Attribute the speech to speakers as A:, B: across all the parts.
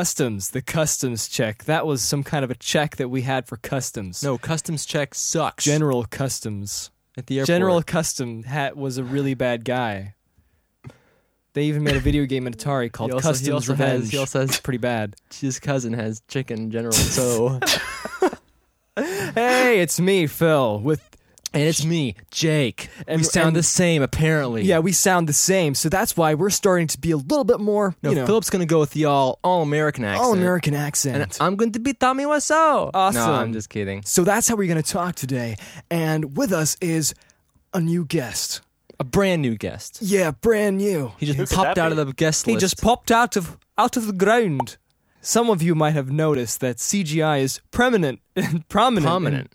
A: customs, the customs check. That was some kind of a check that we had for customs.
B: No, customs check sucks.
A: General Customs.
B: at the airport.
A: General Custom hat was a really bad guy. They even made a video game in Atari called
B: He also- he
A: Customs
B: also has-
A: Revenge.
B: he also has-
A: it's pretty bad.
B: his cousin has chicken general. So
A: Hey, it's me, Phil. With
B: and it's me, Jake.
A: And-
B: we sound
A: and-
B: the same apparently.
A: yeah, we sound the same, so that's why we're starting to be a little bit more,
B: No,
A: you know,
B: Philip's gonna go with the all all American accent.
A: all American accent.
B: And I'm going to be Tommy Wiseau.
A: Awesome.
B: No, I'm just kidding.
A: so that's how we're going to talk today. And with us is a new guest.
B: A brand new guest.
A: Yeah, brand new.
B: He just
C: Who could
B: popped
C: that
B: out
C: be?
B: of the guest
A: He
B: list.
A: just popped out of out of the ground. Some of you might have noticed that CGI is prominent prominent,
B: prominent.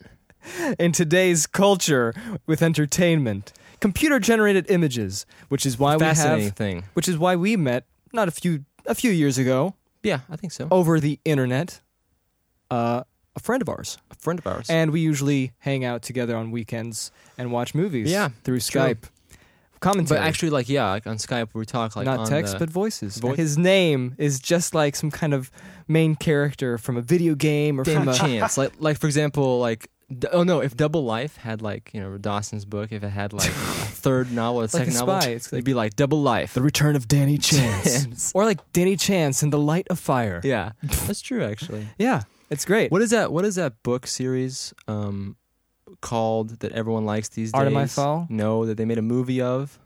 A: in, in today's culture with entertainment. Computer generated images, which is why we
B: Fascinating
A: have
B: thing.
A: which is why we met not a few a few years ago
B: Yeah, I think so.
A: over the internet. Uh, a friend of ours.
B: A friend of ours.
A: And we usually hang out together on weekends and watch movies
B: Yeah,
A: through
B: true.
A: Skype. Commentary.
B: but actually, like, yeah, like on Skype we talk like
A: not
B: on
A: text,
B: the-
A: but voices.
B: voice-
A: His name is just like some kind of main character from a video game or
B: Damn
A: from a.
B: chance. like, like for example, like d- oh no, if Double Life had like you know Dawson's book, if it had like a third novel, a second
A: a
B: novel,
A: spy, it's like-
B: it'd be like Double Life.
A: The Return of Danny Chance. or like Danny Chance in The Light of Fire.
B: Yeah, that's true actually.
A: Yeah, it's great.
B: What is that? What is that book series um called that everyone likes these
A: Art
B: days?
A: of My Fall?
B: No, that they made a movie of.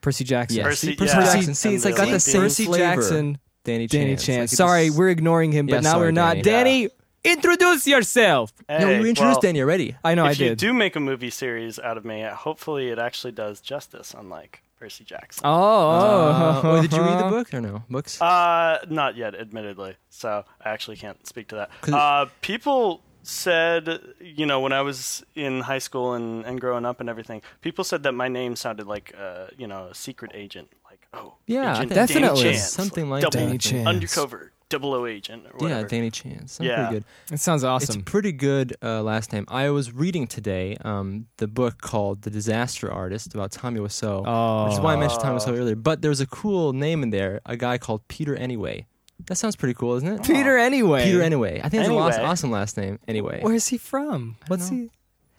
A: Percy Jackson.
B: Yeah,
C: Percy-
B: see, Percy
C: yeah.
B: Jackson. See,
C: And
B: it's like
C: the
B: got the
C: Olympians.
B: same
A: Percy
B: flavor.
A: Jackson,
B: Danny Chance.
A: Danny Chance.
B: Like, it's-
A: sorry, we're ignoring him, but
B: Yeah,
A: now
B: sorry,
A: we're not. Danny,
B: Danny.
A: introduce yourself.
B: No,
C: Hey,
B: we introduced
C: well,
B: Danny already.
A: I know I
C: if you
A: did.
C: do make a movie series out of me, hopefully it actually does justice, unlike Percy Jackson.
A: oh,
B: Uh, oh, did you read the book or no? Books.
C: Uh, not yet, admittedly. So I actually can't speak to that.
B: 'Cause-
C: Uh, people said, you know, when I was in high school and, and growing up and everything, people said that my name sounded like, uh, you know, a secret agent. Like, oh,
B: Yeah, I
C: agent
B: think-
C: Danny
A: Definitely.
C: Chance,
B: Something like
C: double,
B: that,
A: Danny Chance.
C: Undercover, double O agent, or whatever.
B: yeah, Danny Chance. That's
C: Yeah.
B: pretty good.
A: It sounds awesome.
B: It's a pretty good uh, last name. I was reading today um, the book called The Disaster Artist about Tommy Wiseau, which is why I mentioned Tommy Wiseau earlier. But there's a cool name in there, a guy called Peter Anyway. That sounds pretty cool, isn't it?
A: Peter, anyway.
B: Peter Anyway. I think it's an awesome,
C: Anyway.
B: awesome last name. Anyway,
A: Where's he from? What's
B: know.
A: he?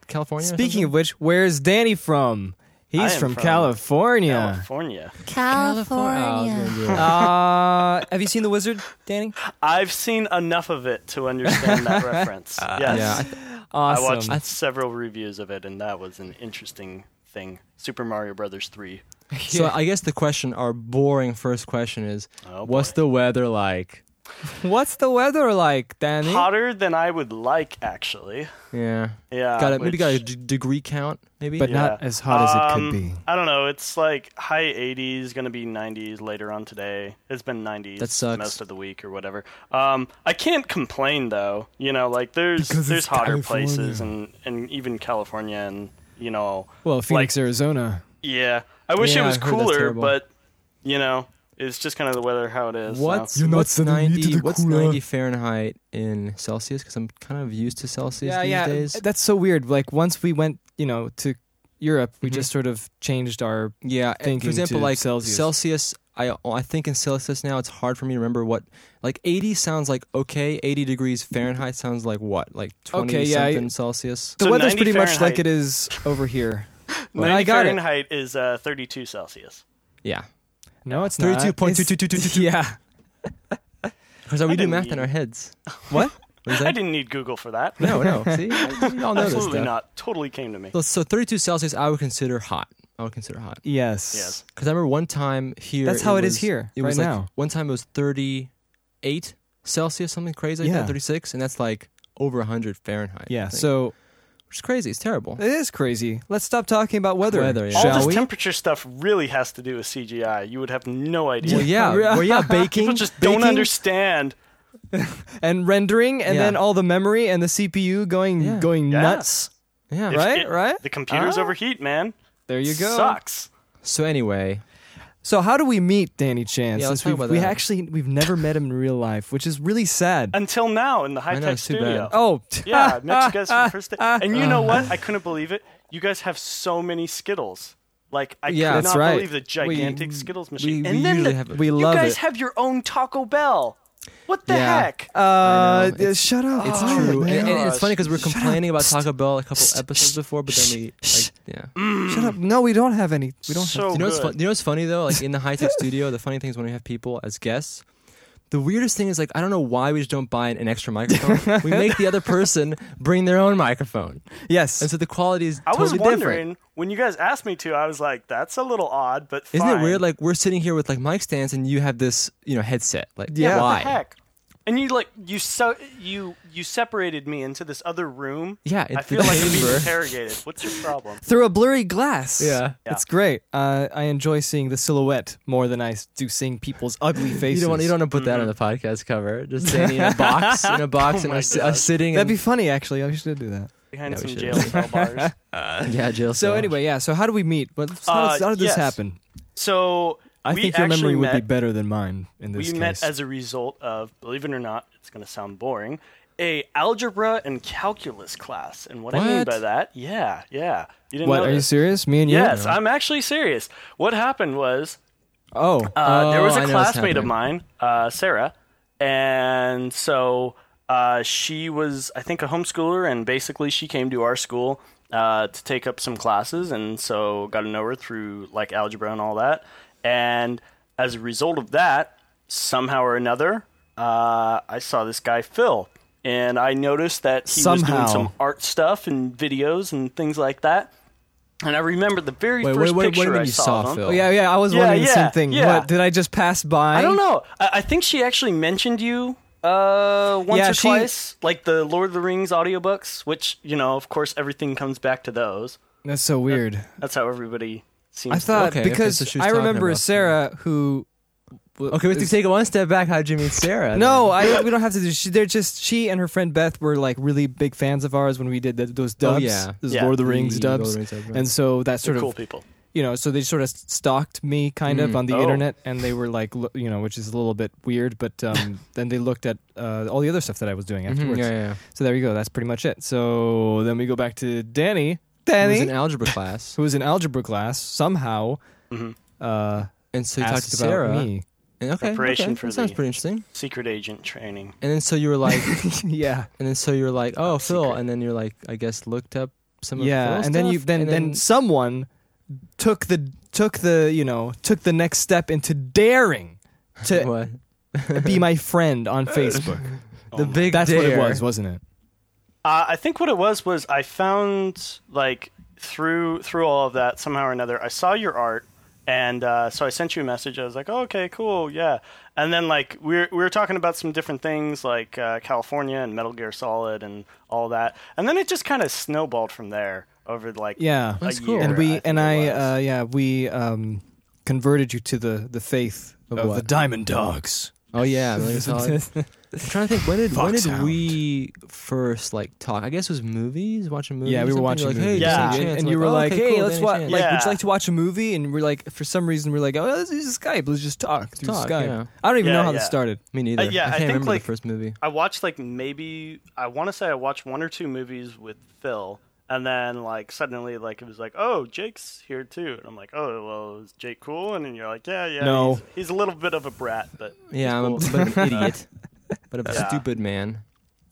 B: California. or
A: Speaking
B: something?
A: of which, where's Danny from?
C: I
A: He's
C: am
A: from,
C: from
A: California.
C: California.
B: Oh, I
D: California.
B: was gonna do it.
A: uh, have you seen The Wizard, Danny?
C: I've seen enough of it to understand that reference. Yes.
B: Uh, yeah, I, th-
A: Awesome.
C: I watched several reviews of it, and that was an interesting thing. Super Mario Brothers 3.
B: so I guess the question, our boring first question is,
C: Oh,
B: what's
C: boy.
B: the weather like?
A: What's the weather like, Danny?
C: Hotter than I would like, actually.
B: Yeah,
C: Yeah.
B: got it. Maybe
C: which-
B: got a d- degree count, maybe.
A: Uh, But
C: yeah.
A: not as hot as it could
C: Um,
A: be.
C: I don't know. It's like high 80s, going to be 90s later on today. It's been 90s
B: That sucks.
C: most of the week or whatever. Um, I can't complain though. You know, like there's
A: Because
C: there's
A: it's
C: hotter
A: California.
C: places and and even California and you know
A: Well, Phoenix,
C: like-
A: Arizona.
C: Yeah, I wish
B: Yeah,
C: it was
B: I've heard that's
C: cooler,
B: terrible.
C: but you know, it's just kind of the weather how it is. so.
B: What's,
A: You're not
B: what's
A: sending me to
B: 90,
A: the
B: what's
A: cooler.
B: 90 Fahrenheit in Celsius? Because I'm kind of used to Celsius
A: Yeah,
B: these
A: yeah.
B: days.
A: That's so weird. Like, once we went, you know, to Europe, we
C: Mm-hmm.
A: just sort of changed our.
B: yeah, and
A: thinking
B: for example,
A: to
B: like
A: Celsius.
B: Celsius, I oh, I think in Celsius now it's hard for me to remember what like 80 sounds like okay, 80 degrees Fahrenheit sounds like what like 20
A: Okay, yeah, I-
B: something Celsius.
A: The
C: So
A: weather's
C: 90
A: pretty much like
C: Fahrenheit.
A: it is over here. Well,
C: 90
A: I got it.
C: Fahrenheit is uh, 32 Celsius.
B: Yeah,
A: No, it's not.
B: 32.222222.
A: Yeah.
B: because we do
C: didn't
B: math in
C: mean-
B: our heads.
A: What?
B: What is
C: I
B: that?
C: didn't need Google for that.
B: No, no. See, you all know this
C: Absolutely
B: stuff.
C: not. Totally came to me.
B: So- So 32 Celsius, I would consider hot. I would consider hot.
A: Yes.
C: Yes.
B: Because I remember one time here.
A: That's how it is
B: was-
A: here,
B: It was
A: right
B: like,
A: now.
B: One time it was 38 Celsius, something crazy like
A: Yeah.
B: that, 36, and that's like over 100 Fahrenheit. I
A: Yeah.
B: think.
A: So
B: which is crazy. It's terrible.
A: it is crazy. Let's stop talking about weather.
B: Weather, yeah.
C: All
A: Shall
C: this
A: we?
C: temperature stuff really has to do with CGI. You would have no idea.
B: Well, yeah,
A: Yeah.
B: well, yeah, baking.
C: People just don't
B: baking,
C: understand.
A: and rendering and
B: Yeah.
A: then all the memory and the CPU going
B: Yeah.
A: going
C: Yeah.
A: nuts.
B: Yeah,
C: It's-
B: right.
A: Right,
C: it-
A: right?
C: The computers
A: Ah.
C: overheat, man.
A: There you go.
C: Sucks.
B: So anyway,
A: So how do we meet Danny Chance?
B: Yeah, let's
A: Since
B: talk
A: we've-
B: about
A: we
B: that.
A: actually we've never met him in real life, which is really sad.
C: Until now in the high
B: know,
C: tech
B: it's too bad.
C: studio.
A: oh,
C: Yeah, I met you guys for the first day. And you know what? I couldn't believe it. You guys have so many Skittles. Like I
B: Yeah,
C: could
B: that's
C: not
A: right.
C: believe the gigantic
A: We-
C: Skittles
B: we,
C: machine.
B: we
C: and then
B: usually
C: the,
B: have.
A: we
C: you
A: love
C: guys
A: it.
C: have your own Taco Bell. What the
B: Yeah.
C: heck?
A: Uh,
B: know, it's-
A: shut up.
B: It's
A: Oh,
B: true,
A: man.
B: and, and it's
C: gosh.
B: funny because we're
A: Shut up.
B: complaining about Taco Bell a couple
A: Psst.
B: episodes
A: Shh.
B: before, but then we
A: Shh.
B: like, yeah.
A: Shut up. No, we don't have any. We don't
C: so
B: you know what's fun-
C: good.
B: you know what's funny though? Like in the high tech studio, the funny thing is when we have people as guests. The weirdest thing is like I don't know why we just don't buy an extra microphone. we make the other person bring their own microphone,
A: have. Yes.
B: and so the quality is
C: I was
B: totally
C: wondering
B: different.
C: when you guys asked me to. I was like, "That's a little odd, but
B: Isn't
C: fine.
B: it weird? Like we're sitting here with like mic stands, and you have this you know headset. Like
A: Yeah.
C: what
B: why?
C: the heck?" And you like you so you you separated me into this other room.
B: Yeah,
C: I
B: it's the
C: feel like I'm being
B: chamber.
C: interrogated. What's your problem?
A: Through a blurry glass.
B: Yeah.
C: Yeah.
A: It's great. Uh, I enjoy seeing the silhouette more than I do seeing people's ugly faces.
B: You don't want you don't want to put that on the podcast cover. Just standing in a box in a box and
C: Mm-hmm. Oh my
B: us,
C: God.
B: us sitting.
A: That'd be
B: and,
A: funny, actually. I should do that.
C: Behind
B: Yeah, we
C: some
B: should.
C: jail cell bars.
B: yeah, jail.
A: So
B: cell.
A: anyway, yeah. So how do we meet? What, how, does,
C: Uh,
A: how did this
C: yes.
A: happen?
C: So
A: I
C: we
A: think your memory
C: actually
A: would be
C: met-
A: better than mine in this
C: we
A: case.
C: met as a result of believe it or not it's going to sound boring a algebra and calculus class and what, i mean
B: What?
C: by that yeah yeah you didn't
A: what?
C: know
A: Are you
C: this.
A: serious? Me and you?
C: yes i'm actually serious what happened was
A: Oh.
C: uh, there
B: Oh,
C: was
B: I
C: a
B: know what's
C: classmate of
B: happening.
C: mine uh, sarah and so uh, she was i think a homeschooler and basically she came to our school uh, to take up some classes and so got to know her through like algebra and all that and as a result of that somehow or another uh, i saw this guy phil and i noticed that he
A: Somehow.
C: was doing some art stuff and videos and things like that and i remember the very
B: Wait,
C: first
B: wait, wait, what do
C: picture
B: you mean
C: I
B: you
C: saw,
B: saw
C: of him.
B: Phil?
A: oh yeah, yeah. I was
C: Yeah,
A: wondering the
C: yeah,
A: same thing.
C: yeah.
A: What did I just pass by?
C: I don't know. I, I think she actually mentioned you uh, once
A: Yeah,
C: or
A: she-
C: twice, like the Lord of the Rings audiobooks, which you know, of course, everything comes back to those.
A: That's so weird.
C: That's how everybody seems.
A: I thought
B: Okay, okay,
A: because
B: so she was
A: I
B: talking
A: remember
B: about-
A: Sarah who.
B: Okay, we have to
A: is-
B: take it one step back. How did you meet Sarah?
A: No, I, we don't have to do. She, they're just she and her friend Beth were like really big fans of ours when we did th those
B: Oh,
A: dubs.
B: yeah.
A: those
C: Yeah.
A: Lord of the
B: The
A: Rings
B: Lord of
A: dubs,
B: the Rings dubs, right.
A: and so that
C: they're
A: sort
C: cool
A: of
C: people.
A: you know, so they sort of stalked me kind of
B: Mm.
A: on the
C: Oh.
A: internet, and they were like, lo- you know, which is a little bit weird, but um, then they looked at uh, all the other stuff that I was doing
B: Mhm,
A: afterwards.
B: yeah, yeah.
A: So there you go. That's pretty much it. So then we go back to Danny,
B: It was
A: Danny,
B: in algebra class,
A: who was in algebra class somehow.
C: Mhm.
A: Uh,
B: and Mm-hmm. so you
A: asked
B: talked to
A: about
B: Sarah.
A: me.
B: And okay,
C: Preparation
B: okay,
C: for
B: that sounds
C: the-
B: pretty interesting.
C: Secret agent training.
B: And then so you were like,
A: yeah.
B: and then so you were like, oh, Phil.
C: secret.
B: And then you're like, I guess looked up some of
A: yeah
B: Phil's
A: and then you
B: stuff,
A: then,
B: and
A: then someone took the took the you know took the next step into daring to
B: what?
A: be my friend on facebook
C: Oh
B: the big
A: that's what it
B: dare.
A: was wasn't it
C: Uh, I think what it was was I found like through through all of that somehow or another I saw your art and uh, so I sent you a message. I was like, oh, okay, cool, yeah. And then like we were, we were talking about some different things like uh, California and Metal Gear Solid and all that, and then it just kind of snowballed from there over like
A: yeah
C: a
B: That's cool.
C: year,
A: and we
C: think
A: and
C: it
A: i
C: was.
A: uh, yeah we um converted you to the the faith of, the
B: what?
A: diamond dogs
B: Oh yeah, Metal Gear Solid. I'm trying to think when did when did
A: Foxhound.
B: we first like talk? I guess it was movies, watching movies.
A: yeah we
B: or
A: were watching
B: something. You're like,
A: movies.
B: Hey, just any
C: Yeah.
A: and,
B: chance?
A: and
B: I'm
A: you were
B: oh,
A: like
B: okay,
A: hey
B: cool,
A: let's
B: any
A: watch like
B: chance.
A: would
C: Yeah.
A: you like to watch a movie and we're like for some reason we're like oh let's use skype let's just talk through
B: Talk,
A: skype
B: yeah.
A: i don't even
C: Yeah,
A: know how this
C: yeah.
A: started
B: Me neither.
C: Uh, yeah,
B: I
C: I
B: can't
C: think,
B: remember
C: like-
B: the first movie.
C: I watched like maybe I want to say I watched one or two movies with Phil, and then like suddenly like it was like, oh, Jake's here too, and I'm like, oh, well, is Jake cool? And then you're like, yeah, yeah,
A: No.
C: he's, he's a little bit of a brat, but
B: Yeah, I'm a,
C: he's cool.
B: but an idiot, but a
C: Yeah.
B: stupid man,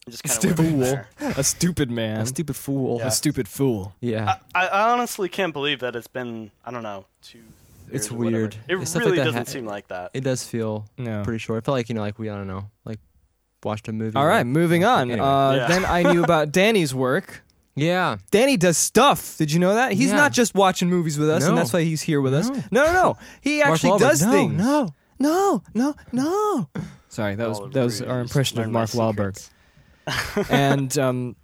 C: It just kind of
A: Stupid
C: stupid.
A: fool. a stupid man
B: a stupid fool.
C: Yeah.
A: a stupid fool
B: Yeah.
C: I, I honestly can't believe that it's been I don't know two. years
B: It's
C: or whatever.
B: weird.
C: It
B: Stuff like
C: really
B: that
C: doesn't
B: ha-
C: seem like that.
B: It does feel
A: no
B: pretty short. It felt like you know, like we I don't know, like watched a movie.
A: All right,
B: like-
A: moving on.
B: Anyway.
A: Uh,
C: Yeah.
A: Then I knew about Danny's work.
B: yeah,
A: Danny does stuff. Did you know that? He's
B: Yeah.
A: not just watching movies with us, and
B: No.
A: that's why he's here with us.
B: No.
A: No, no, no. He
B: Mark
A: actually
B: Wahlberg.
A: does
B: No,
A: things.
B: No,
A: no, no, no. Sorry, that was
C: All of
A: that was
C: you
A: our
C: just
A: impression of
C: learned my
A: Mark Wahlberg.
C: secrets.
A: and um,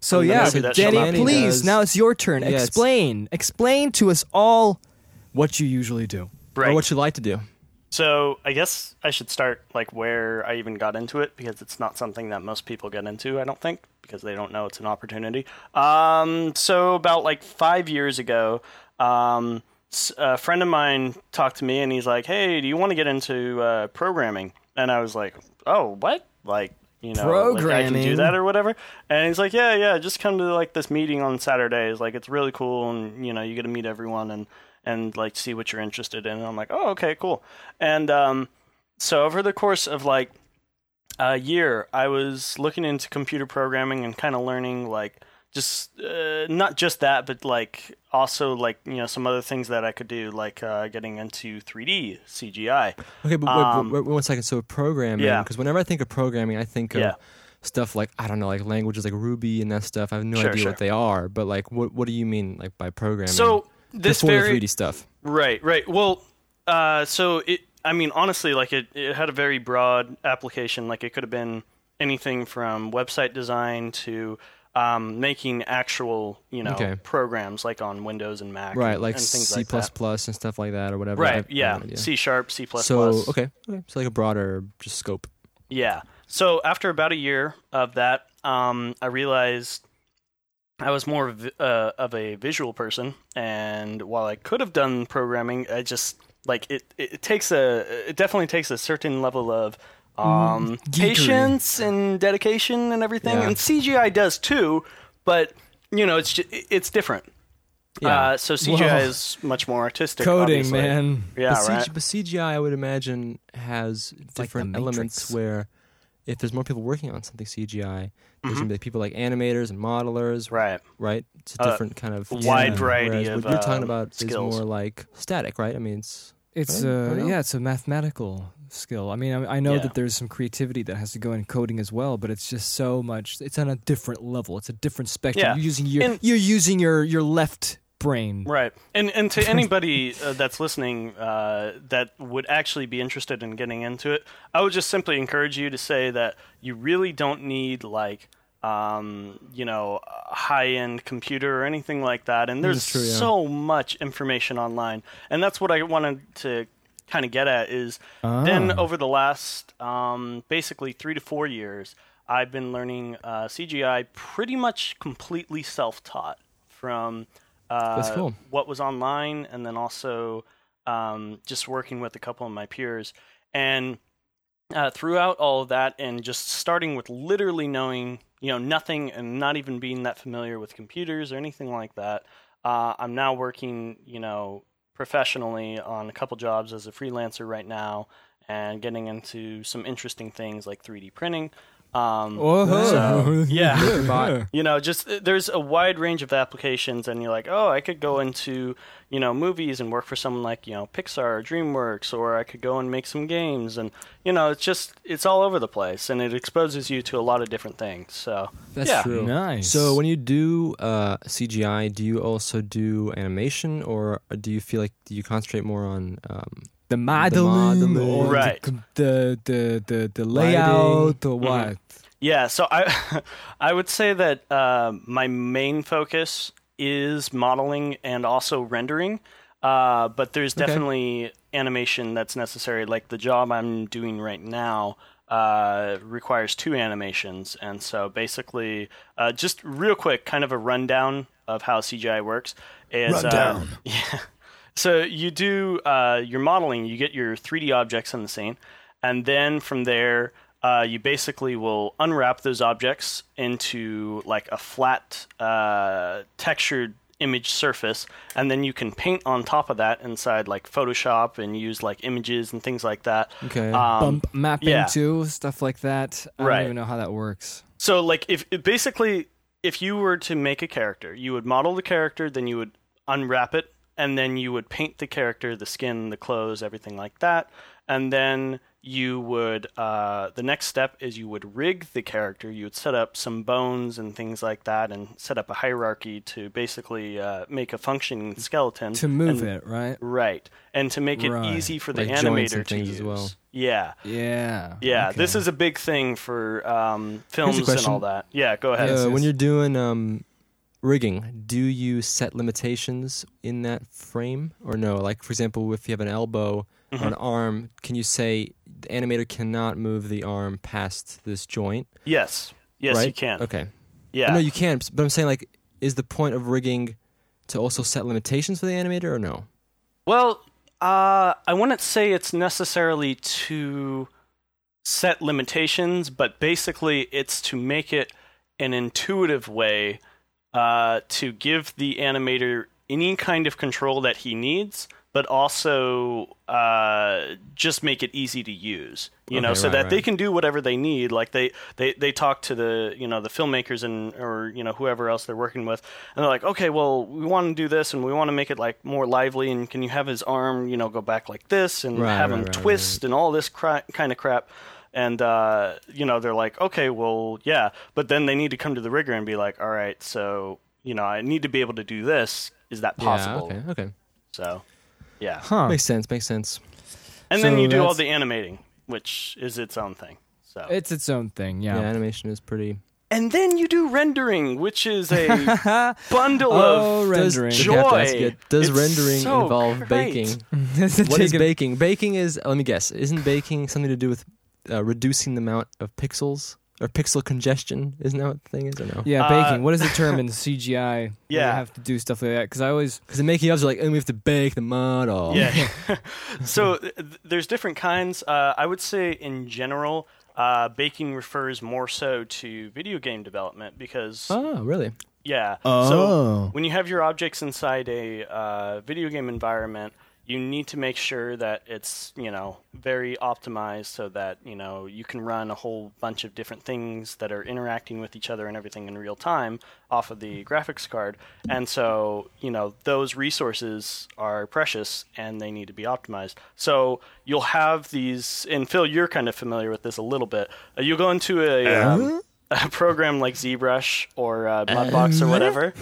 A: so
C: I'm gonna
A: yeah,
C: say that shall
A: Danny,
C: not be.
A: please.
B: Does-
A: Now it's your turn.
B: Yeah, it's-
A: explain, explain to us all what you usually do.
B: Or
C: Right.
B: what you like to do?
C: So I guess I should start like where I even got into it because it's not something that most people get into. I don't think because they don't know it's an opportunity. Um, so about like five years ago, um, s- a friend of mine talked to me and he's like, "Hey, do you want to get into uh, programming?" And I was like, "Oh, what? Like." You know, like I can
A: Programming?
C: do that or whatever. And he's like, yeah, yeah, just come to like this meeting on Saturdays. Like it's really cool, and you know, you get to meet everyone and and like see what you're interested in. And I'm like, oh, okay, cool. And um, so over the course of like a year i was looking into computer programming and kind of learning like just uh, not just that but like also like you know some other things that i could do like uh, getting into 3d cgi
B: Okay, but wait, wait, wait one second. So programming,
C: Um, yeah.
B: because whenever I think of programming, I think of
C: Yeah.
B: stuff like I don't know, like languages like Ruby and that stuff. I have no
C: Sure,
B: idea
C: sure.
B: what they are, but like, what what do you mean like by programming?
C: so this
B: before
C: very
B: the 3D stuff.
C: Right, right. Well, uh, so it. I mean, honestly, like it, it had a very broad application. Like it could have been anything from website design to um, making actual, you know,
B: Okay.
C: programs like on Windows and Mac,
B: Right,
C: and,
B: like
C: and things
B: C++
C: like that.
B: and stuff like that or whatever. I
C: Right.
B: have no
C: Yeah.
B: idea.
C: C sharp, C plus
B: So okay, okay, so like a broader just scope.
C: Yeah. So after about a year of that, um, I realized I was more vi- uh, of a visual person, and while I could have done programming, I just like it. It it takes a. It definitely takes a certain level of
A: Mm-hmm.
C: um, patience and dedication and everything,
B: Yeah.
C: and CGI does too. But you know, it's just, it's different. Uh, so CGI
A: Well,
C: is much more artistic.
A: Coding,
C: obviously.
A: man.
C: Yeah.
B: but,
C: right.
B: CG but CGI, I would imagine, has different
A: The
B: elements
A: Matrix.
B: where if there's more people working on something CGI, there's gonna be people like animators and modelers,
C: Mm-hmm. Right.
B: right? It's a
C: Uh,
B: different kind of
C: wide
B: genre,
C: variety
B: whereas
C: of,
B: what you're talking
C: um,
B: about
C: skills.
B: is more like static, right? I mean, it's
A: It's
B: Right? I
A: a
B: know.
A: yeah, it's a mathematical skill. I mean, I, I know
C: Yeah.
A: that there's some creativity that has to go in coding as well, but it's just so much. It's on a different level. It's a different spectrum.
C: Yeah.
A: You're using your
C: And-
A: you're using your your left brain.
B: Mm.
C: Right, and and to anybody uh, that's listening uh, that would actually be interested in getting into it, I would just simply encourage you to say that you really don't need like um, you know a high-end computer or anything like that. And there's
B: true, yeah.
C: so much information online, and that's what I wanted to kind of get at is then
A: Ah.
B: Ah.
C: over the last um, basically three to four years, I've been learning uh, CGI pretty much completely self-taught from uh,
B: That's
C: uh,
B: cool.
C: what was online and then also um, just working with a couple of my peers and uh, throughout all of that and just starting with literally knowing you know nothing and not even being that familiar with computers or anything like that uh, i'm now working you know professionally on a couple jobs as a freelancer right now and getting into some interesting things like 3d printing um,
A: Oh,
C: yeah you know just uh, there's a wide range of applications and you're like oh i could go into you know movies and work for someone like you know pixar or dreamworks or i could go and make some games and you know it's just it's all over the place and it exposes you to a lot of different things so
B: that's
C: yeah.
B: true.
A: Nice.
B: So when you do uh, CGI, do you also do animation, or do you feel like do you concentrate more on? Um,
A: the modeling,
B: modeling.
A: or the
C: Right. Mm-hmm.
A: com- the, the the the layout or what?
C: Yeah, so I I would say that uh, my main focus is modeling and also rendering, uh, but there's definitely animation that's necessary. Like the job I'm doing right now uh, requires two animations, and so basically, uh, just real quick, kind of a rundown of how CGI works is uh, rundown. yeah. So you do uh, your modeling, you get your 3D objects in the scene, and then from there, uh, you basically will unwrap those objects into like a flat uh, textured image surface, and then you can paint on top of that inside like Photoshop and use like images and things like that.
B: Okay.
C: Um,
A: Bump mapping
C: yeah.
A: too, stuff like that. I
C: Right.
A: don't even know how that works.
C: So like if if basically if you were to make a character, you would model the character, then you would unwrap it, and then you would paint the character, the skin, the clothes, everything like that, and then you would uh, the next step is you would rig the character. You would set up some bones and things like that, and set up a hierarchy to basically uh, make a functioning skeleton
A: To move
C: and-
A: it, right?
C: Right, and to make it
A: Right.
C: easy for the
B: Like joints
C: animator
B: and
C: to
B: things
C: use.
B: as well.
C: Yeah.
A: Yeah.
C: Yeah,
A: Okay.
C: this is a big thing for um, films and
B: question.
C: all that. Yeah, go ahead.
A: Yes,
B: uh,
A: yes.
B: When you're doing um, rigging, do you set limitations in that frame or no? Like for example, if you have an elbow or
C: Mm-hmm.
B: an arm, can you say the animator cannot move the arm past this joint?
C: Yes, yes,
B: right?
C: you can.
B: Okay.
C: Yeah,
B: No, you can. But I'm saying like, is the point of rigging to also set limitations for the animator or no?
C: Well, uh, I wouldn't say it's necessarily to set limitations, but basically it's to make it an intuitive way uh, to give the animator any kind of control that he needs, but also uh, just make it easy to use. You know,
B: Okay,
C: so
B: right,
C: that they
B: right.
C: can do whatever they need. Like they, they they talk to the you know the filmmakers and or you know whoever else they're working with, and they're like, okay, well we want to do this and we want to make it like more lively. And can you have his arm you know go back like this and
B: Right,
C: have
B: right,
C: him
B: right,
C: twist and all this cra- kind of crap. And uh, you know they're like, okay, well, yeah, but then they need to come to the rigor and be like, all right, so you know I need to be able to do this. Is that possible?
B: Yeah, okay, okay.
C: So, yeah.
A: Huh.
B: Makes sense, makes sense.
C: And then
A: So
C: you do all
A: that's-
C: the animating, which is its own thing. So.
A: It's its own thing,
B: Yeah,
A: yeah.
B: animation is pretty.
C: and then you do rendering, which is a bundle
A: Oh,
C: of
B: Does,
A: rendering.
B: okay, I have to ask
C: joy.
B: you, does
C: It's
B: rendering
C: so
B: involve
C: great.
B: baking? What
A: what
B: is baking? Baking is, let me guess, isn't baking something to do with uh, reducing the amount of pixels or pixel congestion? Isn't that what the thing is? I don't know.
A: Yeah,
C: Uh,
A: baking. What is the term in CGI? where you
C: Yeah.
A: have to do stuff like that because I always
B: Because the making ofs are like, and we have to bake the model.
C: Yeah. so th- th- there's different kinds. Uh, I would say in general, uh, baking refers more so to video game development because
B: Oh, really?
C: Yeah.
A: Oh.
C: So when you have your objects inside a uh, video game environment, you need to make sure that it's you know very optimized so that you know you can run a whole bunch of different things that are interacting with each other and everything in real time off of the graphics card. And so you know those resources are precious and they need to be optimized. So you'll have these, and Phil, you're kind of familiar with this a little bit. Uh, you'll go into a um, a program like ZBrush or uh, Mudbox or whatever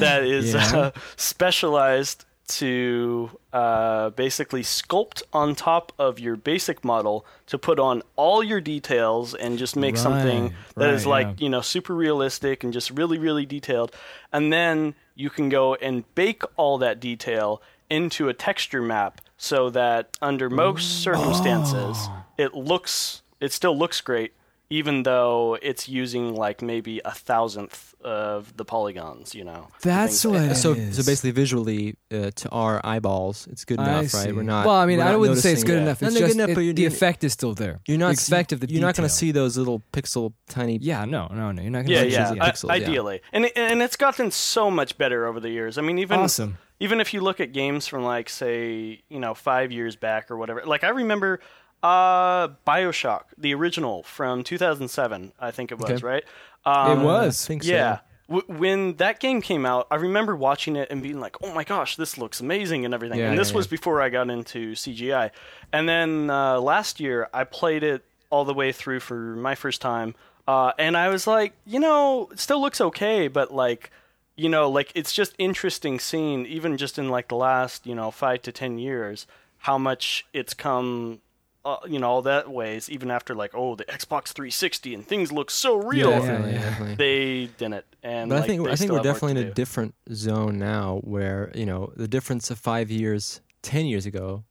C: that is uh, specialized to uh, basically sculpt on top of your basic model to put on all your details and just make something that is
A: right,
C: like
A: yeah.
C: you know super realistic and just really really detailed and then you can go and bake all that detail into a texture map so that under
A: Mm.
C: most circumstances
A: Oh.
C: it looks it still looks great even though it's using like maybe a thousandth of the polygons you know and
A: That's
C: things like
A: what
C: that.
A: It
B: so,
A: is.
B: so basically, visually, uh, to our eyeballs, it's good
A: I
B: enough,
A: see.
B: right? We're not.
A: Well, I mean,
B: we're
A: I
B: not
A: wouldn't say it's
B: noticing
A: good
B: it.
A: enough.
B: No,
A: It's
B: no,
A: just
B: good enough,
A: it-
B: but you're,
A: the effect is still there.
B: You're not.
A: the effect of the
B: You're not going to
A: detail.
B: see those little pixel, tiny.
A: Yeah, no, no, no. You're not going to
C: yeah,
A: see
C: yeah,
A: it.
C: I-
B: pixels, yeah.
C: ideally, and it, and it's gotten so much better over the years. I mean, even
A: Awesome.
C: even if you look at games from like say you know five years back or whatever. Like I remember uh, Bioshock, the original from 2007, I think it was
B: Okay.
C: right. Um,
A: It was.
B: I think so.
C: yeah. W- when that game came out, I remember watching it and being like, "Oh my gosh, this looks amazing and everything."
B: Yeah,
C: and this
B: yeah,
C: was
B: yeah.
C: before I got into CGI. And then uh, last year, I played it all the way through for my first time, uh, and I was like, you know, it still looks okay, but like, you know, like it's just interesting seeing even just in like the last you know five to ten years how much it's come. Uh, you know all that ways even after like oh the xbox 360 and things look so real
A: Yeah,
B: Definitely,
A: yeah.
B: definitely.
C: they didn't. And
B: But
C: like,
B: I think
C: they
B: I think
C: still
B: we're
C: have work
B: definitely
C: to
B: in a
C: do.
B: different zone now, where you know the difference of five years, ten years ago,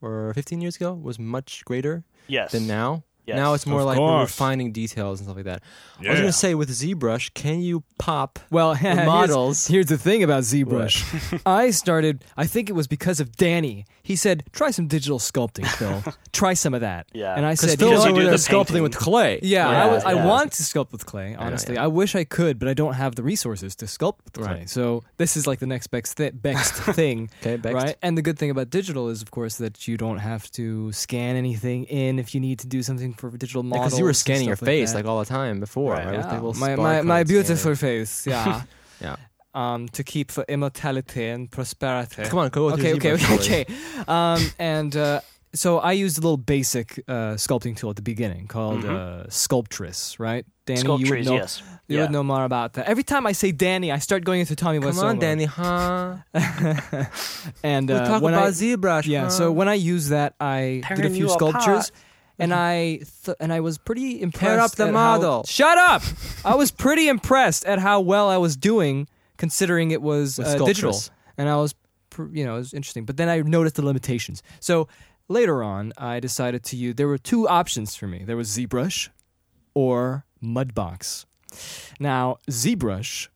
B: or fifteen years ago was much greater
C: yes.
B: than now.
C: Yes.
B: Now it's more
D: Of
B: like we're
D: course.
B: refining details and stuff like that. I was
D: Yeah.
B: gonna say with ZBrush, can you pop?
A: Well, here's-
B: models.
A: Here's, the thing about ZBrush. I started. I think it was because of Danny. He said, "Try some digital sculpting, Phil. Try some of that."
C: Yeah.
A: And I
B: Because
A: said,
C: Phil
A: "You know
B: Phil's
A: what?
C: you
B: over
C: do
B: there
C: the
B: sculpting
C: painting.
B: with clay.
A: Yeah,
C: Yeah,
A: I, was, I
C: yeah.
A: want to sculpt with clay. Honestly, I wish I could, but I don't have the resources to sculpt with clay.
B: Right.
A: So this is like the next best, th- best thing,
B: Okay, Bext.
A: right? And the good thing about digital is, of course, that you don't have to scan anything in if you need to do something for digital models.
B: Because you were scanning your
A: and stuff
B: face
A: that.
B: like, "Oh, all the time before,
C: Right.
B: right? with the
A: Yeah.
B: little
A: my my,
B: barcode
A: my
B: scanner.
A: beautiful face, yeah.
B: Yeah.
A: Um, to keep for immortality and prosperity.
B: Come on, go with
A: okay,
B: your
A: okay,
B: ZBrush
A: okay,
B: story.
A: okay. Um, and uh, so I used a little basic uh, sculpting tool at the beginning called
B: Mm-hmm.
A: uh, Sculptress, right? Danny, you would
C: Sculptures,
A: know,
C: yes.
A: you
C: yeah.
A: would know more about that. Every time I say Danny, I start going into Tommy
B: Come
A: Wiseau
B: on,
A: mode.
B: Danny, huh?
A: And
B: we
A: uh,
B: talk
A: when
B: about
A: I,
B: ZBrush.
A: yeah,
B: huh?
A: so when I used that, I did
C: Tearing
A: a few
C: you apart.
A: sculptures, and I th- and I was pretty impressed.
B: Mm-hmm. the
A: at how-
B: model.
A: Shut up! I was pretty impressed at how well I was doing, considering it was
B: With
A: uh, digital,
B: sculptures.
A: and I was, pr- you know, it was interesting. But then I noticed the limitations. So later on, I decided to use. There were two options for me. There was ZBrush, or Mudbox. Now ZBrush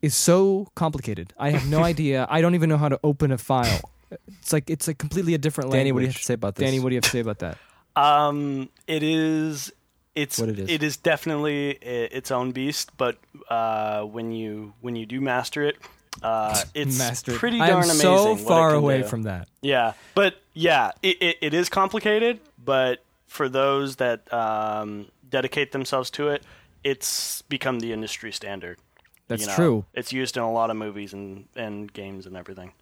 A: is so complicated. I have no idea. I don't even know how to open a file. It's like it's like completely a different language.
B: Danny, what do you have to say about this?
A: Danny, what do you have to say about that?
C: Um, it is. It's
B: What it is.
C: It is definitely i- its own beast, but uh, when you when you do master it, Uh, it's
A: mastered.
C: pretty
A: I am
C: darn amazing.
A: so
C: what it
A: far
C: can
A: away
C: do.
A: from that.
C: Yeah, but yeah, it, it, it is complicated. But for those that um, dedicate themselves to it, it's become the industry standard.
A: That's
C: you know?
A: true.
C: It's used in a lot of movies and, and games and everything.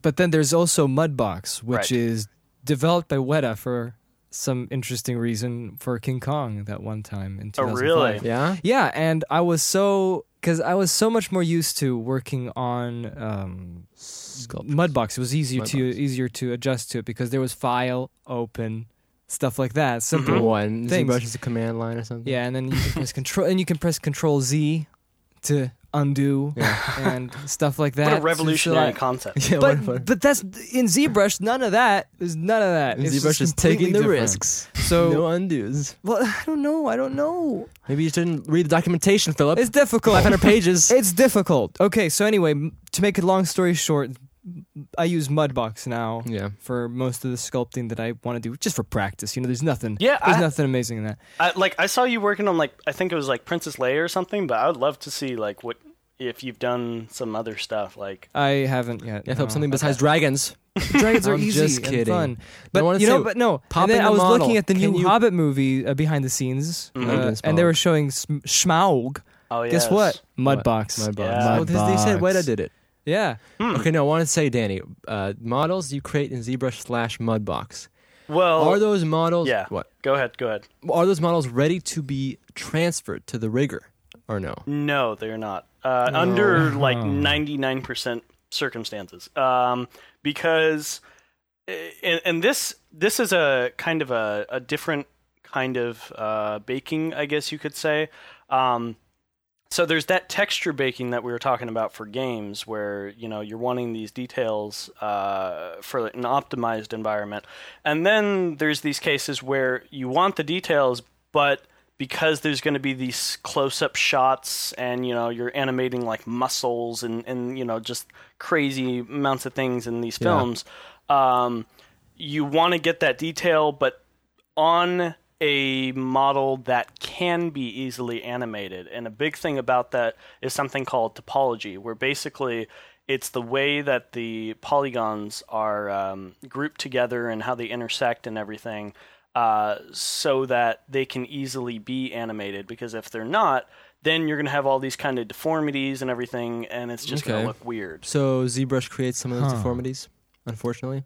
A: But then there's also Mudbox, which
C: Right.
A: is developed by Weta for some interesting reason for King Kong that one time in
C: Oh,
A: 2005.
C: really?
B: Yeah.
A: Yeah, and I was so because I was so much more used to working on um,
B: Sculpt.
A: Mudbox. It was easier
B: Mud
A: to
B: box.
A: easier to adjust to it because there was file open stuff like
B: Mhm.
A: that. Simple.
B: One.
A: Things.
B: ZBrush is a command line or something.
A: Yeah, and then you can press control and you can press Control Z to undo and stuff like that.
C: What a
A: So- so
C: revolutionary
A: like-
C: concept.
B: Yeah,
A: but
B: what-
A: but that's in ZBrush. None of that. There's none of that. It's
B: ZBrush
A: just
B: is taking
A: completely
B: the
A: different.
B: risks.
A: So
B: no undos.
A: well, I don't know. I don't know.
B: Maybe you shouldn't read the documentation, Philip.
A: It's difficult.
B: 500 pages.
A: It's difficult. Okay, so anyway, m- to make a long story short, I use Mudbox now
B: yeah.
A: for most of the sculpting that I want to do, just for practice. You know, there's nothing.
C: Yeah,
A: there's
C: I-
A: nothing amazing in that.
C: I, like I saw you working on like I think it was like Princess Leia or something, but I would love to see like what if you've done some other stuff like
A: I haven't yet.
B: Yeah, Philip,
A: no.
B: something besides dragons.
A: Dragons are
B: I'm
A: easy
B: just
A: and
B: kidding.
A: fun,
B: I
A: but
B: wanna
A: you know,
B: say,
A: but no. And
B: popping
A: then
B: a
A: I was
B: model,
A: looking at the
B: can
A: new
B: you-
A: Hobbit movie uh, behind the scenes, uh,
B: Mhm.
A: and they were showing Sm- Smaug.
C: oh yeah
A: Guess what? Mudbox.
B: My box.
C: Yeah.
B: Well, Oh, they- they said
A: Mudbox.
B: Weta did it.
A: Yeah.
C: Hmm.
B: Okay, now I want to say, Danny, uh, models you create in ZBrush slash Mudbox.
C: well
B: Are those models?
C: Oh, yeah
B: What?
C: go ahead go ahead
B: Are those models ready to be transferred to the rigger or no?
C: No, they're not. Uh, Under like ninety nine percent circumstances, um, because eh, and, and this this is a kind of a, a different kind of uh, baking, I guess you could say. Um, so there's that texture baking that we were talking about for games, where you know you're wanting these details uh, for an optimized environment, and then there's these cases where you want the details, but because there's going to be these close-up shots, and you know you're animating like muscles and and you know just crazy amounts of things in these films, um, you want to get that detail, but on a model that can be easily animated. And a big thing about that is something called topology, where basically it's the way that the polygons are um, grouped together and how they intersect and everything uh, so that they can easily be animated. Because if they're not, then you're going to have all these kind of deformities and everything, and it's just going
B: Okay.
C: to look weird.
B: So ZBrush creates some of those
A: Huh.
B: deformities, unfortunately.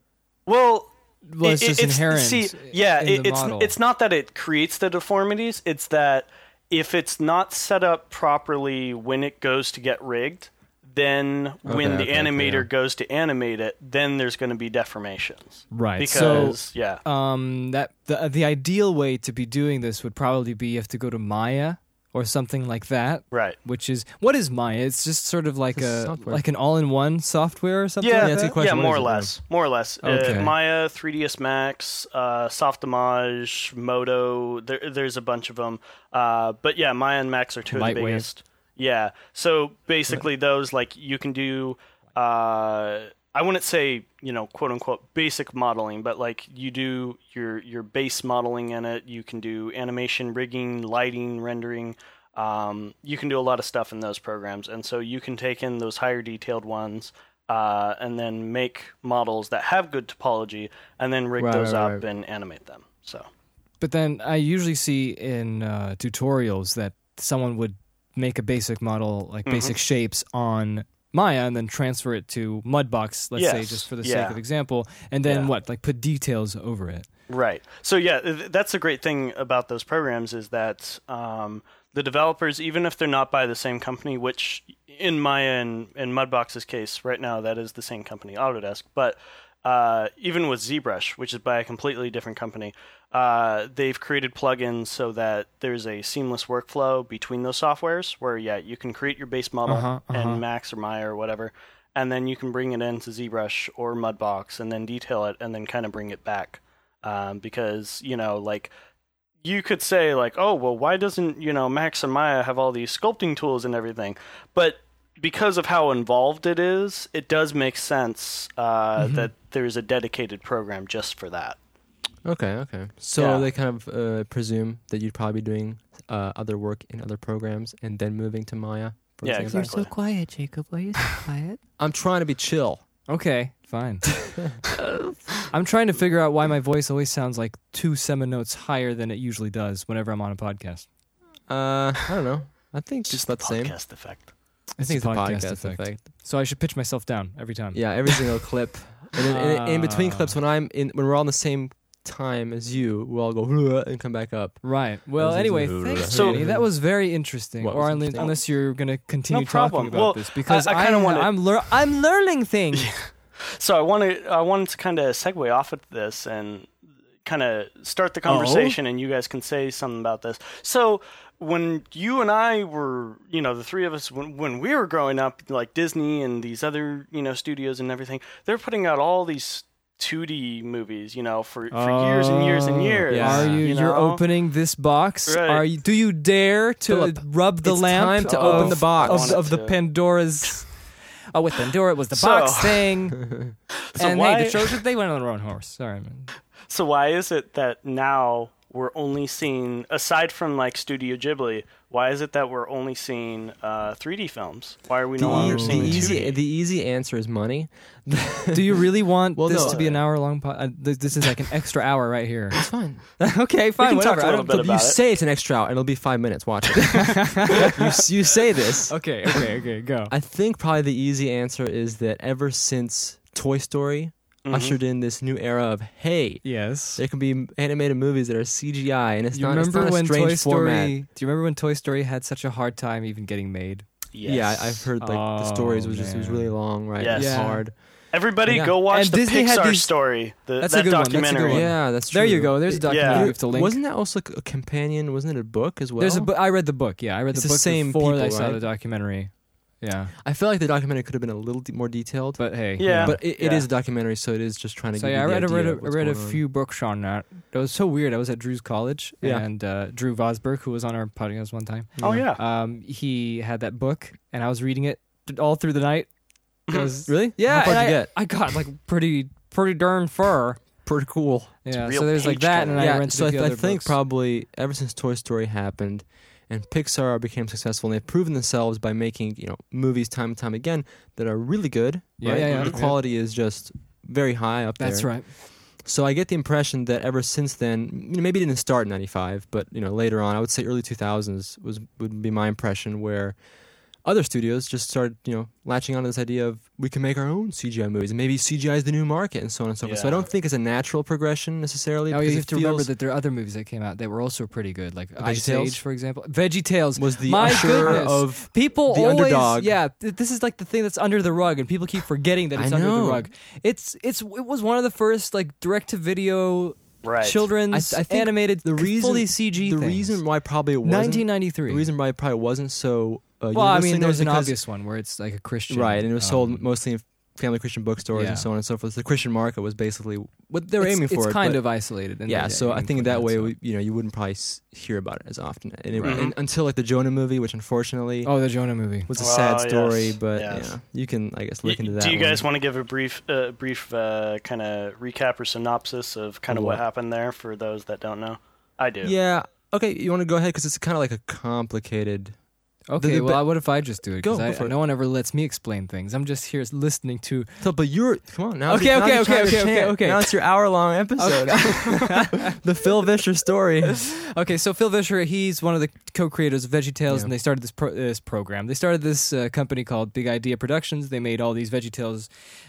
C: Well,
A: Well, it's just inherent
C: See, yeah,
A: in
C: it,
A: the
C: it's
A: model.
C: it's not that it creates the deformities. It's that if it's not set up properly when it goes to get rigged, then when
B: Okay, okay,
C: the
B: okay,
C: animator
B: yeah.
C: goes to animate it, then there's going to be deformations.
A: Right.
C: Because yeah,
B: uh,
A: um, that the the ideal way to be doing this would probably be you have to go to Maya or something like that.
C: right.
A: Which is what is Maya? It's just sort of like
B: It's
A: a
B: software.
A: like an all-in-one software or something.
C: Yeah,
A: like
B: that's a
A: that?
B: good question.
C: yeah,
B: What
C: more
B: is it?
C: or less, more or less.
B: Okay.
C: Uh, Maya, 3ds Max, uh, Softimage, Moto. There, there's a bunch of them. Uh, but yeah, Maya and Max are two of the
A: Lightwave.
C: biggest. Yeah. So basically, those like you can do. Uh, I wouldn't say you know quote unquote basic modeling, but like you do your your base modeling in it. You can do animation, rigging, lighting, rendering. Um, you can do a lot of stuff in those programs, and so you can take in those higher detailed ones. Uh, and then make models that have good topology, and then rig
B: Right,
C: those
B: right,
C: up
B: right.
C: and animate them. So
A: But then I usually see in uh, tutorials that someone would make a basic model, like
C: Mm-hmm.
A: basic shapes on Maya, and then transfer it to Mudbox, let's say,
C: Yes.
A: just for the
C: Yeah.
A: sake of example, and then
C: Yeah.
A: what, like put details over it.
C: Right. So yeah, th- that's the great thing about those programs is that um, the developers, even if they're not by the same company, which in Maya and in Mudbox's case right now that is the same company, Autodesk, but uh, even with ZBrush, which is by a completely different company, uh, they've created plugins so that there's a seamless workflow between those softwares. Where yeah, you can create your base model
A: Uh-huh, uh-huh.
C: and Max or Maya or whatever, and then you can bring it into ZBrush or Mudbox and then detail it and then kind of bring it back um, because you know like you could say like oh well why doesn't you know max and maya have all these sculpting tools and everything but because of how involved it is it does make sense uh, that there's a dedicated program just for that
B: Okay, okay. So
C: Yeah.
B: they kind of uh, presume that you'd probably be doing uh, other work in other programs and then moving to Maya for
C: Yeah,
B: example.
C: exactly.
D: You're so quiet, Jacob. Why are you so quiet?
B: I'm trying to be chill.
A: Okay, fine. I'm trying to figure out why my voice always sounds like two seminotes higher than it usually does whenever I'm on a podcast.
B: Uh, I don't know. I think
C: Just
B: just
C: the
B: about the same.
C: podcast effect.
B: I think it's a
A: podcast
B: podcast,
A: effect.
B: effect.
A: So I should pitch myself down every time.
B: Yeah, every single clip. And in, in, in between
A: Ah.
B: clips, when I'm in, when we're all in the same time as you, we'll all go "Huh," and come back up.
A: Right. Well,
B: Those are
A: anyway,
B: the-
A: thanks,
C: So-
A: Danny. That was very interesting.
B: What
A: or
B: was
A: unle-
B: interesting?
A: unless you're going to continue talking
C: problem.
A: about
C: Well,
A: this, because
C: I- I kinda
A: am
C: wanna-
A: I'm, lear- I'm learning things.
C: So I want to I wanted to kind of segue off of this and kind of start the conversation, and you guys can say something about this. So when you and I were, you know, the three of us, when when we were growing up, like Disney and these other, you know, studios and everything, they're putting out all these 2D movies, you know, for, for years and years and
A: Oh,
C: years.
B: yeah.
A: Are you,
C: you
A: you
C: know?
A: are opening this box?
C: Right.
A: Are you do you dare to
B: Philip,
A: rub the
B: it's
A: lamp
B: time to
A: of,
B: open the box.
A: of,
C: I
A: of the
C: wanted to.
A: Pandora's Oh, with Pandora it was the
C: So-
A: box thing.
C: So
A: and hey,
C: why-
A: the Trojans they went on their own horse. Sorry, man.
C: So why is it that now we're only seeing, aside from like Studio Ghibli, why is it that we're only seeing uh, 3D films? Why are we
B: The,
C: no longer
B: the
C: seeing
B: easy
C: 2D?
B: the easy answer is money.
A: Do you really want
B: Well,
A: this
B: no.
A: to be an hour long? Po- uh, th- this is like an extra hour right here.
B: It's fine.
A: okay, fine.
C: can talk
A: whatever.
C: a
A: I
C: little
A: don't-
C: bit
B: you
C: about it.
B: say it's an extra hour, and it'll be five minutes. Watch it. you, s- you say this.
A: Okay, okay, okay. Go.
B: I think probably the easy answer is that ever since Toy Story ushered in this new era of hey,
A: yes.
B: there can be animated movies that are CGI, and it's
A: You
B: not it's
A: remember
B: not a
A: when
B: strange
A: Toy Story?
B: format.
A: Do you remember when Toy Story had such a hard time even getting made?
B: Yeah,
C: Yes.
B: I, I've heard like the
A: Oh,
B: stories was just it was
A: man.
B: really long, right?
C: Yes.
B: It's
A: Yeah.
B: hard.
C: Everybody,
B: Yeah.
C: go watch
A: And
C: the
A: Disney had
C: Pixar
A: these-
C: story. The,
A: That's a
C: that
A: good one, that's a good
C: documentary.
A: one.
B: Yeah, that's true.
A: There you go. There's a
C: Yeah.
A: documentary
C: There-
A: with the link.
B: Wasn't that also a companion? Wasn't it a book as well?
A: There's a book. I read the book. Yeah, I read
B: It's
A: the
B: the
A: book
B: same
A: before
B: people,
A: I saw
B: right?
A: the documentary. Yeah,
B: I feel like the documentary could have been a little de- more detailed,
A: but hey.
C: Yeah.
B: but it, it
C: Yeah.
B: is a documentary, so it is just trying to.
A: So
B: give
A: yeah, I
B: you the
A: read, I
B: idea
A: read, a,
B: of
A: I
B: what's
A: read a
B: going on.
A: few books on that. It was so weird. I was at Drew's college,
B: Yeah.
A: and uh, Drew Vosberg, who was on our podcast one time,
C: Oh yeah.
A: um, he had that book, and I was reading it all through the night. It was-
B: Really?
A: yeah,
B: How far
A: and
B: did
A: I,
B: you get?
A: I got like pretty, pretty darn far.
B: Pretty cool.
A: Yeah,
C: real
A: so there's like
C: page
A: that, and
C: turner.
A: I
B: yeah.
A: rented
B: So
A: a
B: I,
A: few
B: I
A: other
B: think
A: books.
B: probably ever since Toy Story happened, and Pixar became successful, and they've proven themselves by making you know movies time and time again that are really good.
A: Yeah,
B: right?
A: yeah, yeah.
B: The quality is just very high up there.
A: that's right.
B: So I get the impression that ever since then, you know, maybe it didn't start in '95, but you know, later on, I would say early 2000s was would be my impression where other studios just started, you know, latching onto this idea of we can make our own CGI movies, and maybe CGI is the new market, and so on and so forth. So I
C: Yeah.
B: don't think it's a natural progression necessarily.
A: Now
B: because
A: you
B: it
A: have to remember
B: feels-
A: that there are other movies that came out that were also pretty good, like Ice
B: VeggieTales?
A: Age, for example. VeggieTales
B: was the
A: My
B: usher
A: goodness.
B: of
A: people
B: the
A: always,
B: underdog.
A: Yeah, th- this is like the thing that's under the rug, and people keep forgetting that
B: I
A: it's under the
B: know.
A: rug. It's it's it was one of the first like direct to video
C: Right.
A: children's
B: I- I think
A: animated
B: the reason
A: fully CG.
B: the
A: things.
B: reason why probably it wasn't
A: 1993.
B: the reason why it probably wasn't so. Uh,
A: well, I
B: universally
A: mean,
B: known is
A: there's an
B: because-
A: obvious one where it's like a Christian,
B: Right, and it was
A: um,
B: sold mostly in family Christian bookstores
A: yeah.
B: and so on and so forth. The Christian market was basically what they were
A: it's,
B: aiming for.
A: It's kind
B: but-
A: of isolated. And
B: yeah.
A: they-
B: So I
A: can
B: think
A: put
B: that way,
A: so-
B: we, you know, you wouldn't probably s- hear about it as often, and, it,
C: Right.
B: and- until like the Jonah movie, which unfortunately
A: oh, the Jonah movie.
B: was a
C: Well,
B: sad
C: yes,
B: story. But
C: yes.
B: yeah, you can, I guess,
C: Y-
B: look into that.
C: Do you
B: one.
C: guys want to give a brief, uh, brief uh, kind of recap or synopsis of kind of
B: What?
C: what happened there for those that don't know? I do.
B: Yeah. Okay. You want to go ahead because it's kind of like a complicated.
A: Okay,
B: the-
A: well, I- what if I just do it? 'Cause
B: Go,
A: I-
B: go for it.
A: no one ever lets me explain things. I'm just here listening to.
B: So, but you're come on now.
A: Okay,
B: now
A: okay,
B: you're
A: okay,
B: trying to
A: okay, okay,
B: chant.
A: okay.
B: Now it's your hour long episode. the Phil Vischer story.
A: Okay, so Phil Vischer, he's one of the co-creators of VeggieTales,
B: Yeah.
A: and they started this pro- uh, this program. They started this uh, company called Big Idea Productions. They made all these VeggieTales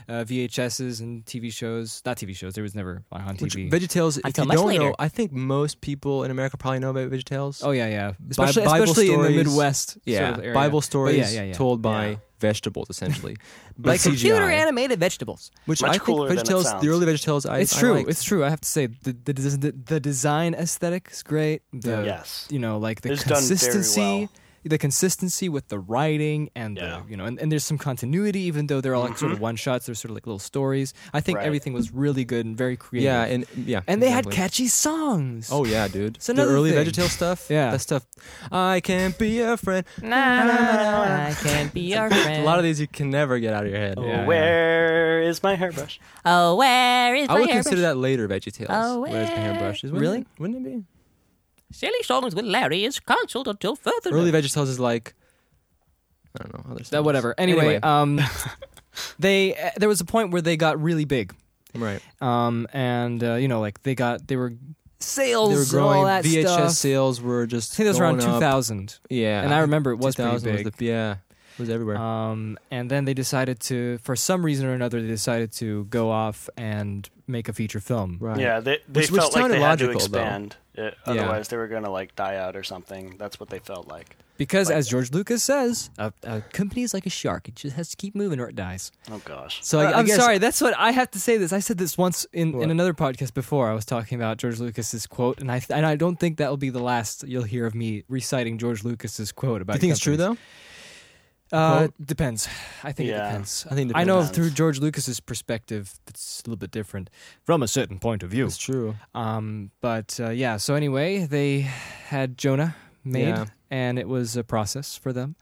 A: uh, VHSs and TV shows. Not TV shows. There was never on TV.
B: Which VeggieTales, if
A: Until
B: you
A: much
B: don't
A: later.
B: know, I think most people in America probably know about VeggieTales.
A: oh yeah, yeah.
B: Bi-
A: Especially,
B: Bible
A: especially in the
B: stories.
A: Midwest.
B: yeah,
A: sort of area.
B: Bible
A: But
B: stories
A: yeah, yeah, yeah.
B: told by
C: Yeah.
B: vegetables, essentially, but
A: like computer
B: CGI,
A: animated vegetables.
B: which
C: Much
B: I think
C: cooler than it
B: VeggieTales,
C: sounds.
B: the early VeggieTales, I
A: it's
B: I
A: true.
B: liked.
A: it's true. I have to say the the, des- the, the design aesthetic is great. The,
C: Yes.
A: you know, like the
C: It's done very
A: consistency,
C: well.
A: the consistency with the writing and
C: Yeah. Mm-hmm.
A: the you know, and, and there's some continuity, even though they're all like sort of one shots. They're sort of like little stories. I think
C: Right.
A: everything was really good and very creative.
B: yeah, and yeah,
A: and they
B: exactly.
A: had catchy songs.
B: Oh yeah, dude.
A: It's
B: the
A: another
B: early
A: thing.
B: VeggieTales stuff.
A: Yeah.
B: that stuff. I can't be a friend.
D: Nah, nah, nah, I can't be your friend.
B: A lot of these you can never get out of your head.
A: Yeah, yeah.
C: Where is my hairbrush?
D: Oh, where is
B: I
D: my
B: would consider
D: hairbrush?
B: that later VeggieTales.
D: Oh,
B: where's the
D: where-
B: hairbrush? Wouldn't
A: Really?
B: it- wouldn't it be?
D: Silly songs with Larry is cancelled until further.
B: Early VeggieTales is like, I don't know other
A: That
B: songs.
A: whatever. Anyway,
B: Anyway.
A: um, they uh, there was a point where they got really big,
B: Right.
A: um, and uh, you know, like they got they were sales,
B: They were growing.
A: all that
B: VHS
A: stuff.
B: sales were just.
A: I think it was around
B: going up.
A: 2000,
B: Yeah,
A: and I remember it was pretty
B: 2000
A: big.
B: Was the, yeah, it was everywhere.
A: Um, and then they decided to, for some reason or another, they decided to go off and make a feature film.
B: right.
C: Yeah, they, they
B: Which- which
C: felt like
B: sounded
C: they had to
B: logical, though.
C: expand. It,
B: Yeah.
C: Otherwise, they were going to like die out or something. That's what they felt like.
A: Because,
C: Like
A: as George Lucas says, a, a company is like a shark; it just has to keep moving or it dies.
C: Oh gosh.
B: So
A: I,
B: Uh, I, I
A: am
B: guess,
A: sorry. That's what I have to say. This I said this once in, in
B: What?
A: another podcast before. I was talking about George Lucas's quote, and I and I don't think that will be the last you'll hear of me reciting George Lucas's quote about.
B: Do you think it's true though?
A: though? Uh,
B: Quote?
A: depends. I think it
C: Yeah.
A: depends.
B: I think it
A: I know
C: depends.
A: through George Lucas's perspective, it's a little bit different from a certain point of view.
B: It's true.
A: Um, but uh, yeah. So anyway, they had Jonah made,
B: Yeah.
A: and it was a process for them,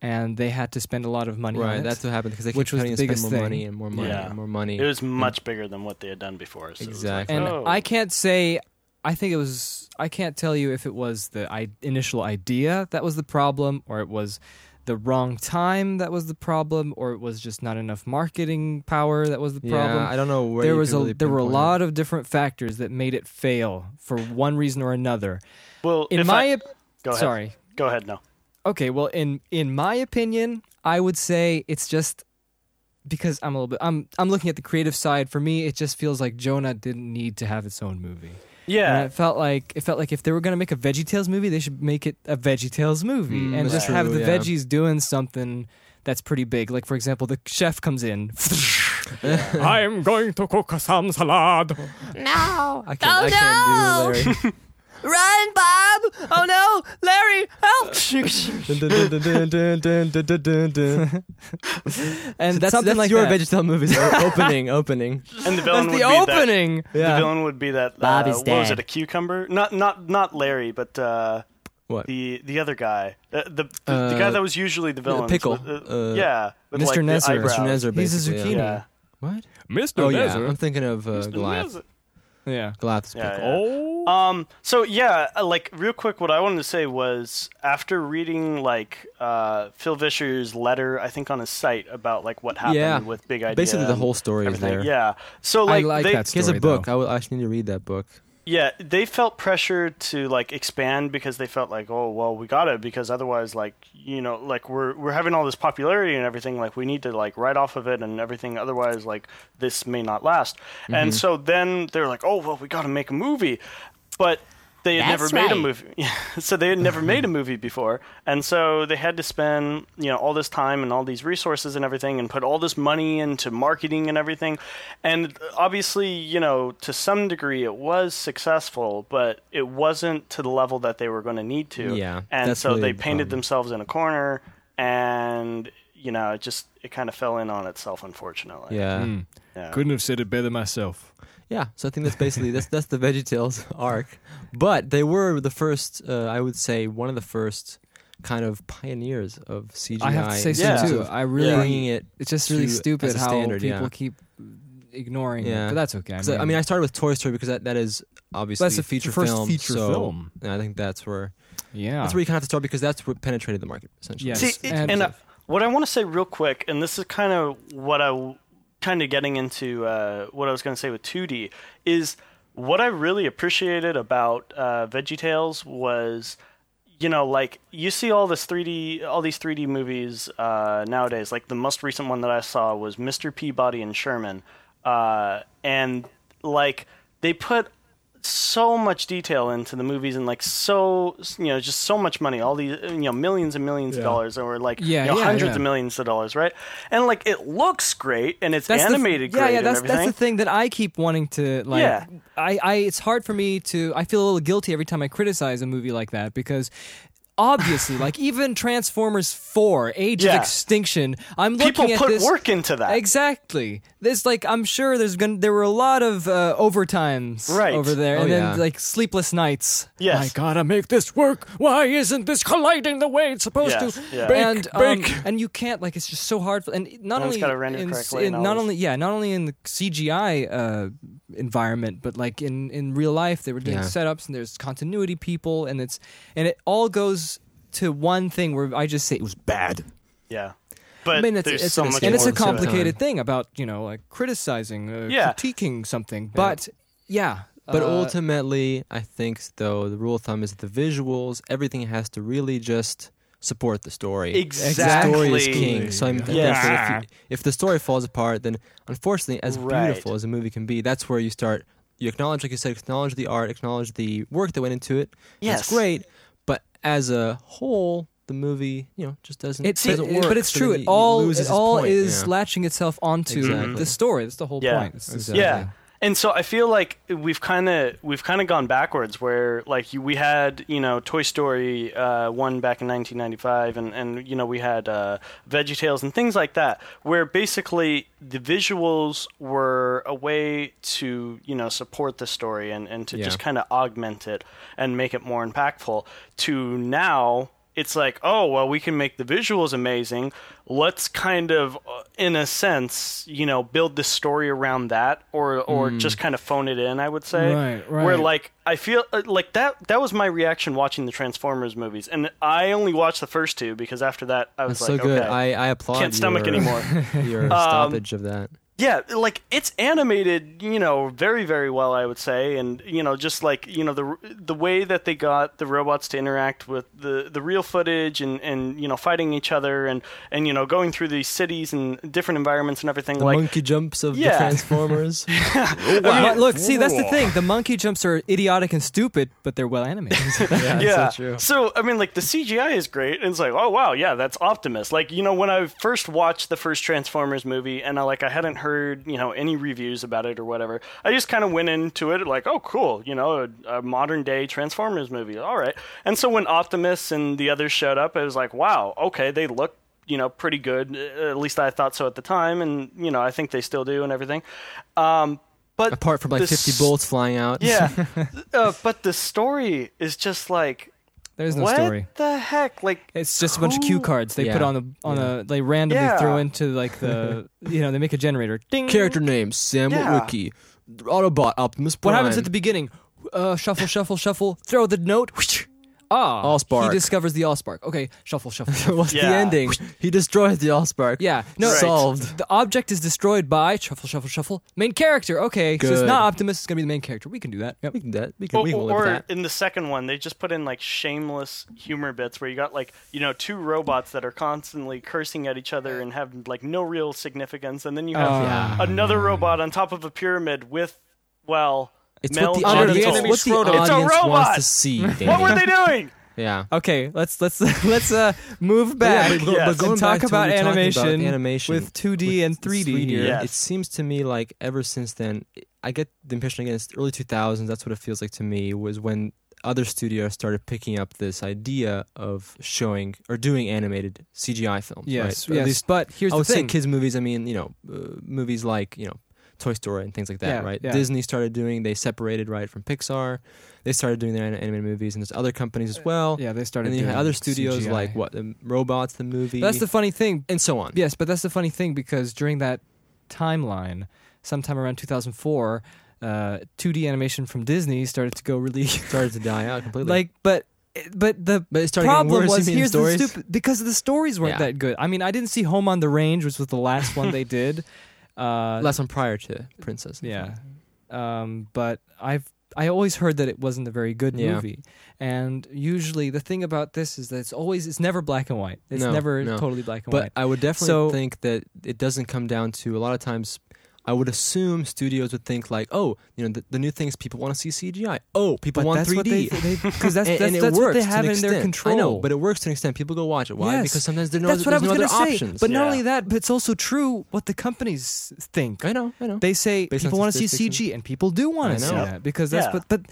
A: and they had to spend a lot of money. on
B: Right.
A: it.
B: That's what happened because they
A: Which
B: kept
A: was
B: cutting
A: the
B: and spending
A: biggest
B: more
A: thing.
B: money and more money
C: Yeah.
B: and more money.
C: It was much bigger than what they had done before. So it was like,
B: Exactly.
A: And
C: oh.
A: I can't say. I think it was. I can't tell you if it was the I- initial idea that was the problem, or it was the wrong time that was the problem, or it was just not enough marketing power that was the problem.
B: Yeah, I don't know where
A: there
B: you
A: was
B: could
A: a
B: really
A: there were a
B: pinpoint it.
A: lot of different factors that made it fail for one reason or another.
C: Well,
A: In
C: if
A: my
C: I,
A: op-
C: go ahead.
A: sorry,
C: Go ahead. No.
A: okay well in in my opinion i would say it's just because i'm a little bit i'm i'm looking at the creative side for me it just feels like jonah didn't need to have its own movie and
C: Yeah.
A: it felt like it felt like if they were going to make a veggietales movie they should make it a veggietales movie
B: Mm,
A: and
C: that's
A: just
B: true,
A: have the
B: yeah.
A: veggies doing something that's pretty big like for example the chef comes in i'm going to cook some salad
D: No.
B: I can't, I
D: oh
B: can't do Larry.
D: no! Run, Bob! Oh no, Larry! Help!
B: Dun, dun, dun, dun, dun, dun, dun, dun, dun.
A: and that's,
B: that's
A: something
B: that's
A: like
B: your
A: that.
B: vegetable movies O- opening opening.
C: And the
A: that's
C: villain would
A: the
C: be that.
A: opening
C: The
B: Yeah.
C: villain would be that.
D: Bob
C: uh,
D: is
C: what was
D: dead.
C: it? A cucumber? Not not not Larry, but uh,
B: What?
C: the the other guy. Uh, the the, the
B: Uh,
C: guy that was usually the villain.
B: Pickle.
C: Uh,
B: Uh,
C: yeah. With
A: Mr.
C: Like, the
A: Nesser. Mr.
C: eyebrows.
B: Mr. Nezzer,
A: He's a
B: basically,
A: zucchini.
B: Yeah.
C: Yeah.
B: What?
A: mr
B: Oh yeah, I'm thinking of uh,
C: Mr.
B: Goliath.
C: Nesser.
A: yeah
B: Goliath's
C: Yeah,
B: pickle.
C: yeah.
A: Oh.
C: Um. So yeah, uh, like real quick, what I wanted to say was after reading like uh, Phil Vischer's letter, I think on his site about like what happened
B: Yeah.
C: with Big Idea.
B: Basically, the
C: and
B: whole story is
C: everything.
B: there.
C: Yeah. So like,
A: I like
C: they,
A: that
B: He has a
A: story,
B: book.
A: though.
B: I, will, I actually need to read that book.
C: Yeah, they felt pressure to like expand because they felt like, oh well, we gotta because otherwise, like you know, like we're we're having all this popularity and everything, like we need to like write off of it and everything. Otherwise, like this may not last.
B: Mm-hmm.
C: And so then they're like, oh well, we gotta make a movie, but they had
D: That's
C: never made a
D: right.
C: movie, so they had never made a movie before, and so they had to spend you know all this time and all these resources and everything, and put all this money into marketing and everything, and obviously, you know, to some degree it was successful, but it wasn't to the level that they were going to need to.
B: Yeah,
C: And
B: that's
C: so
B: really
C: they
B: the
C: painted
B: problem.
C: themselves in a corner and you know, it just it kind of fell in on itself unfortunately.
B: Yeah.
A: hmm. Mm.
C: Yeah.
A: have said it better myself
B: Yeah, so I think that's basically that's that's the VeggieTales arc. But they were the first, uh, I would say, one of the first kind of pioneers of CGI.
A: I have to say so
C: Yeah.
A: too. I really,
C: Yeah.
B: bringing it.
A: it's just really
B: to-
A: stupid
B: as a
A: how
B: standard,
A: people
B: yeah.
A: keep ignoring. it.
B: Yeah.
A: But that's okay. I
B: 'Cause I-
A: mean,
B: I mean, I started with Toy Story because that, that is obviously
A: That's the
B: a feature
A: first
B: film.
A: feature
B: so-
A: film.
B: and I think that's where
A: yeah,
B: that's where you kind of have to start because that's what penetrated the market essentially.
A: Yes.
C: See,
A: It's
C: it-
A: and-
C: and, uh, what I want to say real quick, and this is kind of what I, kind of getting into uh, what I was going to say with 2D is what I really appreciated about uh, VeggieTales was, you know, like you see all this 3D, all these 3D movies uh, nowadays. Like the most recent one that I saw was Mr. Peabody and Sherman, uh, and like they put so much detail into the movies and like so you know just so much money all these you know millions and millions of dollars or like
A: Yeah,
C: you know,
A: yeah,
C: hundreds
A: yeah.
C: of millions of dollars right and like it looks great and it's
A: the-
C: animated
A: yeah,
C: great
A: yeah. That's
C: and
A: that's
C: everything
A: the thing that I keep wanting to like.
C: Yeah.
A: I, I it's hard for me to. I feel a little guilty every time I criticize a movie like that because. Obviously, like even Transformers Four: Age
C: Yeah.
A: of Extinction, I'm
C: people
A: looking at
C: put
A: this.
C: work into that
A: Exactly. There's like I'm sure there's gonna there were a lot of uh, overtimes
C: Right.
A: over there,
B: Oh,
A: and
B: yeah.
A: then like sleepless nights.
C: Yes.
A: I gotta make this work. Why isn't this colliding the way it's supposed
C: Yes,
A: to?
C: yeah.
A: Bake, and, bake. and you can't like it's just so hard. For, and not
C: And it's
A: only
C: gotta render
A: in,
C: correctly
A: in-
C: and all
A: not
C: this.
A: only yeah, not only in the CGI uh, environment, but like in in real life they were doing
B: Yeah.
A: setups and there's continuity people, and it's and it all goes to one thing where I just say it was bad.
C: Yeah. But
B: I mean, it's-
C: there's
B: it's
C: so
B: an
C: much
B: escape
A: and it's
C: more
A: a
B: Towards
C: to it.
A: complicated thing about you know like criticizing, uh,
C: Yeah.
A: critiquing something. But yeah,
B: But
A: uh,
B: ultimately, I think though the rule of thumb is the visuals, everything has to really just support the story.
C: Exactly.
B: The story is king. So I'm
C: Yeah.
B: that's what if, you- if the story falls apart, then unfortunately, as
C: Right.
B: beautiful as a movie can be, that's where you start. You acknowledge, like you said, acknowledge the art, acknowledge the work that went into it.
C: Yes.
B: it's great. But as a whole, the movie, you know, just doesn't.
A: It's,
B: doesn't
A: it-
B: work.
A: but it's
B: So
A: true.
B: then
A: It
B: you- you
A: all
B: loses
A: it
B: its
A: all
B: point,
A: is
B: yeah.
A: latching itself onto
B: Exactly.
A: the story. That's the whole
C: Yeah.
A: point. It's- it's-
B: Exactly.
C: Yeah. And so I feel like we've kind of we've kind of gone backwards where like you, we had you know Toy Story uh, one back in 1995 and and you know we had uh, VeggieTales and things like that where basically the visuals were a way to you know support the story and and to
B: Yeah.
C: just kind of augment it and make it more impactful to now it's like oh well we can make the visuals amazing let's kind of uh, in a sense you know build the story around that or or
B: Hmm.
C: just kind of phone it in i would say
A: Right,
C: where
A: right.
C: like i feel uh, like that that was my reaction watching the transformers movies and i only watched the first two because after that i was
B: That's
C: like
B: so good.
C: okay
B: I, I applaud.
C: Can't stomach
B: your-
C: anymore.
B: your
A: Um,
B: stoppage of that.
C: yeah, like it's animated, you know, very very well, I would say, and you know, just like you know the the way that they got the robots to interact with the the real footage and and you know fighting each other and and you know going through these cities and different environments and everything
B: The
C: like
B: monkey jumps of
C: Yeah.
B: the Transformers.
A: But look, see, that's the thing. The monkey jumps are idiotic and stupid, but they're well animated.
B: yeah,
C: yeah.
B: so true.
C: So, I mean, like the CGI is great, and it's like, oh wow, yeah, that's Optimus. Like you know, when I first watched the first Transformers movie, and I like I hadn't heard you know any reviews about it or whatever, I just kind of went into it like, oh cool, you know, a, a modern day Transformers movie, all right. And so when Optimus and the others showed up, I was like, wow, okay, they look you know pretty good. uh, At least I thought so at the time, and you know I think they still do and everything. Um, but
B: Apart from like
C: the
B: 50
C: s-
B: bolts flying out.
C: yeah, uh, but the story is just like
A: There's no
C: what
A: story.
C: the heck? Like
A: It's just a bunch of cue
C: who-
A: cards they put
B: Yeah.
A: on the on a they randomly
C: Yeah.
A: throw into like the you know they make a generator. Ding.
B: Character name Sam
C: Yeah.
B: Witwicky. Autobot Optimus
A: What
B: Prime.
A: happens at the beginning? Uh, shuffle, shuffle, shuffle. Throw the note. Ah,
B: Allspark.
A: He discovers the allspark. Okay, shuffle, shuffle, shuffle.
B: What's
C: Yeah.
B: the ending? He destroys the Allspark.
A: Yeah, no,
C: Right.
B: solved.
A: The object is destroyed by shuffle, shuffle, shuffle. Main character. Okay, so it's
B: Good.
A: not Optimus. It's gonna be the main character. We can do that. Yep.
B: We can do that. We can,
C: Or,
B: we can live
C: or
B: with that.
C: in the second one, they just put in like shameless humor bits where you got like you know two robots that are constantly cursing at each other and have like no real significance, and then you have
A: Oh,
B: yeah.
C: another robot on top of a pyramid with well,
B: It's
C: male
B: what the
A: Under the
B: audience,
A: enemy
B: what the
A: Schroeder.
C: It's a
B: audience wants
C: robot!
B: to see.
C: What
B: Danny.
C: were they doing?
B: Yeah.
A: Okay, let's let's let's uh move back
B: but go- but
A: and
B: going
A: talk
B: back to what
A: about
B: we were talking about,
A: animation,
B: animation
A: with 2D and 3D, here.
C: Yes.
B: It seems to me like ever since then, I get the impression again, it's the early 2000s, that's what it feels like to me, was when other studios started picking up this idea of showing or doing animated CGI films.
A: Yes,
B: right? At
A: yes.
B: least
A: but here's
B: I
A: the
B: would say
A: thing.
B: kids' movies, I mean, you know, uh, movies like, you know, Toy Story and things like that,
A: Yeah,
B: right?
A: yeah.
B: Disney started doing, they separated, right, from Pixar. They started doing their an- animated movies, and there's other companies as well.
A: Uh, yeah, they started.
B: and then you had
A: doing
B: other studios
A: CGI.
B: like, what, the Robots, the movie.
A: That's the funny thing.
B: and so on.
A: Yes, but that's the funny thing because during that timeline, sometime around 2004, uh, 2D animation from Disney started to go really
B: started to die out completely.
A: like, but but the
B: but it started
A: problem
B: getting worse.
A: was
B: you mean,
A: here's
B: stories?
A: the stupid because the stories weren't
B: Yeah.
A: that good. I mean, I didn't see Home on the Range, which was the last one they did. Uh,
B: Last one prior to Princess.
A: Yeah. Um, but I've I always heard that it wasn't a very good
B: Yeah.
A: movie. And usually the thing about this is that it's always it's never black and white. It's
B: No,
A: never
B: no.
A: totally black and
B: But
A: white.
B: I would definitely
A: So-
B: think that it doesn't come down to a lot of times. I would assume studios would think like, oh, you know, the, the new things people want to see CGI. Oh, people
A: But
B: want
A: that's
B: 3D.
A: what they because that's,
B: and,
A: that's,
B: and it
A: that's
B: works
A: what they
B: to
A: have
B: an
A: in their
B: extent.
A: control.
B: I know, but it works to an extent. People go watch it. Why?
A: Yes.
B: Because sometimes there are no,
A: that's what I
B: there's
A: was
B: no
A: gonna
B: other
A: say.
B: options.
A: But not
C: Yeah.
A: only that, but it's also true what the companies think.
B: I know, I know.
A: They say
B: Based on
A: people want to see
B: statistics
A: CG, and people do want
B: I
A: to
B: know.
A: see
B: Yep.
A: that because that's
C: Yeah.
A: what. But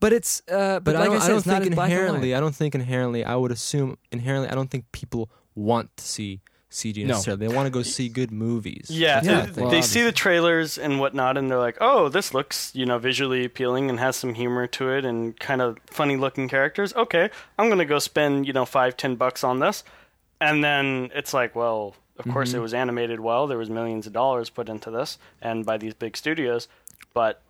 A: but it's uh, but,
B: but
A: like
B: I don't,
A: said,
B: I don't
A: it's not
B: think
A: in black and white.
B: inherently. I don't think inherently. I would assume inherently. I don't think people want to see CG
A: No.
B: necessarily. They want to go see good movies.
C: Yeah,
B: That's what I
A: Yeah,
C: they-
B: think.
C: they
A: well,
C: see the trailers and whatnot, and they're like, "Oh, this looks you know visually appealing and has some humor to it and kind of funny looking characters. Okay, I'm gonna go spend you know five ten bucks on this," and then it's like, well. Of course,
B: Mm-hmm.
C: it was animated well. There was millions of dollars put into this, and by these big studios. But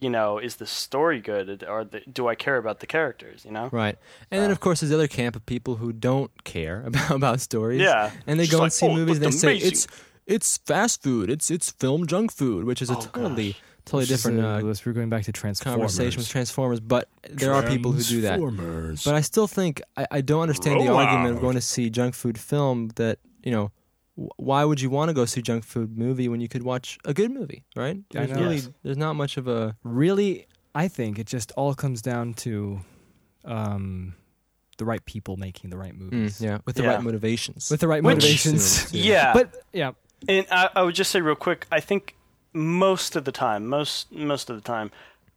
C: you know, is the story good or the, do I care about the characters? You know,
B: Right. And then, of course, there's the other camp of people who don't care about, about stories.
C: Yeah.
B: And they
C: Just
B: go
C: like,
B: and see
C: "Oh, it
B: movies and they
C: looked
B: say,
C: amazing."
B: it's it's fast food. It's it's film junk food, which is
C: Oh,
B: a totally, totally different uh,
A: We're going back to Transformers.
B: conversation with Transformers. But there are people who do that.
E: Transformers.
B: But I still think I, I don't understand the
E: Roll
B: argument of
E: out.
B: going to see junk food film that, you know, wh- why would you want to go see junk food movie when you could watch a good movie, right? There's
A: know.
B: really
C: Yes.
B: there's not much of a
A: really, I think it just all comes down to um, the right people making the right movies.
B: Mm, yeah with the
C: Mm, Yeah.
B: right motivations.
A: With the right
C: Which-
A: motivations.
C: yeah.
A: But yeah,
C: And I, I would just say real quick, I think most of the time, most most of the time,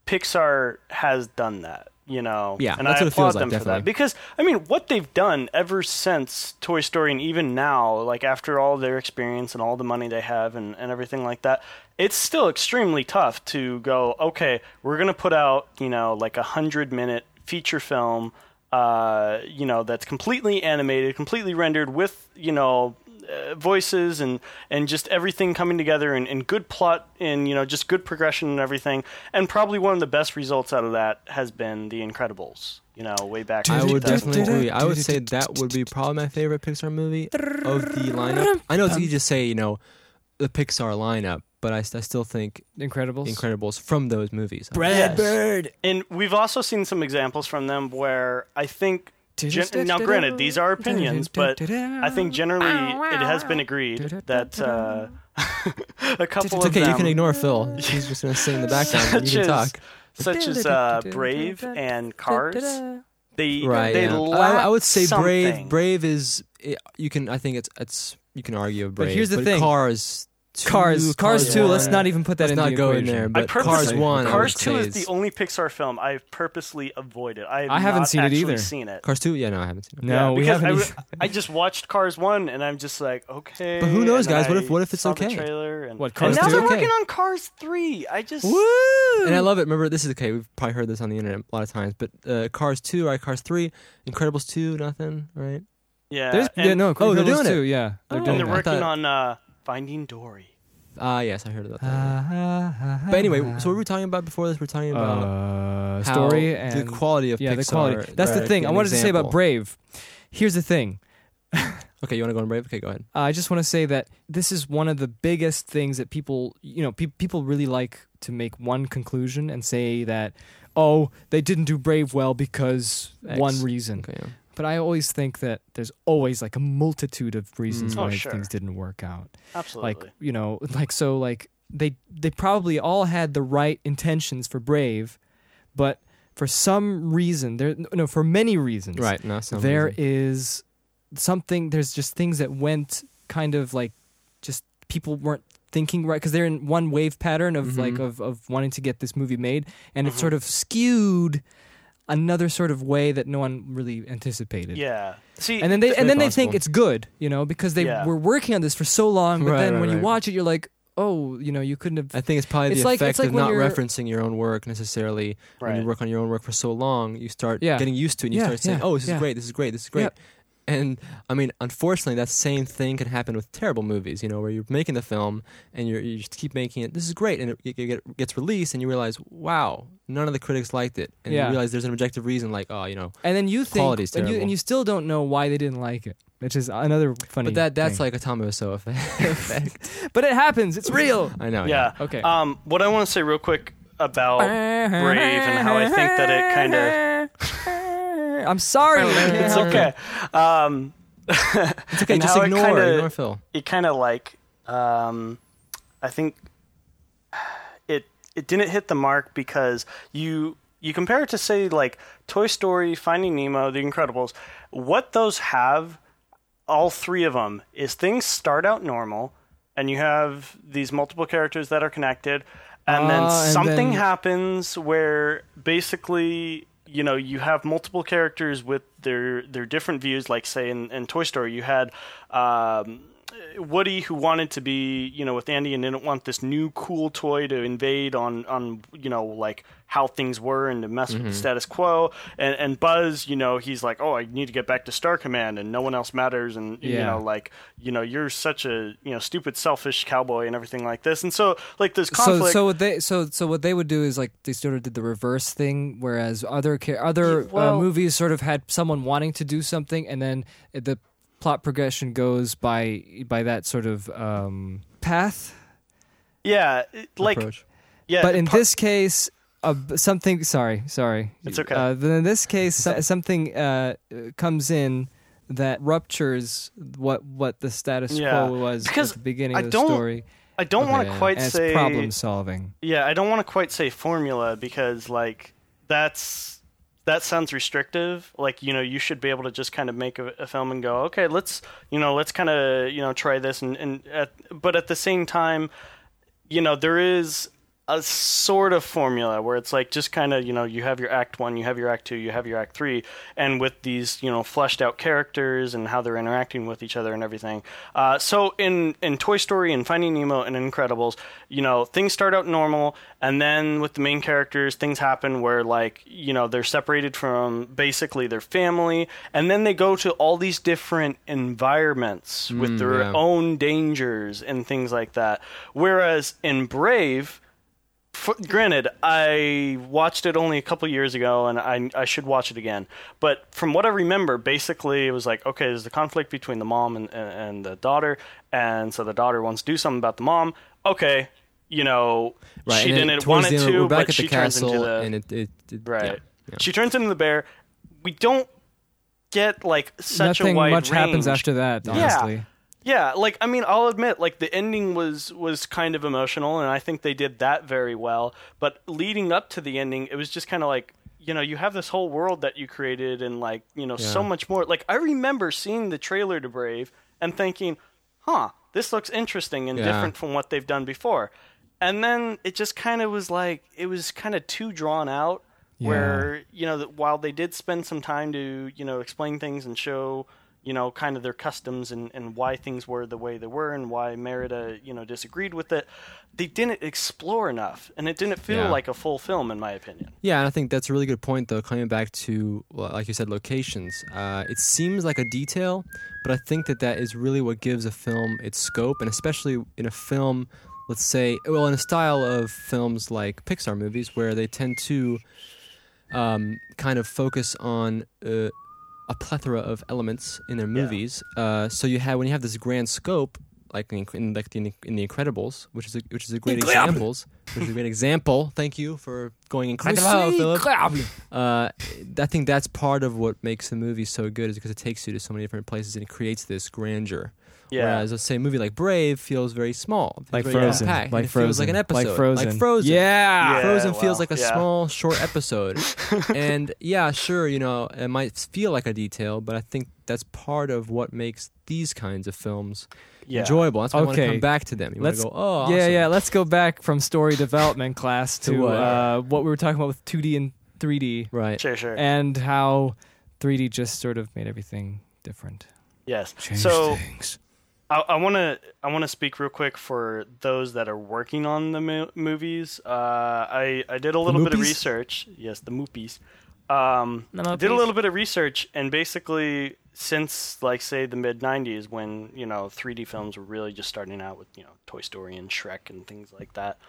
C: Pixar has done that. You know,
B: Yeah,
C: and
B: that's
C: I
B: what it
C: applaud
B: feels like,
C: them for
B: definitely.
C: that because I mean, what they've done ever since Toy Story and even now, like after all their experience and all the money they have and, and everything like that, it's still extremely tough to go. Okay, we're gonna put out you know like a hundred minute feature film, uh, you know that's completely animated, completely rendered with you know uh, voices and and just everything coming together and, and good plot and you know just good progression and everything and probably one of the best results out of that has been the incredibles you know way back
B: I
C: in
B: would
C: 2000.
B: definitely agree. I would say that would be probably my favorite Pixar movie of the lineup. I know it's easy to say, you know, the Pixar lineup, but I, I still think
A: Incredibles.
B: Incredibles from those movies.
C: Yes. and we've also seen some examples from them where i think gen- now granted these are opinions but i think generally it has been agreed that uh, a couple
B: It's
C: of
B: okay,
C: them
B: you can ignore Phil. She's just going to sing in the background and you can
C: Such
B: talk.
C: such as uh, brave and cars They
B: Right.
C: They
B: yeah.
C: lack
B: I, I would say
C: something.
B: Brave Brave is it, you can I think it's it's you can argue Brave.
A: here's the
B: but
A: thing.
B: Cars 2,
A: Cars, Cars Two. Let's
B: one,
A: not e- even put that
B: let's
A: in
B: not
A: the
B: go in
A: equation.
B: there.
C: I
B: But
C: purposely-
B: Cars 1 I
C: Cars
B: would
C: Two
B: say
C: is the only Pixar film I've purposely avoided. I, have
A: I haven't
C: not
A: seen it
C: actually
A: either.
C: Seen it.
B: Cars 2? Yeah, no, I haven't seen it.
A: No,
C: Yeah,
A: we
C: because
A: haven't.
C: I,
A: even-
C: w- I just watched Cars One, and I'm just like, okay.
B: But who knows,
C: and then
B: guys? What
C: I
B: if- what if it's
C: saw the
B: okay?
C: trailer and,
A: What,
C: and
A: Cars
C: now
A: two?
C: they're
B: Okay.
C: working on Cars Three. I just
B: And I love it. Remember, this is okay. We've probably heard this on the internet a lot of times. But uh, Cars two, right? Cars three, Incredibles two, nothing, right?
C: yeah.
A: There's,
C: and, Oh.
A: yeah, no,
B: oh, they're
A: Incredibles
B: doing it.
A: Two, Yeah, they're
C: and
A: doing
C: they're
A: it.
B: I
C: working
B: thought-
C: on uh, Finding Dory.
B: Ah, yes, I heard about that. but anyway, so what were we talking about before this? We're talking about
A: uh,
B: how
A: story
B: the
A: and
B: quality of
A: yeah, the
B: Pixar,
A: quality. That's the
B: right,
A: thing
B: an
A: I wanted to say about
B: example.
A: Brave. Here's the thing.
B: Okay, you want to go on Brave? Okay, go ahead.
A: I just want to say that this is one of the biggest things that people, you know, pe- people really like to make one conclusion and say that, oh, they didn't do Brave well because
B: X.
A: one reason.
B: Okay, yeah.
A: But I always think that there's always like a multitude of reasons
B: Mm.
C: Oh,
A: why
C: sure.
A: things didn't work out.
C: Absolutely.
A: Like you know, like so, like they they probably all had the right intentions for Brave, but for some reason, there no for many reasons,
B: right. No, some
A: there
B: reason.
A: is something there's just things that went kind of like just people weren't thinking right because they're in one wave pattern of
B: Mm-hmm.
A: like of, of wanting to get this movie made and
C: Mm-hmm.
A: it sort of skewed another sort of way that no one really anticipated
C: yeah. See,
A: and then they and
B: very
A: then they think
B: possible.
A: it's good you know because they
C: Yeah.
A: were working on this for so long but
B: Right,
A: then
B: right,
A: when you
B: right.
A: watch it you're like oh you know you couldn't have
B: I think it's probably
A: It's
B: the
A: like-
B: effect
A: it's like
B: of
A: when
B: not
A: you're-
B: referencing your own work necessarily. When
C: Right.
B: you work on your own work for so long, you start
A: Yeah.
B: getting used to it and you
A: Yeah,
B: start saying,
A: yeah,
B: oh, this
A: yeah.
B: is great, this is great, this is great.
A: Yeah.
B: And I mean, unfortunately, that same thing can happen with terrible movies, you know, where you're making the film and you're, you just keep making it, this is great, and it, it get- gets released and you realize, wow, none of the critics liked it. And
A: Yeah.
B: you realize there's an objective reason, like, oh, you know.
A: and then you think
B: Quality's
A: and you, and
B: terrible.
A: you still don't know why they didn't like it which is another funny
B: But that that's
A: thing.
B: like a Tommy Wiseau effect.
A: but it happens it's real
B: I know.
C: yeah.
A: Okay.
C: Um, what I want to say real quick about Brave and how I think that it kind of
A: I'm sorry.
C: it's okay. Um,
B: It's okay.
C: And
B: just
C: how it
B: ignore,
C: kinda-
B: ignore Phil.
C: it kind of like um, I think it it didn't hit the mark because you you compare it to say like Toy Story, Finding Nemo, The Incredibles. What those have, all three of them, is things start out normal, and you have these multiple characters that are connected, and
A: Ah,
C: then
A: and
C: something
A: then-
C: happens where basically you know you have multiple characters with their their different views like say in, in toy story you had um, Woody, who wanted to be, you know, with Andy and didn't want this new cool toy to invade on, on you know, like how things were and to mess
A: Mm-hmm.
C: with the status quo. And, and Buzz, you know, he's like, oh, I need to get back to Star Command and no one else matters. And, you
A: Yeah.
C: know, like, you know, you're such a, you know, stupid, selfish cowboy and everything like this. And so, like, there's
A: So,
C: conflict.
A: so what they so so what they would do is like they sort of did the reverse thing, whereas other ca- other uh,
C: well-
A: movies sort of had someone wanting to do something, and then the plot progression goes by by that sort of um, path.
C: yeah. it- Like,
B: approach.
C: yeah.
A: But in
C: par-
A: this case, uh, something. Sorry, sorry.
C: It's okay.
A: Uh, but in this case, so, something uh, comes in that ruptures what what the status
C: Yeah.
A: quo was
C: Because
A: at the beginning
C: I
A: of the
C: don't-
A: story.
C: I don't want to quite
A: Oh, and
C: say.
A: it's problem solving.
C: Yeah, I don't want to quite say formula because like that's that sounds restrictive. Like you know, you should be able to just kind of make a, a film and go, okay, let's you know, let's kind of you know try this and and at, but at the same time, you know, there is a sort of formula where it's like just kind of you know you have your act one you have your act two you have your act three and with these you know fleshed out characters and how they're interacting with each other and everything uh, so in in toy story and finding nemo and incredibles you know things start out normal and then with the main characters things happen where like you know they're separated from basically their family and then they go to all these different environments with their
B: yeah.
C: own dangers and things like that whereas in brave for, granted, I watched it only a couple years ago, and I I should watch it again. But from what I remember, basically it was like, okay, there's the conflict between the mom and and, and the daughter, and so the daughter wants to do something about the mom. Okay, you know,
B: Right.
C: she
B: and then
C: didn't
B: towards
C: want
B: the
C: it
B: end,
C: to,
B: we're back
C: but
B: at
C: she
B: the
C: turns
B: castle,
C: into the
B: and it, it, it yeah,
C: right.
B: yeah.
C: She turns into the bear. We don't get like such
A: Nothing
C: a wide
A: much happens
C: range.
A: after that.
C: Yeah.
A: Honestly.
C: Yeah, like I mean, I'll admit, like the ending was was kind of emotional, and I think they did that very well. But leading up to the ending, it was just kind of like you know you have this whole world that you created, and like you know so
B: Yeah.
C: much more. Like I remember seeing the trailer to Brave and thinking, "Huh, this looks interesting and
B: Yeah.
C: different from what they've done before." And then it just kind of was like it was kind of too drawn out. Where you know that while they did spend some time to you know explain things and show you know, kind of their customs and, and why things were the way they were and why Merida, you know, disagreed with it. They didn't explore enough and it didn't feel
B: Yeah.
C: like a full film, in my opinion.
B: Yeah, and I think that's a really good point, though. Coming back to, well, like you said, locations. Uh, it seems like a detail, but I think that that is really what gives a film its scope, and especially in a film, let's say, well, in a style of films like Pixar movies, where they tend to um, kind of focus on uh, a plethora of elements in their movies. Uh, so you have when you have this grand scope, like in, in like the, in the Incredibles, which is a, which is a great examples, which is a great example. Thank you for going incredible, Philip. Uh, I think that's part of what makes a movie so good is because it takes you to so many different places and it creates this grandeur.
C: Yeah.
B: Whereas let's say a movie like Brave feels very small, feels
A: Like
B: very
A: Frozen.
B: compact,
A: Like
B: and it feels like an
A: Frozen. Like
B: episode,
A: Frozen.
B: like Frozen.
A: Yeah.
C: Yeah,
B: Frozen
C: wow.
B: feels like a
C: Yeah.
B: small, short episode. and yeah, sure, you know, it might feel like a detail, but I think that's part of what makes these kinds of films
C: Yeah.
B: enjoyable. That's why I want
A: Okay.
B: to come back to them. You want
A: Let's
B: to go, oh,
A: yeah,
B: awesome."
A: yeah. Let's go back from story development class to,
B: To what?
A: Uh, what we were talking about with 2D and 3D,
B: Right.
C: Sure, sure.
A: and how 3D just sort of made everything different.
C: yes. So I, I want to I want to speak real quick for those that are working on the mo- movies. Uh, I I did a little bit of
B: moopies?
C: research. Yes, the moopies. Um, did a little bit of research and basically since like say the mid '90s when you know 3D films were really just starting out with you know Toy Story and Shrek and things like that.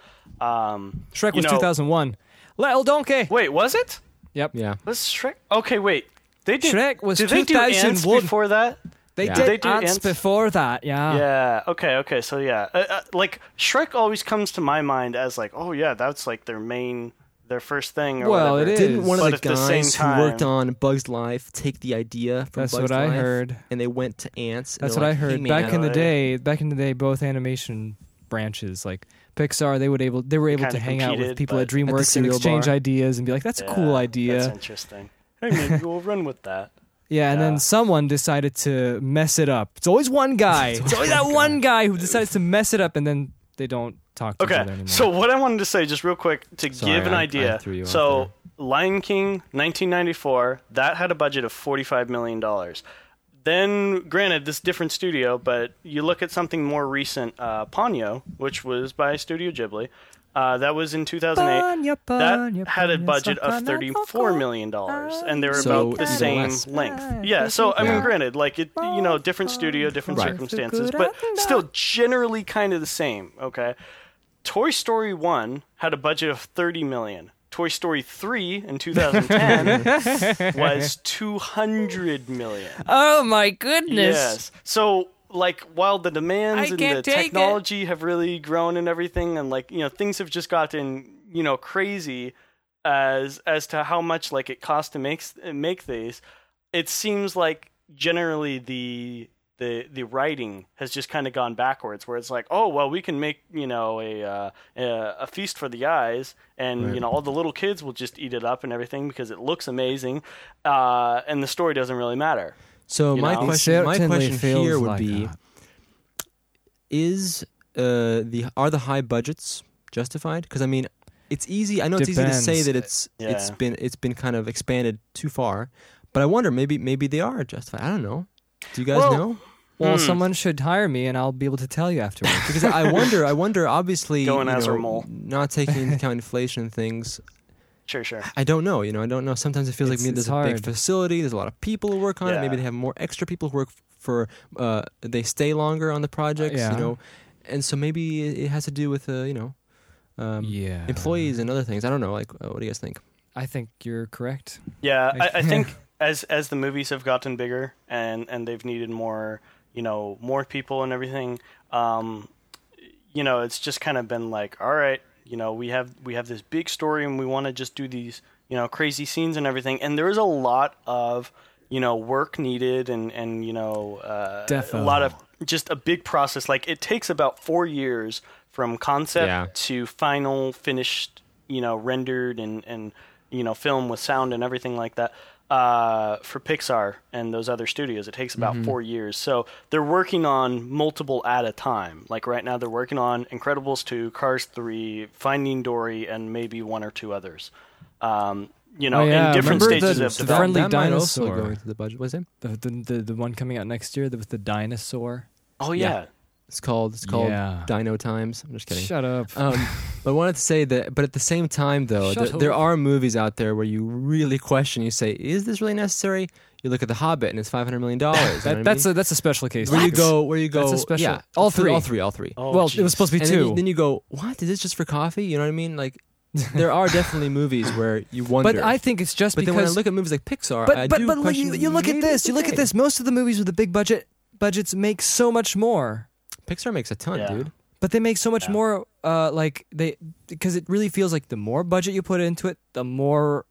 C: Um,
A: Shrek
C: you
A: was
C: know-
A: 2001. Little Donkey.
C: Wait, was it?
A: Yep.
B: Yeah.
C: Was Shrek? Okay, wait. They did.
A: Shrek was
C: did they do ants
A: 2001.
C: before that?
A: They
B: Yeah.
A: did
C: They do
A: ants
C: ants?
A: before that. Yeah.
C: Yeah. Okay. Okay. So yeah, uh, uh, like Shrek always comes to my mind as like, oh yeah, that's like their main, their first thing. Or
A: Well,
C: whatever.
A: it
B: Didn't
A: is.
B: one
C: But
B: of the
C: at the same
B: guys who worked
C: time-
B: on Bugs Life take the idea from
A: That's
B: Bugs
A: what I
B: Life,
A: heard.
B: And they went to ants. and
A: That's
B: they're
A: what I
B: like, "Hey,
A: heard
B: man,
A: back in the
C: Right.
A: day. Back in the day, both animation branches like Pixar, they would able they were able
C: kinda
A: to hang out with
C: competed,
A: people at
C: but- At
B: the
A: DreamWorks and
B: cereal
A: exchange
B: bar.
A: ideas and be like, "That's a
C: Yeah,
A: cool idea."
C: That's interesting. Hey, maybe we'll run with that.
A: Yeah, and then
C: Yeah.
A: someone decided to mess it up. It's always one guy. it's always that one guy who decides to mess it up, and then they don't talk to each other
C: Okay,
A: anymore.
C: so what I wanted to say, just real quick, to
B: Sorry,
C: give an
B: I- I
C: idea.
B: threw you off
C: so, Lion King, 1994, that had a budget of $45 million. Then, granted, this different studio, but you look at something more recent, uh, Ponyo, which was by Studio Ghibli. Uh, that was in 2008.
A: Ponyo, Ponyo,
C: that had a
A: Ponyo,
C: budget of
A: Ponyo,
C: 34 million dollars, and they're
B: Oh, So
C: about the
B: even
C: same
B: less.
C: length. Yeah. So I
B: Yeah.
C: mean, granted, like it, you know, different studio, different
B: Right.
C: circumstances, but still generally kind of the same. Okay. Toy Story 1 had a budget of 30 million. Toy Story 3 in 2010 was 200 million.
D: Oh my goodness.
C: Yes. So like while the demands
D: I
C: and
D: can't
C: the
D: take it.
C: technology have really grown and everything and like you know things have just gotten you know crazy as as to how much like it costs to make make these it seems like generally the the the writing has just kind of gone backwards where it's like oh well we can make you know a uh, a, a feast for the eyes and you know all the little kids will just eat it up and everything because it looks amazing uh, and the story doesn't really matter
B: So
C: You
B: my
C: know? It
B: question, my
A: certainly
B: question
A: feels
B: here would
A: like
B: be:
A: that.
B: Is uh, the are the high budgets justified? Because I mean, it's easy. I know it's easy to say
A: Depends.
B: that it's it's
C: Yeah.
B: been it's been kind of expanded too far, but I wonder maybe maybe they are justified. I don't know. Do you guys
C: Well,
B: know?
A: Well, someone should hire me, and I'll be able to tell you afterwards.
B: Because I wonder. I wonder. Obviously,
C: Going
B: you
C: as
B: know,
C: a mole.
B: not taking into account inflation and things.
C: sure sure
B: I don't know. You know, I don't know. Sometimes it feels
A: It's-
B: like maybe
A: it's
B: there's a
A: hard.
B: big facility. There's a lot of people who work on it. Maybe
C: Yeah.
B: they have more extra people who work for. Uh, they stay longer on the projects.
A: Yeah.
B: You know, and so maybe it- it has to do with uh, you know, um,
A: yeah,
B: employees and other things. I don't know. Like, uh, what do you guys think?
A: I think you're correct.
C: Yeah,
A: Like-
C: I, I think as as the movies have gotten bigger and and they've needed more, you know, more people and everything. Um, you know, it's just kind of been like, all right, you know, we have we have this big story and we want to just do these, you know, crazy scenes and everything. And there is a lot of you know work needed and and you know uh, a
A: Defo.
C: lot of just a big process. Like it takes about four years from concept
B: Yeah.
C: to final finished, you know, rendered and and you know, film with sound and everything like that. Uh, for Pixar and those other studios, it takes about
A: Mm-hmm.
C: four years. So they're working on multiple at a time. Like right now, they're working on Incredibles two, Cars three, Finding Dory, and maybe one or two others. Um, you know,
A: Oh, yeah,
C: in different
A: remember
C: stages
A: the-
C: of
A: the
B: that,
C: development.
A: friendly
B: that might also
A: dinosaur.
B: go into the budget. What's it?
A: The the the, the one coming out next year with the dinosaur.
C: Oh
B: yeah.
C: yeah,
B: It's called. It's called
A: Yeah.
B: Dino Times. I'm just kidding.
A: Shut up.
B: Um, but I wanted to say that, but at the same time, though,
A: Shut
B: th- there
A: up.
B: are movies out there where you really question. You say, "Is this really necessary?" You look at The Hobbit, and it's five hundred million dollars.
A: that, that's a that's a special case.
B: where you
A: What?
B: go, where you go,
A: That's a special-
B: yeah,
A: all
B: th-
A: three.
B: all three, all three.
C: Oh,
A: well, it was supposed to be
B: and Then
A: two.
B: you, then you go, "What is this just for coffee?" You know what I mean? Like, there are definitely movies where you wonder.
A: but I think it's just
B: but then
A: because.
B: when I look at movies like Pixar, I
A: but but
B: do
A: but look,
B: question
A: you, you look at
B: maybe
A: this.
B: it's
A: You look at
B: okay.
A: this. Most of the movies with the big budget budgets make so much more.
B: Pixar makes a ton,
C: Yeah.
B: dude.
A: But they make so much more. Uh, like they because it really feels like the more budget you put into it, the more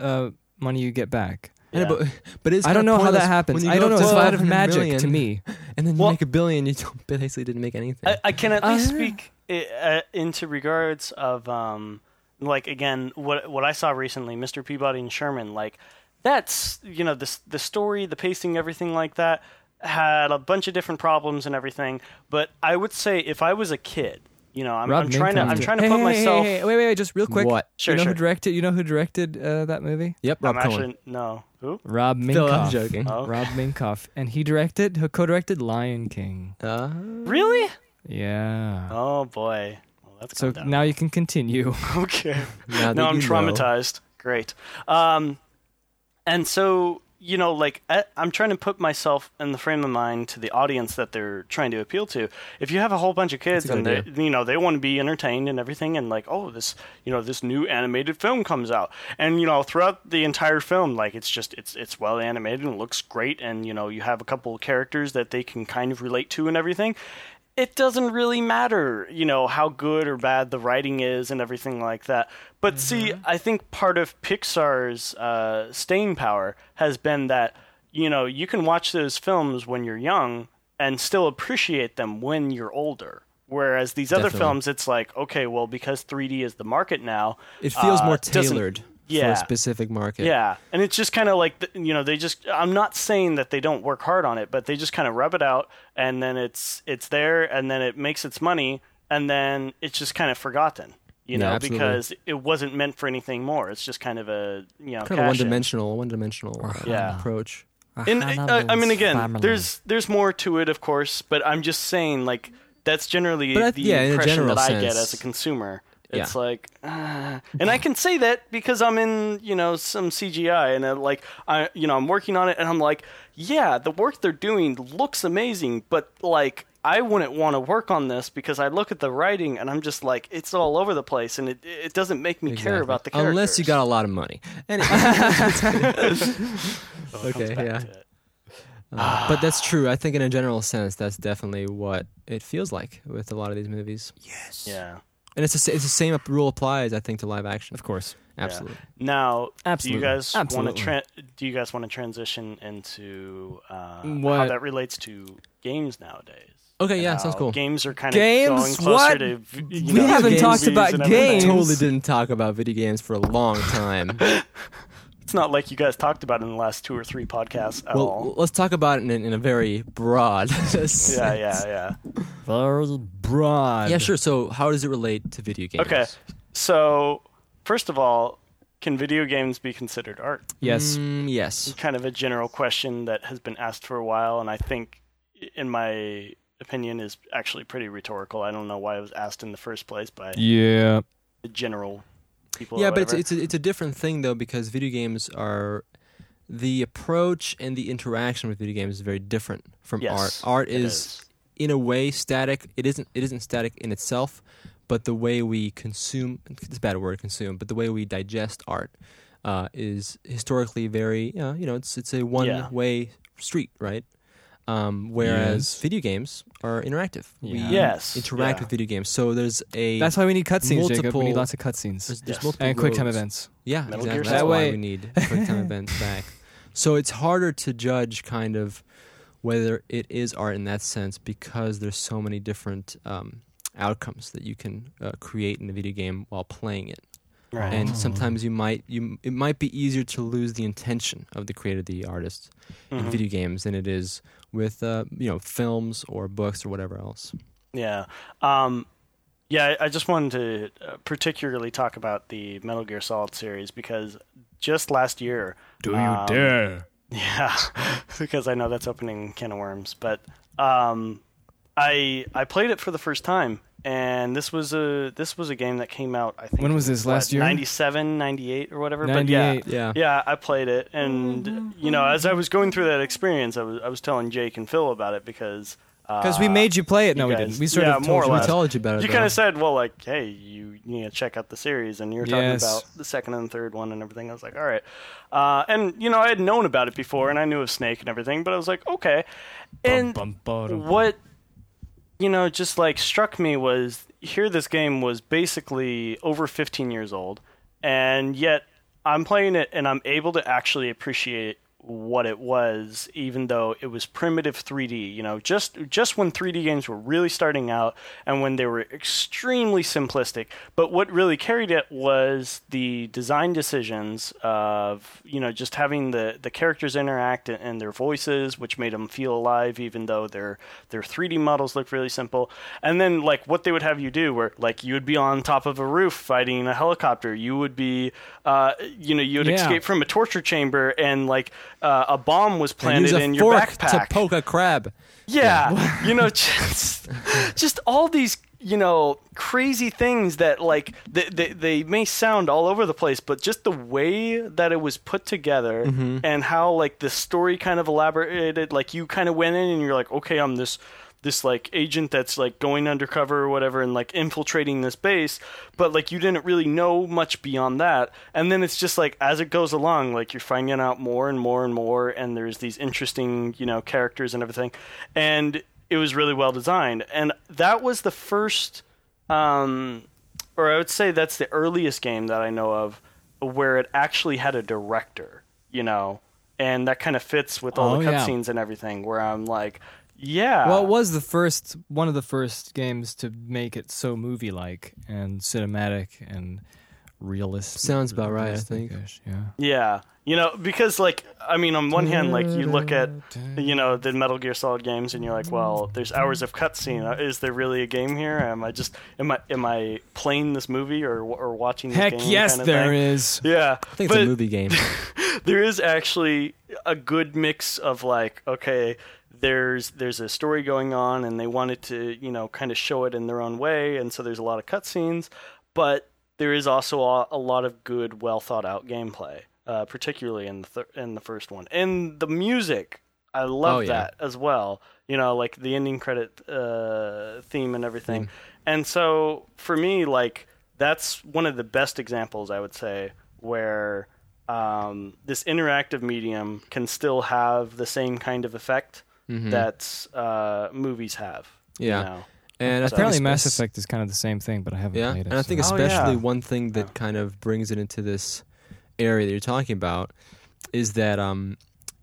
A: uh money you get back.
B: I know,
C: Yeah.
B: but but it's
A: I don't
B: kinda
A: know how that
B: pointless
A: happens.
B: when you
A: I
B: go
A: don't know.
B: up
A: It's
B: to
A: out of
B: 500
A: magic to
B: million,
A: me.
B: And then you
C: Well-
B: make a billion, you don't, basically didn't make anything.
C: I, I can at least
A: Uh-huh.
C: speak i- uh, into regards of um, like again what what I saw recently, Mr. Peabody and Sherman. Like that's you know the s- the story, the pacing, everything like that had a bunch of different problems and everything. But I would say if I was a kid, you know, I'm,
A: Rob
C: I'm trying to
A: Minkoff
C: I'm
A: did-
C: trying to
A: Hey,
C: put
A: hey, hey,
C: myself.
A: hey, wait, wait, wait, just real quick.
B: What?
A: you
C: Sure,
A: know
C: sure.
A: who directed? You know who directed uh, that movie?
B: yep, Rob
C: I'm
B: Cohen.
C: actually no who.
A: Rob Minkoff.
B: No, I'm joking.
C: Oh.
A: Rob Minkoff, and he directed, who co-directed Lion King.
B: Uh,
C: Really?
A: Yeah.
C: Oh boy. Well, that's
A: so
C: gone down.
A: now you can continue.
C: okay.
B: now that
C: no, I'm
B: you know.
C: traumatized. Great. Um, and so you know, like I, I'm trying to put myself in the frame of mind to the audience that they're trying to appeal to. If you have a whole bunch of kids
B: That's a
C: and
B: good
C: they, you know, they want to be entertained and everything, and like, oh, this, you know, this new animated film comes out, and you know, throughout the entire film, like it's just it's it's well animated and it looks great, and you know, you have a couple of characters that they can kind of relate to and everything it doesn't really matter, you know, how good or bad the writing is and everything like that. But see, I think part of Pixar's uh, staying power has been that, you know, you can watch those films when you're young and still appreciate them when you're older. Whereas these other
B: Definitely.
C: films, it's like, okay, well, because 3D is the market now,
B: It feels
C: uh,
B: more
C: doesn't-
B: tailored for
C: yeah.
B: a specific market.
C: yeah, and it's just kind of like th- you know they just. I'm not saying that they don't work hard on it, but they just kind of rub it out, and then it's it's there, and then it makes its money, and then it's just kind of forgotten, you
B: Yeah,
C: know,
B: absolutely.
C: because it wasn't meant for anything more. It's just kind of a you know
B: Kind of a
C: cash in.
B: one-dimensional, one-dimensional uh,
C: Yeah.
B: approach.
C: And I, I, I mean,
E: Family.
C: again,
E: Family.
C: there's there's more to it, of course, but I'm just saying, like, that's generally
B: But I-
C: the
B: yeah, in a
C: impression
B: general
C: that I get
B: sense.
C: as a consumer. It's
B: Yeah.
C: like, ah. and I can say that because I'm in, you know, some CGI, and i like, I, you know, I'm working on it, and I'm like, yeah, the work they're doing looks amazing, but like, I wouldn't want to work on this because I look at the writing, and I'm just like, it's all over the place, and it it doesn't make me care
B: Exactly.
C: about the characters.
B: unless you got a lot of money. Anyway. okay, yeah. Uh, but that's true. I think in a general sense, that's definitely what it feels like with a lot of these movies.
C: yeah.
B: And it's the, sa- it's the same ap- rule applies, I think, to live action.
A: Of course.
B: Absolutely.
C: Now,
A: Absolutely.
C: do you guys want
A: Absolutely.
C: to tra- do you guys want to transition into uh, how
A: What?
C: that relates to games nowadays?
B: Okay, yeah,
C: How
B: sounds cool.
C: Games are kind of
A: Games?
C: going closer
A: What?
C: to v- you
A: We
C: know,
A: haven't
C: movies
A: talked about
C: and everything.
A: games.
B: Totally didn't talk about video games for a long time.
C: It's not like you guys talked about it in the last two or three podcasts at
B: well,
C: all.
B: let's talk about it in, in a very broad sense.
C: Yeah, yeah, yeah.
A: Very broad.
B: Yeah, sure. So, how does it relate to video games?
C: Okay, so first of all, can video games be considered art?
A: Yes.
B: Mm, yes.
C: kind of a general question that has been asked for a while, and I think, in my opinion, is actually pretty rhetorical. I don't know why it was asked in the first place by
A: Yeah.
C: the general people. or
B: yeah, but it's
C: whatever.
B: it's a, it's a different thing though because video games are the approach and the interaction with video games is very different from
C: Yes,
B: art. Art
C: it
B: is,
C: is.
B: in a way static. It isn't it isn't static in itself, but the way we consume it's a bad word consume, but the way we digest art uh, is historically very uh, you know it's it's a one way street, right? Um, whereas
A: Yes.
B: video games are interactive. We
A: Yeah.
C: Yes,
B: interact
C: yeah.
B: with video games. So there's a
A: That's why we need cutscenes, Jacob. We
B: Multiple-
A: need lots of cutscenes
B: there's, there's
C: Yes.
B: multiple
A: and quick time
B: roads.
A: events.
B: Yeah,
C: Metal
B: exactly.
C: Gear
B: That's
A: Solid.
B: why
A: That way-
B: we need QuickTime events back. So it's harder to judge kind of whether it is art in that sense because there's so many different um, outcomes that you can uh, create in a video game while playing it.
C: Right.
B: And sometimes you might you it might be easier to lose the intention of the creator, the artist, in
C: Mhm.
B: video games than it is with uh, you know films or books or whatever else.
C: Yeah. Um, yeah, I I just wanted to uh, particularly talk about the Metal Gear Solid series because just last year. Do you
B: um,
C: dare? Yeah, because I know that's opening a can of worms. But um, I I played it for the first time, and this was a this was a game that came out. I think
A: When was this, last year?
C: 97, 98 or whatever. But yeah,
A: 98.
B: Yeah.
C: yeah, I played it, and you know, as I was going through that experience, I was I was telling Jake and Phil about it because uh,
A: Because
B: Ah,
A: we made you play it. No,
C: you
A: we
C: guys-
A: didn't. We sort
C: yeah,
A: of told
C: more or
A: you.
B: We
C: less.
B: told you about it.
C: you
B: though.
C: kind of said, well, like, hey, you need to check out the series, and you were talking
A: Yes.
C: about the second and third one and everything. I was like, all right, uh, and you know, I had known about it before, and I knew of Snake and everything, but I was like, okay, and
A: Bum, bum, bum.
C: what you know just like struck me was here this game was basically over 15 years old and yet i'm playing it and i'm able to actually appreciate what it was even though it was primitive 3d you know just just when 3d games were really starting out and when they were extremely simplistic but what really carried it was the design decisions of you know just having the the characters interact and, and their voices which made them feel alive even though their their 3d models looked really simple and then like what they would have you do where like you would be on top of a roof fighting a helicopter you would be uh, you know you would
A: Yeah.
C: escape from a torture chamber and like uh, a bomb was
B: And
C: planted
B: use a
C: in your
B: fork
C: backpack
B: to poke a crab.
C: yeah, you know, just just all these you know crazy things that like they, they they may sound all over the place, but just the way that it was put together and how like the story kind of elaborated, like you kind of went in and you're like, okay, I'm this this like agent that's like going undercover or whatever and like infiltrating this base but like you didn't really know much beyond that and then it's just like as it goes along like you're finding out more and more and more and there's these interesting you know characters and everything and it was really well designed and that was the first um or i would say that's the earliest game that i know of where it actually had a director you know and that kind of fits with all the
A: Oh, yeah.
C: cutscenes and everything where i'm like yeah
B: uh,
A: Well, it was the first one of the first games to make it so movie-like and cinematic and realistic.
B: Sounds about right, I think.
A: Realistic-ish, Yeah.
C: Yeah. You know, because like I mean on one hand like you look at you know the Metal Gear Solid games and you're like, well, there's hours of cutscene. Uh, Is there really a game here? Am I just am I am I playing this movie or or watching this
A: Heck
C: game
A: yes,
C: kind of
A: there
C: thing?
A: is.
C: Yeah.
B: I think it's a movie game.
C: there is actually a good mix of like okay there's there's a story going on and they wanted to you know kind of show it in their own way and so there's a lot of cutscenes but there is also a, a lot of good well thought out gameplay uh, particularly in the thir- in the first one and the music I love
B: Oh, yeah.
C: that as well you know like the ending credit uh, theme and
B: Mm.
C: everything and so for me like that's one of the best examples I would say where um, this interactive medium can still have the same kind of effect that uh, movies have. you
B: Mm-hmm. Yeah.
C: know?
B: And I
A: Apparently,
B: think
A: Mass
B: it's-
A: Effect is kind of the same thing, but I haven't
B: Yeah,
A: played it.
B: and I think
A: so-
C: Oh,
B: especially
C: yeah.
B: one thing that kind of brings it into this area that you're talking about is that um,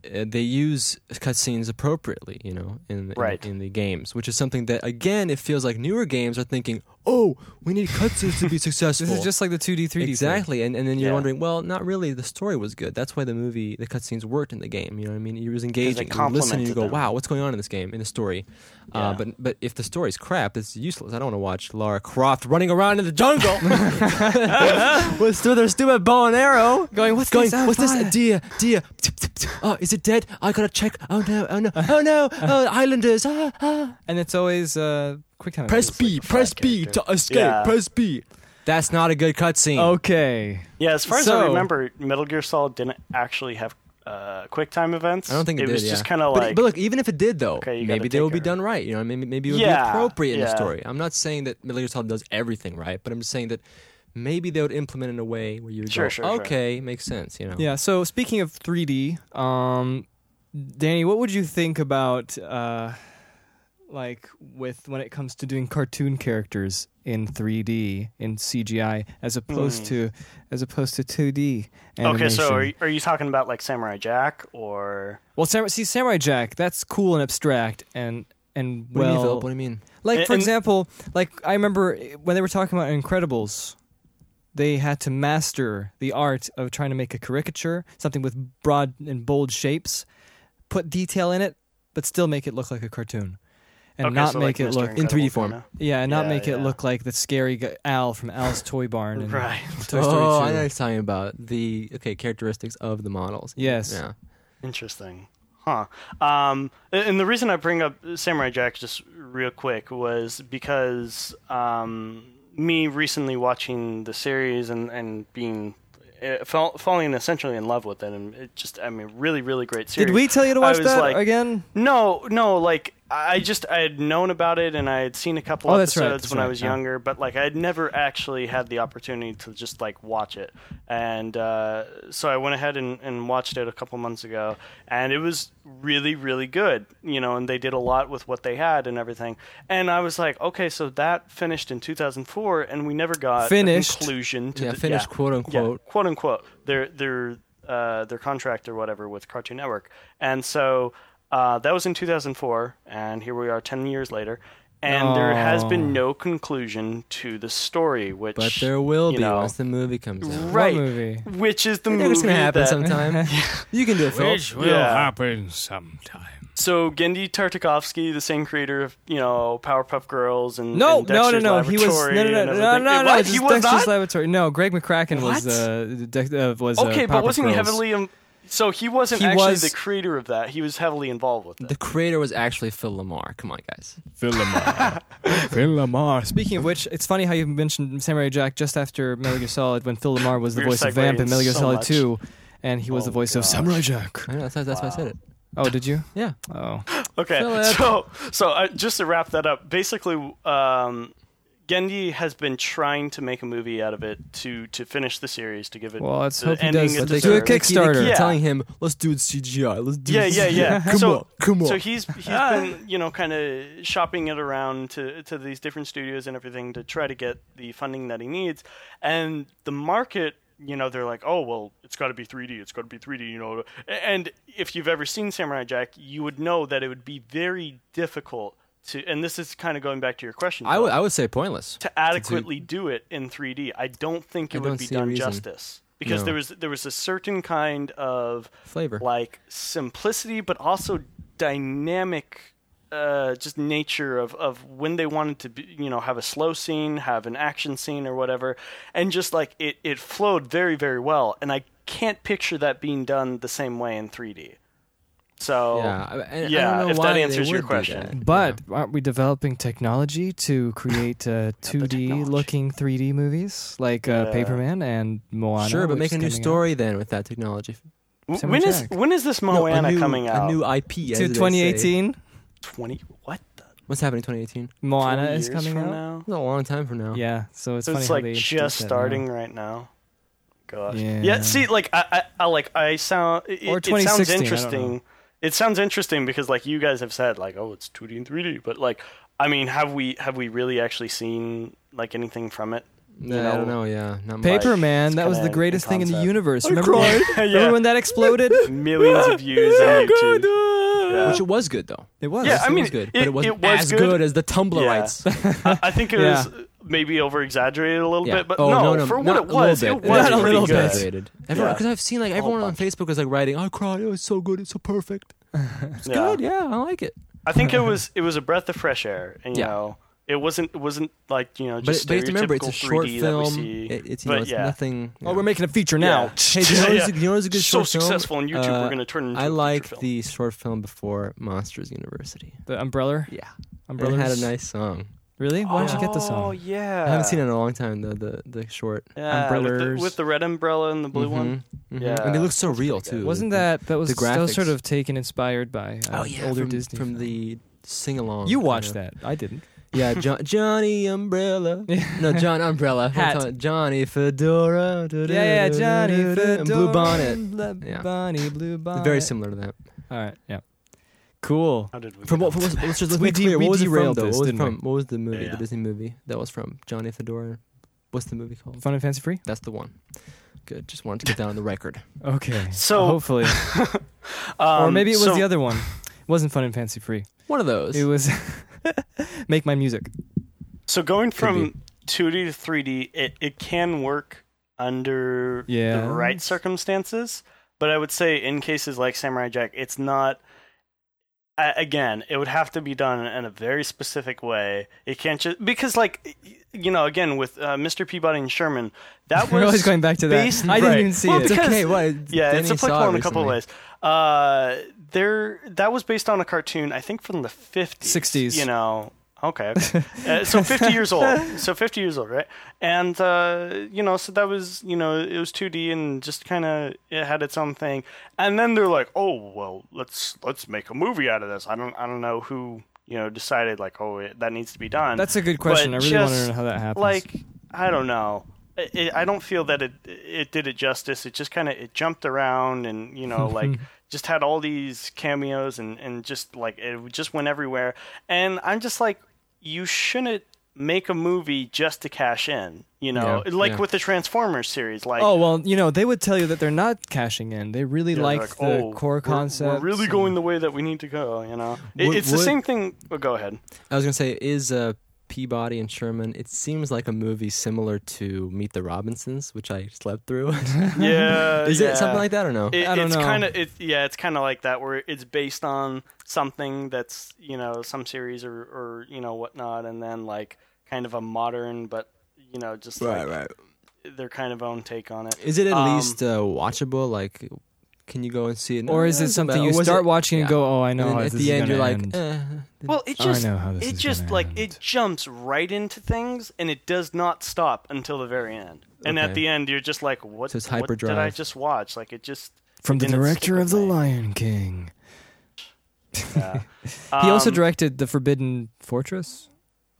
B: uh, they use cutscenes appropriately, you know, in the,
C: Right.
B: in, the games, which is something that again it feels like newer games are thinking, oh, we need cutscenes to be successful.
A: this is just like the 2D, 3D. thing.
B: Exactly, and and then you're
C: Yeah.
B: wondering, well, not really. The story was good. That's why the movie, the cutscenes worked in the game. You know what I mean? You was engaging. You would listen and you
C: complemented
B: go,
C: them.
B: wow, what's going on in this game in the story? Uh,
C: Yeah.
B: but but if the story's crap, it's useless. I don't want to watch Lara Croft running around in the jungle with with her stupid bow and arrow.
A: Going, what's
B: Going,
A: this? I'm
B: what's this?
A: fine."
B: Deer, deer. Tip, tip, tip. Oh, is it dead? I gotta check. Oh no, oh no, oh no, oh, islanders. Ah, ah.
A: And it's always uh, quick time.
B: Press
A: events.
B: B, press B to escape.
C: Yeah. Oh,
B: Press B. That's not a good cutscene. Oh.
A: Okay.
C: Yeah, as far as I
A: So-
C: remember, Metal Gear Solid didn't actually have uh, QuickTime events.
B: I don't think it, did,
C: was
B: yeah.
C: just kind of
B: But-
C: like
B: But, look, even if it did, though,
C: Okay, you gotta
B: maybe they
C: take
B: will be
C: care.
B: done right. You know, maybe maybe it would be
C: Yeah,
B: appropriate in the
C: yeah.
B: story. I'm not saying that Metal Gear Solid does everything right, but I'm just saying that maybe they would implement it in a way where you would
C: Sure,
B: go,
C: sure, sure.
B: okay, makes sense. You know,
A: Yeah. So speaking of 3D, um, Danny, what would you think about uh, like with when it comes to doing cartoon characters in 3D in CGI as opposed to as opposed to 2D? Animation?
C: okay. So are you, are you talking about like Samurai Jack or
A: well, Sam- see, Samurai Jack, that's cool and abstract and and
B: What do you mean,
A: well,
B: Philip? What do you mean?
A: like
C: And-
A: for
C: and-
A: example, like I remember when they were talking about Incredibles, they had to master the art of trying to make a caricature, something with broad and bold shapes, put detail in it, but still make it look like a cartoon, and
C: okay,
A: not
C: so,
A: make
C: like,
A: it
C: Mr.
A: look
B: in 3D
C: Incredible
B: form.
C: kinda?
A: yeah, and not
C: Yeah,
A: make it
C: yeah.
A: look like the scary guy, Al from Al's Toy Barn and
C: Right.
A: Toy Story
B: oh, I
A: 2.
B: know what you're talking about the okay characteristics of the models.
A: Yes.
B: Yeah.
C: Interesting. Huh. Um, and the reason I bring up Samurai Jack just real quick was because um, me recently watching the series and, and being uh, fall, falling essentially in love with it, and it just I mean really really great series.
A: Did we tell you to
C: I
A: watch
C: was
A: that
C: like-
A: again?
C: No, no, like I just I had known about it and I had seen a couple
A: Oh, that's
C: episodes
A: right, that's
C: when I
A: right,
C: was
A: yeah.
C: younger, but like I had never actually had the opportunity to just like watch it. And uh, so I went ahead and, and watched it a couple months ago and it was really, really good. You know, and they did a lot with what they had and everything. And I was like, okay, so that finished in two thousand four and we never got a
A: Finished.
C: conclusion to
B: Yeah,
C: the,
B: finished, quote, unquote.
C: yeah, quote unquote their their uh, their contract or whatever with Cartoon Network, and so uh, that was in 2004, and here we are 10 years later, and there has been no conclusion to the story, which
B: But there will
C: you
B: be
C: know,
B: once the movie comes out.
C: right
A: movie?
C: which is the
B: I think
C: movie
B: it's gonna happen
C: that-
B: sometime. you can do it, Phil.
E: Which will
C: Yeah.
E: happen sometime.
C: So Gendy Tartakovsky, the same creator of you know Powerpuff Girls and
A: No,
C: and
A: no, no,
C: Dexter's
A: no. He was no,
C: Laboratory
A: no, no,
C: and
A: no,
C: everything.
A: no, no.
C: Wait, what?
A: just
C: he was
A: Dexter's
C: not.
A: Laboratory. No, Greg McCracken was
C: What?
A: uh, Dex- uh, was uh,
C: okay, but
A: Powerpuff
C: wasn't he
A: Girls.
C: heavily? Im- so he wasn't
A: He
C: actually
A: was-
C: the creator of that. He was heavily involved with it.
B: The creator was actually Phil Lamar. Come on, guys.
E: Phil Lamar. Phil Lamar.
A: Speaking of which, it's funny how you mentioned Samurai Jack just after Metal Gear Solid when Phil Lamar was the
C: We were
A: voice of Vamp
C: segueing
A: in Metal Gear
C: so
A: Solid
C: much.
A: 2, and he was
C: Oh,
A: the voice of
C: gosh.
A: Samurai Jack.
B: I know, that's, that's why I said it.
A: Oh, did you?
B: Yeah.
A: Oh,
C: Okay,
B: Philip.
C: so so uh, just to wrap that up, basically, um, Gendy has been trying to make a movie out of it to to finish the series to give it.
A: well, let's
C: the
A: hope he
C: ending
A: does. Let's
C: it
A: do a
C: deserves.
B: They keep- they keep
A: Kickstarter.
C: Yeah.
B: Telling him, let's do it CGI. Let's do
C: Yeah,
B: it
C: yeah,
B: CGI."
C: yeah.
B: come
C: so,
B: on, come on. Ah.
C: So he's he's been you know kind of shopping it around to to these different studios and everything to try to get the funding that he needs, and the market. You know they're like, oh well, it's got to be 3D. It's got to be 3D. You know, and if you've ever seen Samurai Jack, you would know that it would be very difficult to. And this is kind of going back to your question.
B: I
C: Phil.
B: would, I would say pointless.
C: to adequately do it in 3D. I don't think it
B: I
C: would
B: don't
C: be
B: see a
C: done
B: reason.
C: justice because
B: No.
C: there was there was a certain kind of
B: Flavor.
C: like simplicity, but also dynamic uh, just nature of, of when they wanted to be, you know have a slow scene, have an action scene or whatever, and just like it it flowed very very well, and I can't picture that being done the same way in 3D. So
B: yeah, Uh, I- I, I
C: yeah,
B: don't know
C: if
B: why
C: that
B: they
C: answers your
B: would do
C: question.
B: that.
A: But aren't we developing technology to create uh, 2D
C: technology.
A: looking 3D movies like uh,
C: Yeah.
A: Paperman and Moana?
B: sure, but
A: which
B: make
A: is
B: a new
A: coming out?
B: story then with that technology.
C: W-
A: Samuel
C: when is
A: Jack.
C: when is this
B: No, a
C: Moana
B: new-
C: coming out?
B: A new IP. as
A: to
B: they say.
A: 2018.
C: Twenty what the
B: What's happening in 2018?
A: Moana
C: 20
A: is
C: years
A: coming
C: from
A: out.
C: now?
B: It's a long time from now.
A: Yeah, so it's
C: So
A: funny
C: it's
A: how
C: like
A: they
C: just
A: introduced that now.
C: starting right now. Gosh.
A: Yeah.
C: Yeah. See, like I, I, I like I sound. It,
A: Or
C: it sounds
A: 2016, I don't know.
C: interesting. It sounds interesting because, like you guys have said, like oh, it's two D and three D. But like, I mean, have we have we really actually seen like anything from it?
B: No, I don't know. Yeah, not much.
A: Paper Man,
C: It's
A: that was
C: kinda
A: the greatest thing in the
C: concept.
A: universe. Remember, when,
C: Yeah.
A: remember when that uh, exploded?
C: Millions of views on YouTube.
B: Which it was good though.
A: It was.
C: Yeah, I
B: it
C: mean,
B: was good,
C: it-
B: but it wasn't
C: it was
B: as
C: good.
B: good. as the Tumblrites.
C: I, I think it
A: Yeah.
C: was maybe over exaggerated a little
B: Yeah.
C: bit, but
B: oh,
C: no,
B: no, no,
C: for
B: not
C: what it
B: a little
C: was,
B: bit.
C: it was
A: Not a
C: pretty
A: little
C: good.
A: bit.
B: exaggerated. Everyone,
C: Yeah. Oh,
B: because I've seen like everyone on Facebook was like writing, "I cried. It was so good. It's so perfect. It's
C: Yeah.
B: good. Yeah, I like it."
C: I think it was it was a breath of fresh air. And, you
B: Yeah.
C: know, it wasn't it wasn't like you know
B: But,
C: just
B: but you have to remember, it's a
C: stereotypical
B: short
C: 3D that we
B: film.
C: see.
B: It- it's you
C: but
B: know, it's
C: yeah.
B: nothing.
A: Oh, we're making a feature now.
B: Hey, do you know
C: Yeah,
B: what is-
C: yeah.
B: do you know what is a good
C: so
B: short film?
C: successful on YouTube,
B: Uh,
C: we're going to turn. It into
B: I
C: a feature
B: like
C: film.
B: the short film before Monsters University.
A: The umbrella.
B: Yeah,
A: Umbrella
B: it had a nice song.
A: Really? Why did you get this
C: Oh
A: song?
C: yeah,
B: I haven't seen it in a long time though. The the short.
C: Yeah, with the,
A: Umbrellas.
C: with the red umbrella and the blue one.
B: Mhm, mhm.
C: Yeah,
B: and it looks so real
C: pretty good.
B: too.
A: Wasn't that that was
B: the
A: that was sort
B: graphics.
A: of taken inspired by uh,
B: oh yeah
A: older
B: from,
A: Disney
B: from
A: films.
B: the Oh, sing along?
A: You watched that? I didn't.
B: Yeah, John, Johnny Umbrella. no, John Umbrella. What am I
A: Hat.
B: talking- Johnny Fedora.
A: Yeah, yeah, Johnny
B: And Blue Bonnet. Yeah.
A: Bonnie, Blue Bonnet.
B: Very similar to that.
A: All right, yeah. Cool.
C: How did we?
B: From
C: get
B: what?
C: on
B: From, let's let's
A: We
B: just make
A: de-
B: clear.
A: we
B: What was it from
A: derailed
B: though?
A: this,
B: What was, it
A: didn't we?
B: from, what was the movie?
C: Yeah.
B: The Disney movie that was from Johnny Fedora. What's the movie called?
A: Fun and fancy free.
B: That's the one. Good. Just wanted to get that on the record.
A: Okay.
C: So-
A: hopefully,
C: that? Um,
A: or maybe it was
C: so-
A: the other one. wasn't fun and fancy free.
B: One of those.
A: It was make my music.
C: So going
B: be.
C: from 2D to 3D, it, it can work under
A: Yes.
C: the right circumstances, but I would say in cases like Samurai Jack, it's not. a- Again, it would have to be done in a very specific way. It can't just because, like, you know, again with uh, Mr. Peabody and Sherman, that
A: We're
C: was
A: always going back to that.
C: based-
A: I didn't
C: right.
A: even see
C: Well,
A: it.
B: it's
C: because-
B: okay. What?
C: yeah,
B: Danny
C: it's
B: saw it
C: applicable in a couple of
B: recently.
C: ways. Uh, there, that was based on a cartoon, I think, from the fifties,
A: 60s.
C: You know, okay, okay. uh, so fifty years old. So fifty years old, right? And uh, you know, so that was you know, it was two D and just kind of it had its own thing. And then they're like, oh well, let's let's make a movie out of this. I don't I don't know who you know decided like, oh it, that needs to be done.
A: That's a good question. I
C: But
A: really want to
C: just,
A: know how that happens.
C: like I don't know. I i I don't feel that it it did it justice. It just kind of it jumped around and you know like just had all these cameos and and just like it just went everywhere. And I'm just like, you shouldn't make a movie just to cash in. You know,
B: Yeah,
C: like
B: yeah.
C: with the Transformers series, like.
A: oh well, you know they would tell you that they're not cashing in. They really
C: you know,
A: liked
C: they're
A: the
C: oh, we're-
A: core concept.
C: We're really going the way that we need to go, you know. It,
B: Would-
C: it's the
B: would-
C: same thing. Oh, go ahead.
B: I was gonna say is uh, Peabody and Sherman. It seems like a movie similar to Meet the Robinsons, which I slept through.
C: Yeah,
B: is it something
C: yeah.
B: like that or no?
C: It,
A: I don't
C: it's
A: know.
C: kind of it, yeah, it's kind of like that where it's based on something that's you know some series or or you know whatnot, and then like kind of a modern but you know just like
B: right.
C: their kind of own take on it.
B: Is it at
C: Um,
B: least uh, watchable? Like, can you go and see it?
A: or is it something you start watching and go, "Oh, I know."
B: and
A: how
B: at
A: this is
B: the end,
A: gonna
B: you're like,
A: end." Oh,
B: eh.
C: Well, it
A: I
C: just
A: know how this
C: it
A: is
C: just
A: gonna
C: like
A: end.
C: it jumps right into things, and it does not stop until the very end. And
B: Okay.
C: at the end, you're just like, what,
B: So it's
C: what did I
B: hyperdrive.
C: just watch? Like it just
A: from the
C: it didn't stick
A: director
C: with
A: of The
C: me.
A: Lion King.
C: Yeah.
A: He also
C: Um,
A: directed The Forbidden Fortress,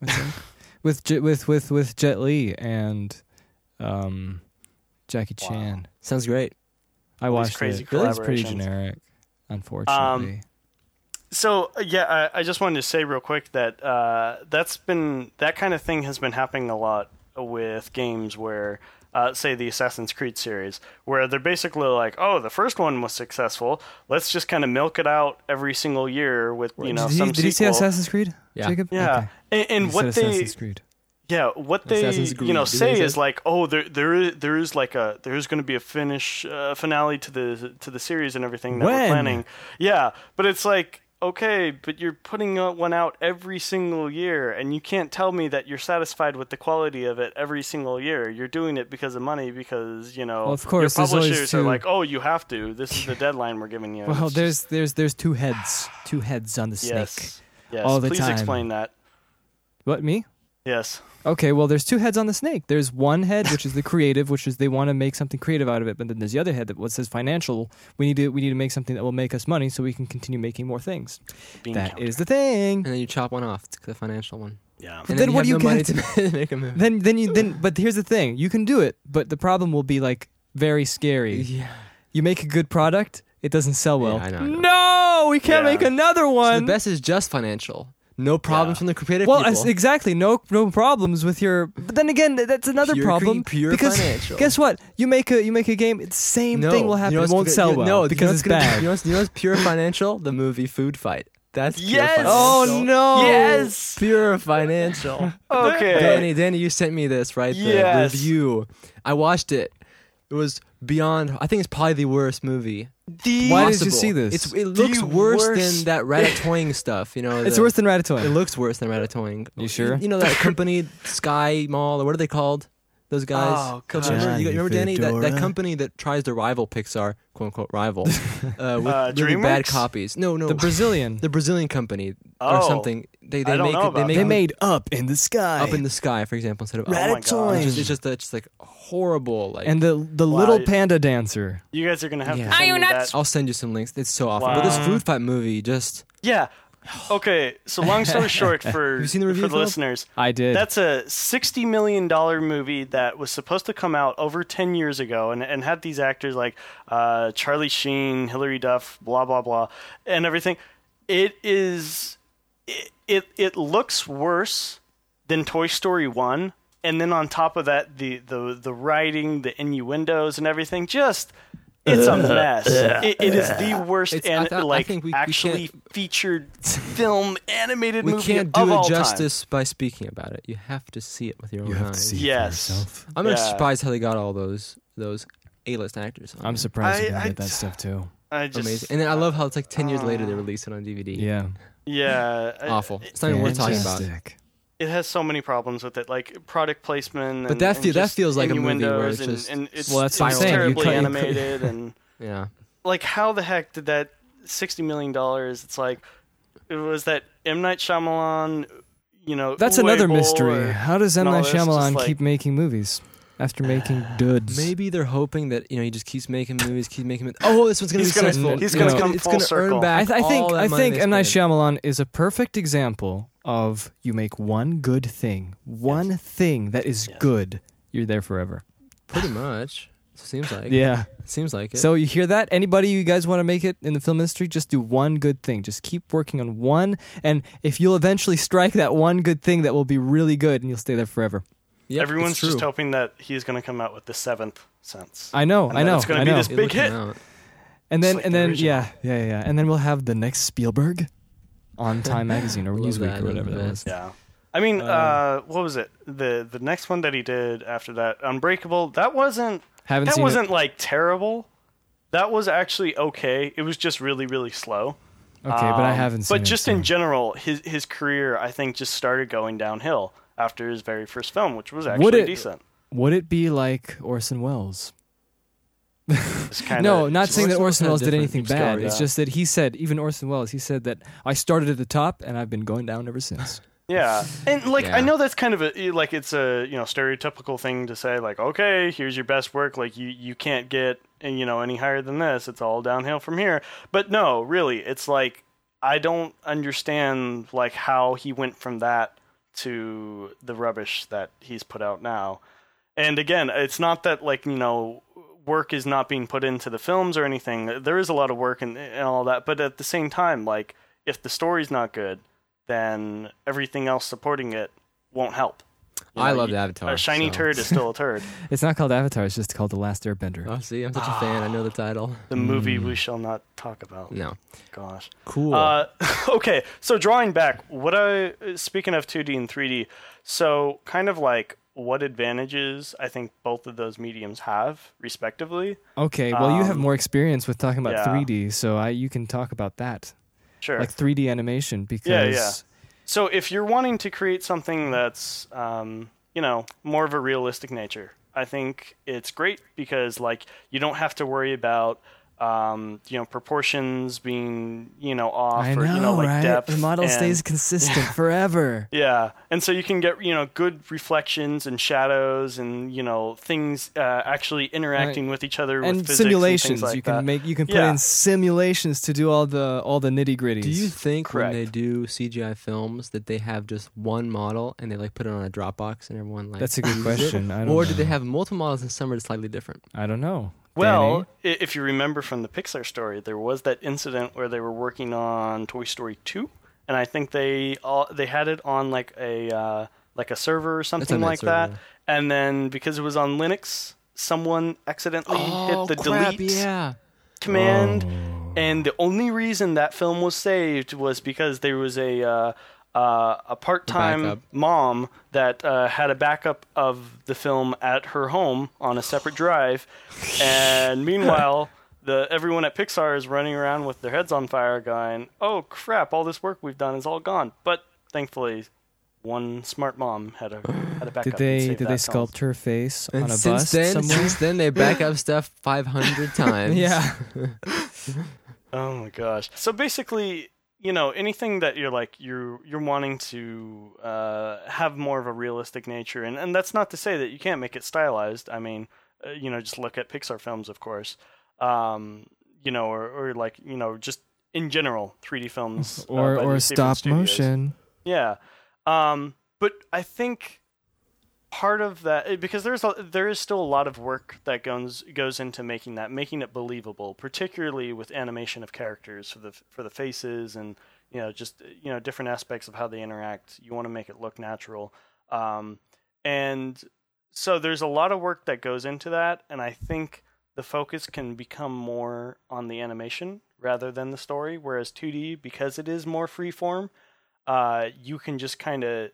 A: I think, with J- with with with Jet Li and um, Jackie
C: Wow.
A: Chan.
B: sounds great.
A: I watched
C: crazy
A: it. It's pretty
C: collaborations.
A: generic, Um, unfortunately.
C: So uh, yeah, I, I just wanted to say real quick that uh, that's been that kind of thing has been happening a lot with games where, uh, say, the Assassin's Creed series, where they're basically like, oh, the first one was successful, let's just kind of milk it out every single year with you know
A: did
C: some
A: you, did you see
C: sequel.
A: Assassin's Creed?
B: Yeah.
A: Jacob?
C: Yeah,
A: Okay.
C: and,
A: You
C: and
A: said
C: what they
A: Assassin's Creed.
C: yeah, what they
B: Assassin's Creed,
C: you know
B: is that what
C: say
B: you
C: is
B: said?
C: like, oh, there there is there is like a there's going to be a finish uh, finale to the to the series and everything that
A: When?
C: we're planning. Yeah, but it's like okay, but you're putting out one out every single year, and you can't tell me that you're satisfied with the quality of it every single year. You're doing it because of money, because you know
A: Well, of course,
C: your
A: there's always
C: publishers are
A: two-
C: like, oh, you have to. This is the deadline we're giving you.
A: Well,
C: It's
A: there's there's there's two heads, two heads on the
C: just-
A: snake.
C: yes, yes.
A: all the
C: Please
A: time.
C: explain that.
A: What me?
C: Yes,
A: Okay, well, there's two heads on the snake. There's one head which is the creative, which is they want to make something creative out of it, but then there's the other head that what says financial. We need to we need to make something that will make us money so we can continue making more things.
C: being
A: That
C: counted.
A: is the thing.
B: and then you chop one off, to the financial one.
C: yeah.
B: And
A: then what
B: you
A: do
B: have
A: you
B: no money to make a movie?
A: Then then you then but here's the thing. You can do it, but the problem will be like very scary.
B: yeah.
A: You make a good product, it doesn't sell well.
B: I know, I
A: No, we can't
C: Yeah.
A: make another
B: So the
A: one.
B: best is just financial. No problems
C: Yeah.
B: from the creative
A: well,
B: people.
A: as- exactly. No, no problems with your. But then again, th- that's another
B: Pure
A: problem.
B: greed, pure
A: because
B: financial.
A: guess what? You make a you make a game. It's same thing will happen.
B: You know
A: it
B: what's
A: won't
B: gonna-
A: sell
B: you-
A: well.
B: No,
A: because
B: you know
A: it's
B: what's gonna-
A: bad.
B: You know, what's, you know what's pure financial? The movie Food Fight. That's pure
C: Yes!
B: financial.
A: oh no!
C: Yes.
B: Pure financial.
C: Okay.
B: Danny, Danny, you sent me this right. The
C: Yes.
B: review. I watched it. It was beyond. I think it's probably the worst movie.
C: The-
A: Why did you
B: possible.
A: see this?
B: It's, it looks worse than
C: worst-
B: that Ratatouille stuff. You know,
A: It's
B: the-
A: worse than
B: It
A: Ratatouille.
B: looks worse than Ratatouille.
A: You sure?
B: You know that company, Sky Mall, or what are they called? Those guys.
C: Oh,
B: Don't
C: God.
B: you remember, you
E: Johnny
B: remember Danny? That, that
E: Fedora.
B: company that tries to rival Pixar, quote unquote rival, uh, with
C: Uh,
B: really bad
C: DreamWorks?
B: copies. No, no,
A: the Brazilian.
B: the Brazilian company or
C: Oh.
B: something. They they
C: I don't
B: make
C: know about
B: they
A: they
B: make
A: made Up in the Sky.
B: up in the sky, for example, instead of
C: Oh my
B: Up.
C: God.
B: It's just, it's just, it's like horrible. Like,
A: and the the
C: Wow,
A: little
C: you-
A: panda dancer.
C: You guys are gonna have
B: Yeah.
C: to send me that.
B: I'll send you some links. It's so awful. But this
C: Wow.
B: food fight movie, just
C: Yeah. Okay. So long story short, for
B: you seen the review,
C: for the
B: Philip?
C: listeners,
A: I did.
C: that's a sixty million dollar movie that was supposed to come out over ten years ago, and, and had these actors like uh, Charlie Sheen, Hilary Duff, blah blah blah, and everything. It is, it it, it looks worse than Toy Story one, and then on top of that, the the the writing, the innuendos, and everything, just. It's a mess. It, it is the worst
B: It's- I
C: and
B: thought- I
C: like
B: think we- we
C: actually
B: can't-
C: featured film animated
B: we
C: movie
B: can't
C: of
B: do
C: all
B: it
C: time.
B: justice by speaking about it. You have to see it with your own
E: You have to
B: eyes.
E: see
C: Yes.
E: for yourself.
B: I'm not
C: Yeah.
B: surprised how they got all those those A-list actors. on
A: I'm
B: it.
A: surprised
C: I-
A: you didn't
C: I
A: get that
C: just-
A: stuff too.
C: I just
B: amazing. And then I love how it's like ten years later they release it on DVD.
A: Ah. Yeah,
C: yeah, I-
B: awful. It's not even worth talking about.
A: Fantastic.
C: It has so many problems with it, like product placement.
B: But
C: and,
B: that
C: and
B: feel- that
C: just
B: feels like a movie where
C: innuendos
B: it's
C: and-
B: just-
C: and it's,
A: Well, that's
C: it's
A: what I'm saying. You
C: terribly
A: cut- you cut-
C: animated and
B: Yeah,
C: like how the heck did that sixty million dollars? It's like it was that M Night Shyamalan. You know,
A: That's
C: Uwe
A: another
C: Boll
A: mystery.
C: or-
A: How does M
C: and all
A: Night
C: this, just
A: Shyamalan
C: like-
A: keep making movies after making duds?
B: maybe they're hoping that you know he just keeps making movies, keeps making. Movies. Oh, this one's gonna
C: He's
B: be
C: gonna-
B: successful.
C: he's
B: You
C: gonna
B: know,
C: come
B: It's
C: full
B: gonna
C: circle.
B: earn back.
A: I, I think
B: all that
A: I
B: money
A: think
B: they
A: M Night
B: spent.
A: Shyamalan is a perfect example of you make one good thing, one thing that is
C: Yes.
A: good, you're there forever.
B: Pretty much. Seems like.
A: Yeah.
B: Seems like it.
A: So you hear that? Anybody you guys want to make it in the film industry, just do one good thing. Just keep working on one, and if you'll eventually strike that one good thing, that will be really good, and you'll stay there forever.
B: Yep,
C: Everyone's
B: it's true.
C: just hoping that he's going to come out with the seventh sense.
A: I know,
C: And
A: I
C: then
A: know,
C: it's gonna
A: I
C: be
A: know.
C: this
B: It
C: Big
B: would
C: hit.
B: come out.
A: and then
C: like
A: and
C: the
A: then
C: original.
A: yeah, yeah, yeah, and then we'll have the next Spielberg on Time Magazine or
B: Love
A: Newsweek
B: that,
A: or whatever
B: love
A: that
B: that.
A: was.
C: Yeah. I mean, uh, what was it? The the next one that he did after that, Unbreakable, that wasn't
A: Haven't
C: that
A: seen
C: wasn't like terrible. That was actually okay. It was just really, really slow.
A: it. Okay, but I
C: Um,
A: haven't seen
C: But
A: it,
C: just
A: so-
C: in general, his his career I think just started going downhill after his very first film, which was actually
A: it-
C: decent.
A: Would it be like Orson Welles?
C: It's kinda,
A: no, not
C: just-
A: saying that Orson
B: Orson
A: Welles
B: Welles
A: did
B: had
A: anything
B: different
A: bad.
C: story,
A: It's
C: yeah.
A: just that he said, even Orson Welles, he said that I started at the top and I've been going down ever since.
C: Yeah, and like I
B: Yeah.
C: know that's kind of a e, like it's a you know stereotypical thing to say like okay here's your best work like you you can't get you know any higher than this it's all downhill from here but no really it's like I don't understand like how he went from that to the rubbish that he's put out now and again it's not that like you know work is not being put into the films or anything there is a lot of work and, and all that but at the same time like if the story's not good then everything else supporting it won't help You
B: I
C: know,
B: loved
C: you-
B: Avatar.
C: a shiny
B: so.
C: turd is still a turd
A: It's not called Avatar. It's just called The Last Airbender.
B: Oh, see, I'm such a fan. I know the title.
C: the movie we shall not talk about
B: No.
C: gosh
B: Mm. Cool.
C: Uh, okay, so drawing back, what I speaking of 2D and 3D, so kind of like what advantages I think both of those mediums have respectively.
A: Okay, well, you have
C: Um,
A: more experience with talking about
C: yeah.
A: 3D, so I, you can talk about that.
C: Sure.
A: like 3D animation because
C: So if you're wanting to create something that's, um, you know, more of a realistic nature, I think it's great because like you don't have to worry about, um, you know, proportions being, you know, off
A: I
C: or
A: know,
C: you know, like
A: right?
C: depth.
A: the model
C: and-
A: stays consistent forever.
C: Yeah, and so you can get you know good reflections and shadows and you know things uh, actually interacting with each other with
A: And
C: physics and
A: simulations
C: things like
A: you can
C: that.
A: make you can put
C: Yeah.
A: in simulations to do all the all the nitty gritties.
B: Do you think when
C: Correct.
B: they do CGI films that they have just one model and they like put it on a Dropbox and everyone like
A: That's a good question. I don't
B: or
A: know.
B: do they have multiple models and some are slightly different?
A: I don't know.
C: Well, i if you remember from the Pixar story, there was that incident where they were working on Toy Story 2, and I think they all, they had it on like a uh, like a server or something
B: on that
C: like
B: server,
C: that.
B: yeah.
C: And then because it was on Linux, someone accidentally hit the
B: Oh, crap,
C: delete
B: Yeah. Oh.
C: command, and the only reason that film was saved was because there was a uh, uh, a
B: backup.
C: part time mom that uh, had a backup of the film at her home on a separate drive, and meanwhile. The, everyone at Pixar is running around with their heads on fire, going, "Oh crap! All this work we've done is all gone." But thankfully, one smart mom had a had a backup.
A: did
C: and
A: they
C: saved
A: did they
C: that film.
A: sculpt her face
B: And
A: on a
B: since
A: bust
B: then,
A: somewhere?
B: since then they back up stuff 500 times.
A: yeah.
C: Oh my gosh! So basically, you know, anything that you're like you're you're wanting to uh, have more of a realistic nature, and and that's not to say that you can't make it stylized. I mean, uh, you know, just look at Pixar films, of course. Um, you know, or or like you know, just in general, 3D films uh,
A: Or
C: by
A: or
C: these different
A: stop
C: studios.
A: motion.
C: Yeah, um, but I think part of that eh, because there's a, there is still a lot of work that goes goes into making that making it believable, particularly with animation of characters for the for the faces and you know just you know different aspects of how they interact. You want to make it look natural, um, and so there's a lot of work that goes into that, and I think the focus can become more on the animation rather than the story. Whereas 2D, because it is more freeform, uh, you can just kind of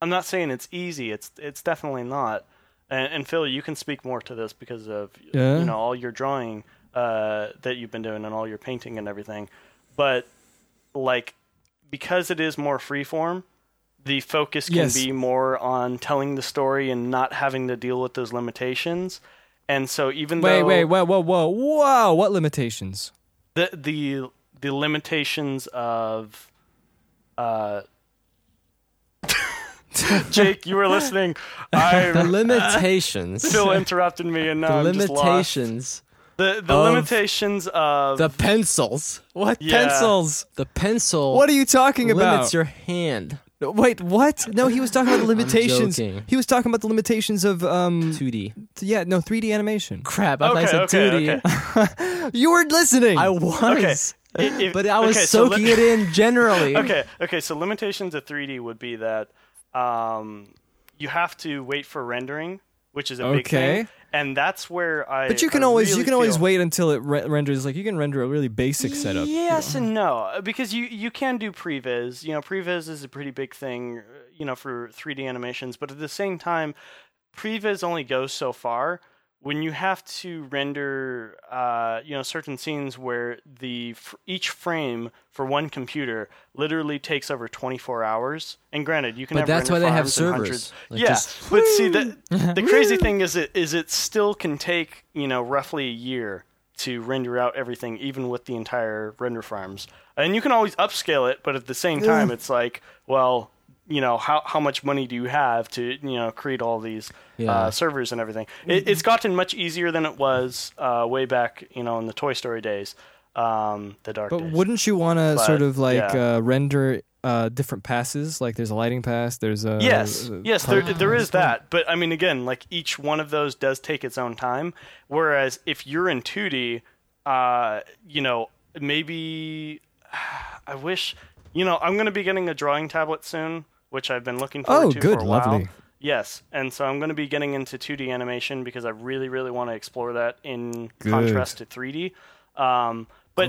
C: I'm not saying it's easy. It's it's definitely not. And, and Phil, you can speak more to this because of
A: Yeah.
C: you know all your drawing uh, that you've been doing and all your painting and everything. But like because it is more freeform, the focus can
A: Yes.
C: be more on telling the story and not having to deal with those limitations. And so even
A: Wait,
C: though
A: wait, whoa, whoa, whoa, whoa! What limitations?
C: the the the limitations of uh Jake, you were listening.
B: The
C: I
B: limitations.
C: Phil interrupted me, and
B: the
C: now I'm just lost.
B: limitations.
C: The the
B: of
C: limitations of
B: The pencils.
A: What
C: Yeah.
A: pencils?
B: The pencil.
A: What are you talking about?
B: Limits your hand.
A: Wait, what? No, he was talking about the limitations.
B: joking.
A: He was talking about the limitations of um.
B: 2D.
A: t- yeah, no, 3D animation.
B: Crap. I thought
C: okay,
B: I said
C: okay,
B: 2D.
C: okay.
A: You were listening.
B: I was.
C: If- if-
B: But I was
C: okay, so
B: soaking
C: li-
B: it in generally.
C: Okay, okay. So limitations of 3D would be that um, you have to wait for rendering, which is a big
A: Okay.
C: thing, and that's where I.
A: but you can
C: I
A: always
C: really
A: you can always
C: feel-
A: wait until it re- renders. Like you can render a really basic setup.
C: Yes and no, because you you can do previs. You know, previs is a pretty big thing, uh, you know, for 3D animations. But at the same time, previs only goes so far. When you have to render, uh, you know, certain scenes where the f- each frame for one computer literally takes over 24 hours. And granted, you can.
B: But
C: have
B: that's why
C: render
B: they have
C: farms and
B: servers.
C: hundreds-
B: Like,
C: yeah,
B: just-
C: but see, the the crazy thing is it is it still can take you know roughly a year to render out everything, even with the entire render farms. And you can always upscale it, but at the same time, it's like, well, you know, how how much money do you have to you know create all these
B: Yeah.
C: uh, servers and everything? It, it's gotten much easier than it was uh, way back, you know, in the Toy Story days, um, the dark
A: But
C: days.
A: wouldn't you want to
C: But,
A: sort of like
C: yeah.
A: uh, render uh, different passes? Like there's a lighting pass. There's a
C: Yes,
A: uh,
C: yes, there, there is that. But I mean, again, like each one of those does take its own time. Whereas if you're in 2D, uh, you know, maybe I wish, you know, I'm going to be getting a drawing tablet soon, which I've been looking forward
A: Oh,
C: to
A: good,
C: for a
A: lovely.
C: while. Yes, and so I'm going to be getting into 2D animation because I really, really want to explore that in contrast to 3D. Um, But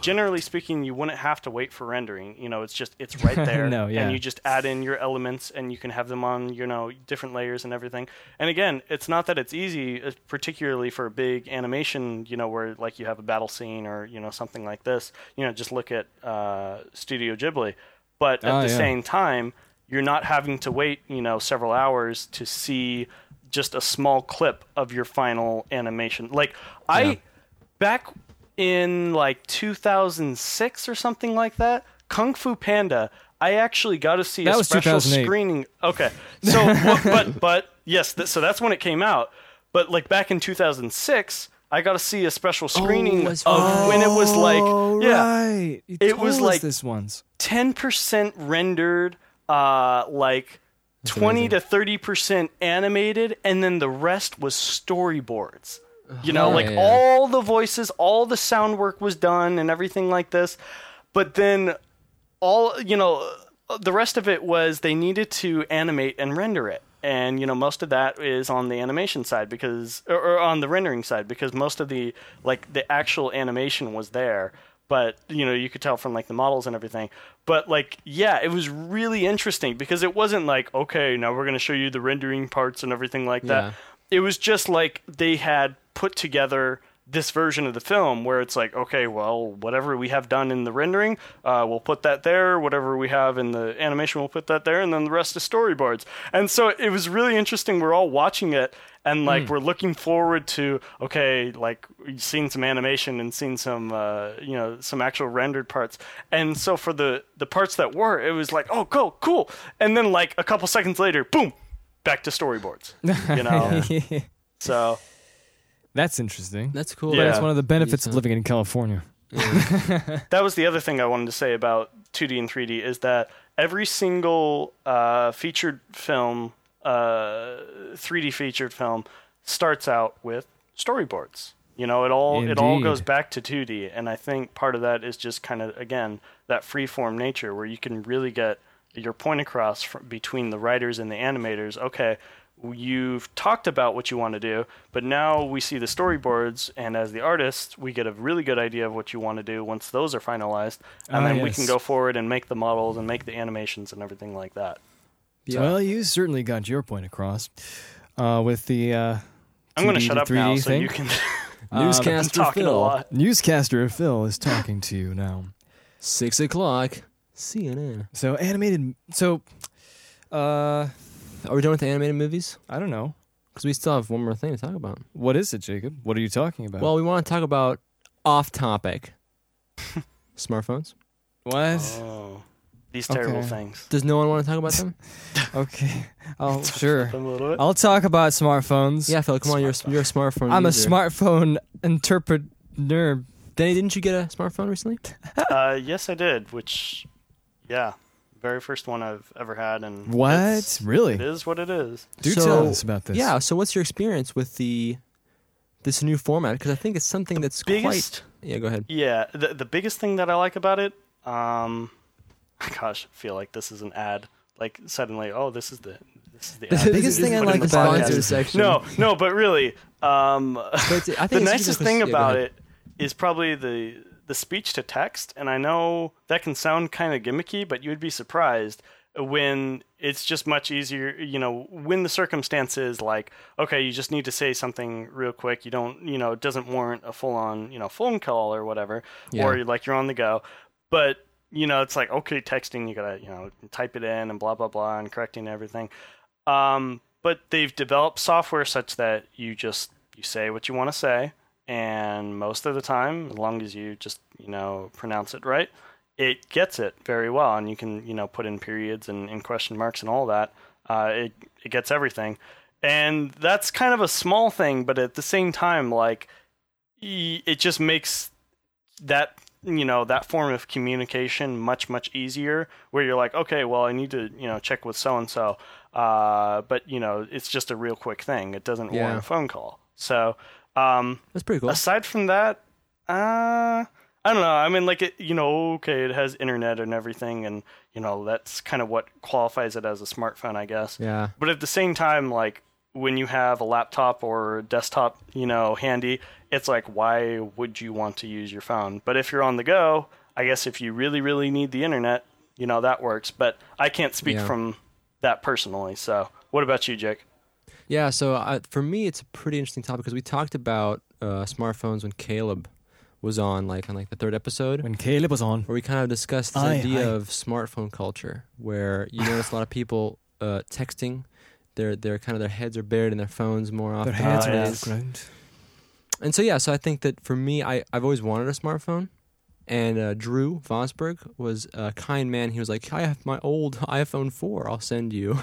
C: generally speaking, you wouldn't have to wait for rendering. You know, it's just it's right there,
A: No, yeah.
C: and you just add in your elements, and you can have them on you know different layers and everything. And again, it's not that it's easy, uh, particularly for a big animation. You know, where like you have a battle scene or you know something like this. You know, just look at uh, Studio Ghibli. But at
A: Ah,
C: the
A: yeah.
C: same time, you're not having to wait you know several hours to see just a small clip of your final animation. Like I back in like 2006 or something like that, Kung Fu Panda. I actually got to see
A: That
C: a
A: was
C: special
A: 2008.
C: screening. Okay, so but- but but yes, th- so that's when it came out. But like back in 2006, I got to see a special screening
B: that's
C: of when it was like yeah,
A: right. You
C: It
A: told
C: was
A: us
C: like-
A: this one's.
C: ten percent rendered, uh, like twenty to thirty percent animated, and then the rest was storyboards. You know,
B: Yeah,
C: like
B: yeah.
C: all the voices, all the sound work was done, and everything like this. But then all you know, the rest of it was they needed to animate and render it. And you know most of that is on the animation side because, or, or on the rendering side because most of the like the actual animation was there, but you know you could tell from like the models and everything but like yeah it was really interesting because it wasn't like okay now we're going to show you the rendering parts and everything like that it was just like they had put together this version of the film where it's like okay well whatever we have done in the rendering uh, we'll put that there whatever we have in the animation we'll put that there and then the rest is storyboards and so it was really interesting we're all watching it and like we're looking forward to okay like seeing some animation and seeing some uh, you know some actual rendered parts and so for the the parts that were it was like oh cool cool and then like a couple seconds later boom back to storyboards you know so
A: That's interesting.
B: That's cool.
C: Yeah.
A: That's one of the benefits of
B: Yeah.
A: living in California.
C: that was the other thing I wanted to say about 2D and 3D is that every single uh, featured film, uh, 3D featured film, starts out with storyboards. You know, it all it all
A: Indeed.
C: goes back to 2D, and I think part of that is just kind of again that freeform nature where you can really get your point across fr- between the writers and the animators. Okay, you've talked about what you want to do, but now we see the storyboards, and as the artists, we get a really good idea of what you want to do once those are finalized, and
A: Ah,
C: then we can
A: yes.
C: go forward and make the models and make the animations and everything like that.
B: Yeah.
A: Well, you certainly got your point across uh, with the. Uh,
C: I'm going to
A: 2D
C: shut up
A: 3D
C: now
A: thing.
C: so you can
B: Uh, Newscaster
C: talk it a
B: Phil.
C: lot.
A: Newscaster Phil is talking to you now.
B: Six o'clock. CNN.
A: So animated. So, uh,
B: Are we done with the animated movies?
A: I don't know.
B: Because we still have one more thing to talk about.
A: What is it, Jacob? What are you talking about?
B: Well, we want to talk about off topic smartphones. uh,
A: what?
C: Oh, these terrible
A: Okay.
C: things.
B: Does no one want to talk about them?
A: okay. Oh, sure.
C: A little bit.
A: I'll talk about smartphones.
B: yeah, Phil, come on. You're, a- you're a smartphone.
A: I'm a
B: user.
A: smartphone entrepreneur.
B: Danny, didn't you get a smartphone recently?
C: Uh, yes, I did. Which, yeah, very first one I've ever had, and
A: What?
C: it's- It
A: Really?
C: is what it is.
A: Do
B: So-
A: tell us about this.
B: Yeah. So, what's your experience with the this new format? Because I think it's something that's
C: Biggest,
B: quite. Yeah, go ahead.
C: yeah. The the biggest thing that I like about it, um, gosh, I feel like this is an ad. Like suddenly, oh, this is the this is the ad.
A: biggest
C: This
A: thing
C: is
A: I
C: put in
A: like
C: the
A: about it
C: podcast.
B: sponsor section.
C: No, no, but really, um,
B: But it's- I think
C: the
B: it's
C: nicest
B: just-
C: thing
B: yeah, go
C: about
B: ahead.
C: it is probably the the speech to text, and I know that can sound kind of gimmicky, but you would be surprised when it's just much easier. You know, when the circumstance is like, okay, you just need to say something real quick. You don't, you know, it doesn't warrant a full on, you know, phone call or whatever, or like you're on the go, but. You know, it's like okay, texting. You gotta, you know, type it in and blah blah blah, and correcting everything. Um, but they've developed software such that you just you say what you want to say, and most of the time, as long as you just you know pronounce it right, it gets it very well, and you can you know put in periods and, and question marks and all that. Uh, it it gets everything, and that's kind of a small thing, but at the same time, like y- it just makes that you know that form of communication much much easier where you're like okay well i need to you know check with so and so but you know it's just a real quick thing it doesn't
B: Yeah.
C: warrant a phone call so um
B: That's pretty cool.
C: aside from that uh i don't know i mean like it you know okay it has internet and everything and you know that's kind of what qualifies it as a smartphone i guess
B: Yeah.
C: but at the same time, like when you have a laptop or desktop, you know, handy, it's like, why would you want to use your phone? But if you're on the go, I guess if you really, really need the internet, you know, that works. But I can't speak
B: Yeah.
C: from that personally. So, what about you, Jake?
B: Yeah, so uh, for me, it's a pretty interesting topic because we talked about uh, smartphones when Caleb was on, like on like the third episode,
A: When Caleb was on,
B: where we kind of discussed this
A: Aye,
B: idea
A: aye.
B: of smartphone culture, where you notice a lot of people uh, texting. Their, their kind of their heads are buried in their phones more often.
A: their hands
C: Oh,
A: were
C: yeah.
A: on the ground.
B: And so yeah, so I think that for me, I I've always wanted a smartphone. And uh, Drew Vosberg was a kind man. He was like, "I have my old iPhone four. I'll send you."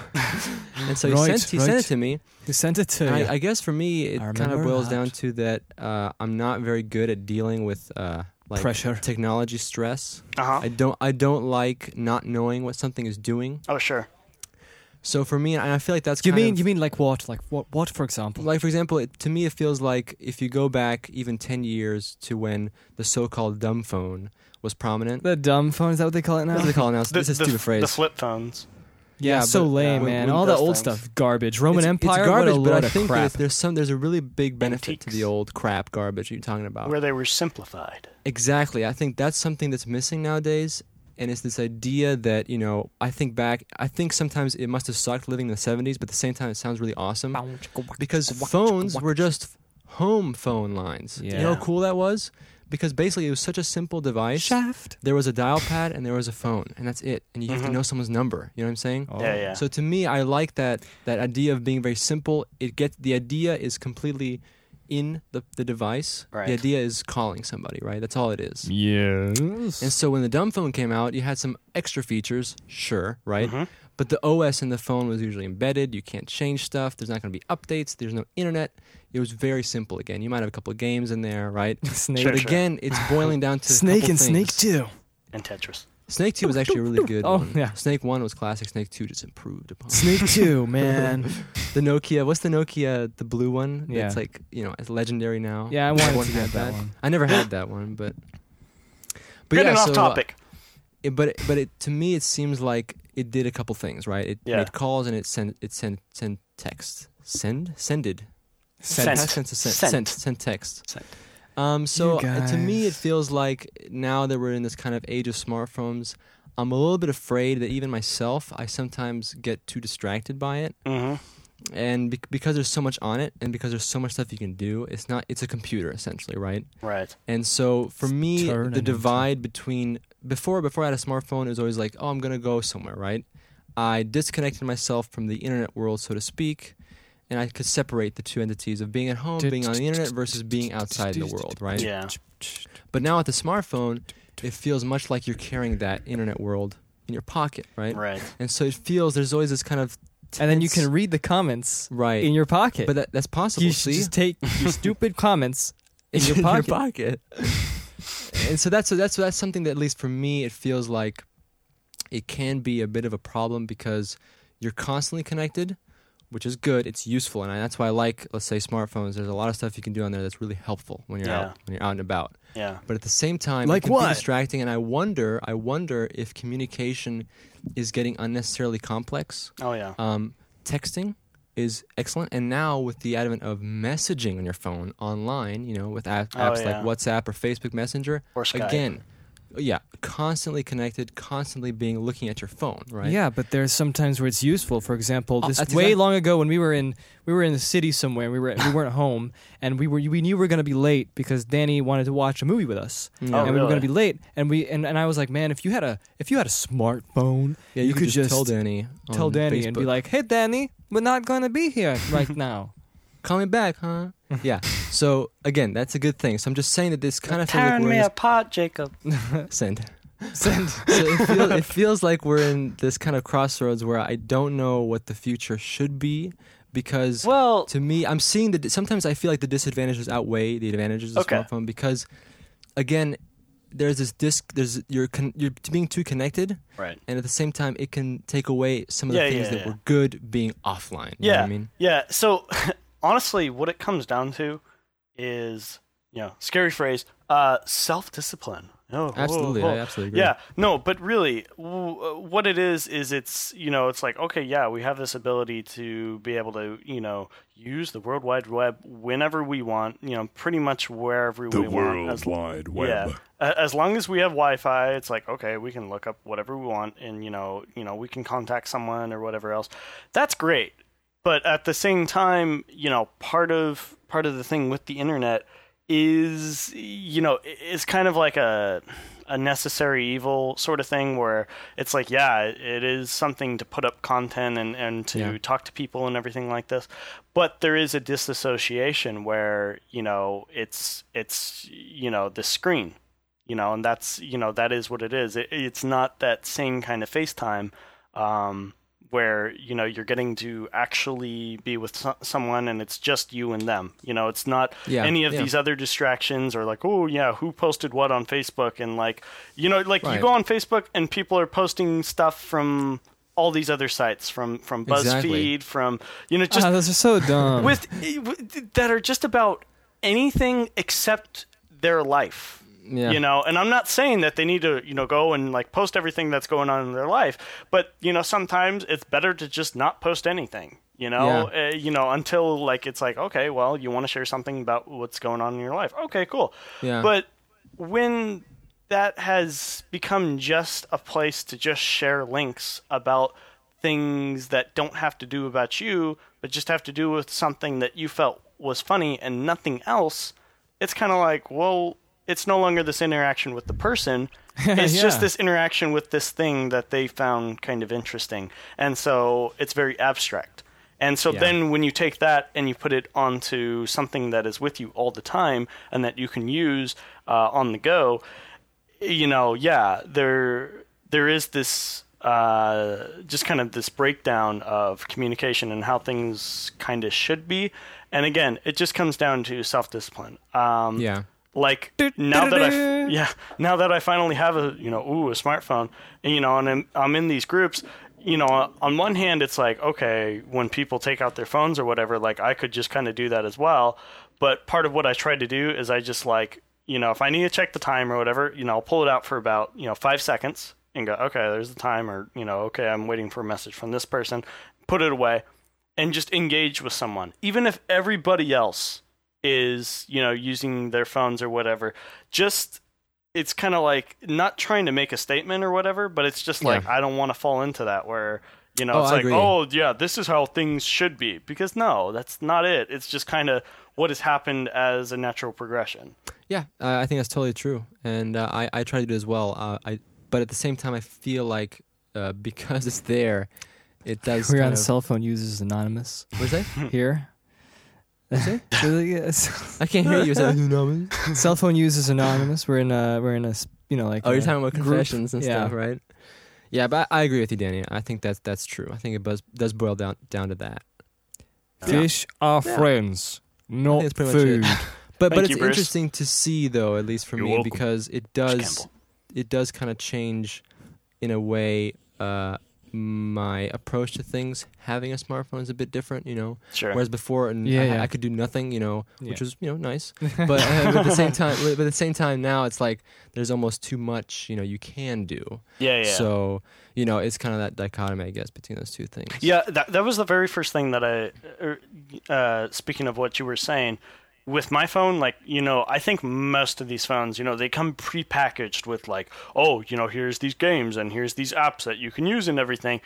B: and so he
A: Right,
B: sent he sent
A: right.
B: it to me.
A: He sent it to
B: And
A: you.
B: I, I guess for me, it
A: I
B: kind of
A: remember
B: boils
A: that.
B: down to that uh, I'm not very good at dealing with uh, like
A: Pressure.
B: technology stress.
C: Uh huh.
B: I don't I don't like not knowing what something is doing.
C: Oh, sure.
B: So for me, and I feel like that's
A: You
B: kind
A: mean
B: of-
A: you mean like what? Like what? What for example?
B: like for example it, to me it feels like if you go back even 10 years to when the so-called dumb phone was prominent
A: the dumb phone is that what they call it
B: that's
A: now?
B: what they call it now it's a
C: the,
B: stupid phrase
C: the flip phones.
A: yeah,
B: yeah,
A: so
B: but,
A: lame,
C: uh,
A: man.
C: when
A: All the
C: those
A: old
C: things-
A: stuff, garbage. Roman
B: It's-
A: Empire,
B: it's garbage
A: what a
B: but
A: load
B: i
A: of
B: think
A: crap.
B: that there's some there's a really big benefit to the
C: Antiques.
B: old crap garbage you're talking about
C: where they were simplified.
B: Exactly. I think that's something that's missing nowadays. And it's this idea that, you know, I think back, I think sometimes it must have sucked living in the 70s, but at the same time, it sounds really awesome. Because phones were just home phone lines. You know
A: Yeah.
B: how cool that was? Because basically, it was such a simple device.
A: shaft.
B: There was a dial pad and there was a phone, and that's it. And you have to know someone's number. You know what I'm saying?
C: Yeah, yeah.
B: Oh. So to me, I like that that idea of being very simple. It gets the idea is completely in the, the device.
C: Right.
B: The idea is calling somebody, right? That's all it is.
E: Yes.
B: And so when the dumb phone came out, you had some extra features, sure, right?
C: Mm-hmm.
B: But the OS in the phone was usually embedded. You can't change stuff. There's not going to be updates. There's no internet. It was very simple again. You might have a couple of games in there, right?
A: Snake.
B: but again, it's boiling down to a
A: Snake
B: couple
A: and Snake
B: things.
A: too.
C: And Tetris.
B: Snake Two was actually a really good.
A: Oh,
B: one.
A: yeah.
B: Snake One was classic. Snake Two just improved upon. it.
A: Snake too, man.
B: The Nokia, what's the Nokia, the blue one?
A: Yeah.
B: It's like, you know, it's legendary now.
A: Yeah, I wanted
B: Everyone
A: to
B: had
A: get that one.
B: I never had that one, but. but
C: Good
B: yeah,
C: enough
B: so, uh,
C: topic.
B: It, but but it, to me, it seems like it did a couple things, right? It
C: Yeah.
B: made calls and it sent it sent sent text. Send? Sended.
C: Sent.
B: Past tense is sent.
C: Sent.
B: Sent. sent text.
C: Sent.
B: Um, so
A: You
B: uh, to me, it
A: guys.
B: feels like now that we're in this kind of age of smartphones, I'm a little bit afraid that even myself, I sometimes get too distracted by it
C: hmm
B: and bec because there's so much on it and because there's so much stuff you can do it's not it's a computer essentially right
C: Right.
B: and so for me
A: turning
B: the
A: into-
B: divide between before before i had a smartphone it was always like oh i'm gonna go somewhere right i disconnected myself from the internet world so to speak and i could separate the two entities of being at home being on the internet versus being outside in the world right
C: Yeah.
B: but now at the smartphone it feels much like you're carrying that internet world in your pocket right
C: Right.
B: and so it feels there's always this kind of
A: And then you
B: tense-
A: can read the comments
B: right
A: in your pocket.
B: but that, that's possible
A: you should
B: see
A: just take your stupid comments in your pocket.
B: and so that's that's that's something that at least for me it feels like it can be a bit of a problem because you're constantly connected, which is good. It's useful, and I, that's why I like let's say smartphones. There's a lot of stuff you can do on there that's really helpful when you're
C: Yeah.
B: out when you're out and about.
C: Yeah.
B: But at the same time,
A: Like
B: it can
A: what?
B: be distracting, and I wonder I wonder if communication is getting unnecessarily complex.
C: Oh yeah.
B: Um, texting is excellent, and now with the advent of messaging on your phone online, you know, with app,
C: Oh,
B: apps
C: yeah.
B: like WhatsApp or Facebook Messenger,
C: Or Skype.
B: again, yeah, constantly connected, constantly being looking at your phone, right?
A: Yeah, but there's sometimes where it's useful. For example,
B: Oh,
A: this
B: that's
A: way
B: exact-
A: long ago when we were in we were in the city somewhere, we were we weren't home, and we were we knew we were gonna be late because Danny wanted to watch a movie with us, and
B: Oh,
A: we were
C: really?
A: gonna be late, and we and, and I was like, man, if you had a if you had a smartphone,
B: yeah. You, could, just, tell Danny, on
A: tell Danny and be
B: Facebook,
A: like, hey Danny, we're not gonna be here right now.
B: "Call me back, huh?" yeah. So again, that's a good thing. So I'm just saying that this kind of feels like
C: Tearing
B: we're in
C: me
B: this-
C: apart, Jacob.
B: Send. Send. so it, feel, it feels like we're in this kind of crossroads where I don't know what the future should be because
C: Well-
B: to me, I'm seeing that sometimes I feel like the disadvantages outweigh the advantages of the
C: Okay.
B: smartphone because, again, there's this disc, there's you're, con- you're being too connected.
C: Right.
B: And at the same time, it can take away some of the
C: Yeah,
B: things
C: yeah,
B: that
C: yeah.
B: were good being offline. You know
C: yeah.
B: what I mean?
C: Yeah. So honestly, what it comes down to is, you know, scary phrase, uh, self discipline. No, whoa,
B: Absolutely,
C: whoa.
B: I absolutely agree.
C: Yeah, no, but really, w- uh, what it is is it's you know it's like okay, yeah, we have this ability to be able to you know use the World Wide Web whenever we want, you know, pretty much wherever
F: The
C: we want.
F: World
C: as-
F: Wide Web.
C: Yeah. A- As long as we have Wi-Fi, it's like okay, we can look up whatever we want, and you know, you know, we can contact someone or whatever else. That's great, but at the same time, you know, part of part of the thing with the internet is you know i- is kind of like a a necessary evil sort of thing where it's like yeah it is something to put up content and and to
B: Yeah.
C: talk to people and everything like this but there is a disassociation where you know it's it's you know the screen you know and that's you know that is what it is it, it's not that same kind of facetime um where you know you're getting to actually be with so- someone and it's just you and them you know it's not
B: Yeah,
C: any of
B: yeah.
C: these other distractions or like oh yeah who posted what on facebook and like you know like you
B: Right.
C: go on facebook and people are posting stuff from all these other sites from from buzzfeed
B: Exactly.
C: from you know just
A: Ah, those are so
B: Um,
A: dumb.
C: with with- that are just about anything except their life.
B: Yeah.
C: You know, and I'm not saying that they need to, you know, go and like post everything that's going on in their life, but you know, sometimes it's better to just not post anything. You know, uh, you know, until like it's like, okay, well, you want to share something about what's going on in your life. Okay, cool.
B: Yeah.
C: But when that has become just a place to just share links about things that don't have to do about you, but just have to do with something that you felt was funny and nothing else, it's kind of like, well, it's no longer this interaction with the person. It's just
A: Yeah.
C: this interaction with this thing that they found kind of interesting. And so it's very abstract. And so then when you take that and you put it onto something that is with you all the time and that you can use uh, on the go, you know, yeah, there there is this uh, just kind of this breakdown of communication and how things kind of should be. And again, it just comes down to self discipline. Um,
B: Yeah.
C: like now that I f- yeah now that I finally have a you know ooh a smartphone and you know and I'm, I'm in these groups you know on one hand it's like okay when people take out their phones or whatever like I could just kind of do that as well but part of what I try to do is I just like you know if I need to check the time or whatever you know I'll pull it out for about you know 5 seconds and go okay there's the time or you know okay I'm waiting for a message from this person put it away and just engage with someone even if everybody else is you know using their phones or whatever just it's kind of like not trying to make a statement or whatever but it's just like i don't want to fall into that where you know
B: Oh,
C: it's
B: I
C: like
B: agree.
C: oh yeah this is how things should be because no that's not it it's just kind of what has happened as a natural progression
B: Yeah, I I think that's totally true, and uh, I I try to do it as well. Uh, I but at the same time, I feel like uh, because it's there, it does.
A: We're
B: kind
A: on
B: of,
A: cell phone users anonymous
B: What's that?
A: here.
B: I can't hear you. Is that
A: cell phone users anonymous. We're in a we're in a s- you know like
B: oh,
A: a
B: you're talking about
A: group.
B: confessions and
A: yeah.
B: stuff, right? Yeah, but I I agree with you, Danny. I think that's that's true. I think it does does boil down down to that.
A: Fish are friends,
B: I think
A: not
B: that's pretty
A: food.
B: much it. But
C: Thank
B: but it's
C: you, Bruce.
B: interesting to see, though, at least for
F: You're
B: me,
F: welcome.
B: because it
C: Bruce
B: does
C: Campbell.
B: it does kind of change in a way. Uh, my approach to things having a smartphone is a bit different, you know.
C: sure
B: Whereas before, and
A: Yeah,
B: I,
A: yeah.
B: I could do nothing, you know, which
A: Yeah.
B: was you know nice. But, uh, but at the same time, but at the same time now, it's like there's almost too much, you know, you can do.
C: yeah yeah
B: So you know, it's kind of that dichotomy, I guess, between those two things.
C: Yeah, that that was the very first thing that I. er, Uh, speaking of what you were saying, with my phone, like you know, I think most of these phones, you know, they come prepackaged with like, oh, you know, here's these games and here's these apps that you can use and everything,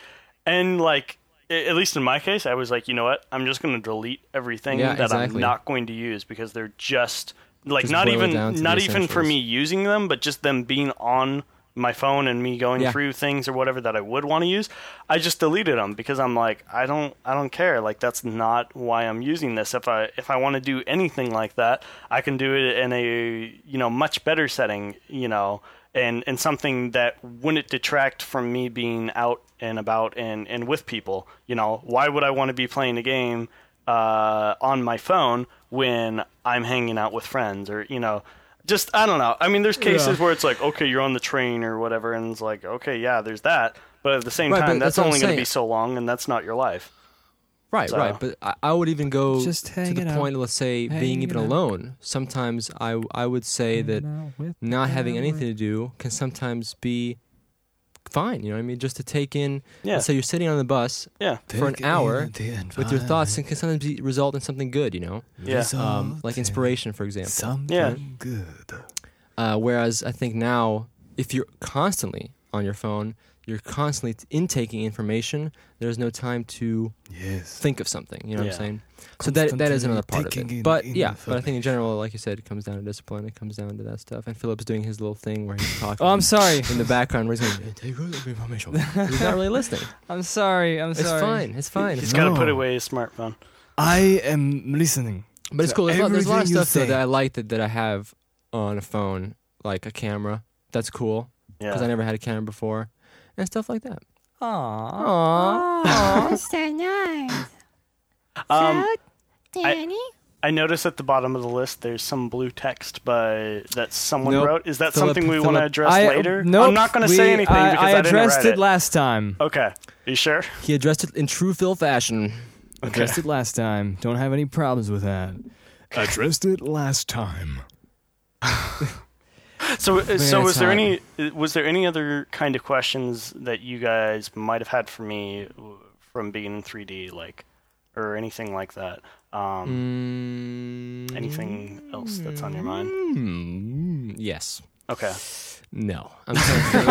C: and like. a- At least in my case, I was like, you know what? I'm just going to delete everything
B: Yeah,
C: that I'm
B: exactly.
C: not going to use because they're just like
B: Just
C: not
B: boil it down
C: even
B: to
C: not
B: the
C: even for
B: essentials.
C: me using them, but just them being on my phone and me going
B: Yeah.
C: through things or whatever that I would want to use. I just deleted them because I'm like, I don't, I don't care. Like that's not why I'm using this. If I, if I want to do anything like that, I can do it in a, you know, much better setting, you know, and and something that wouldn't detract from me being out and about and and with people. You know, why would I want to be playing a game? uh, on my phone when I'm hanging out with friends or you know just I don't know. I mean, there's cases where it's like okay, you're on the train or whatever, and it's like okay, yeah, there's that. But at the same
B: Right, but
C: time, that's,
B: that's what I'm
C: only going to
B: saying.
C: be so long, and that's not your life.
B: Right,
C: So-
B: right. But I, I would even go
A: Just
B: to
A: hanging
B: the
A: out.
B: point, let's say, being
A: Hanging
B: even
A: out.
B: alone. Sometimes I, I would say that not having anything to do can sometimes be fine. You know what I mean? Just to take in,
C: Yeah.
B: let's say you're sitting on the bus
C: Yeah.
B: for an hour with your thoughts and can sometimes be, result in something good, you know?
C: Yeah.
A: Oh,
B: Um, like inspiration, for example.
E: Something
C: Yeah.
E: good.
B: Uh, whereas I think now, if you're constantly on your phone, you're constantly t- intaking information. There's no time to
E: Yes.
B: think of something. You know what
C: Yeah.
B: I'm saying? So that that is
E: Constantly
B: another part of
E: taking in
B: it. But yeah, but I
E: information.
B: think in general, like you said, it comes down to discipline. It comes down to that stuff. And Philip's doing his little thing where he's talking.
A: Oh, I'm sorry.
B: In the background, where he's going, "Take all the information." He's not really listening.
A: I'm sorry. I'm
B: It's
A: sorry.
B: fine. It's fine.
C: He's
E: No.
C: got to put away his smartphone.
E: I am listening.
B: But it's
E: So
B: cool. There's a, lot, there's a lot of
E: everything you
B: stuff though,
E: say.
B: that I like that, that I have on a phone, like a camera. That's cool because
C: Yeah.
B: I never had a camera before, and stuff like that.
A: Aww.
B: Aww.
F: Oh, so nice.
C: Um,
F: so,
C: I-
F: Danny?
C: I notice at the bottom of the list there's some blue text by that someone
B: Nope.
C: wrote. Is that
B: Philip-
C: something we want to
B: Philip-
C: address later?
A: No,
C: I'm not going to say anything
A: I,
C: because
A: I
C: I, didn't
A: addressed
C: write
A: it last time.
C: Okay. You sure?
B: He addressed it in true Phil fashion.
A: Addressed it last time. Don't have any problems with that.
E: Addressed it last time.
C: So, uh, so was there
B: time.
C: any uh, was there any other kind of questions that you guys might have had for me w- from being in 3D, like, or anything like that? Um,
B: Mm,
C: Anything else that's on your mind?
B: Mm, yes.
C: Okay.
B: No. I'm trying to think.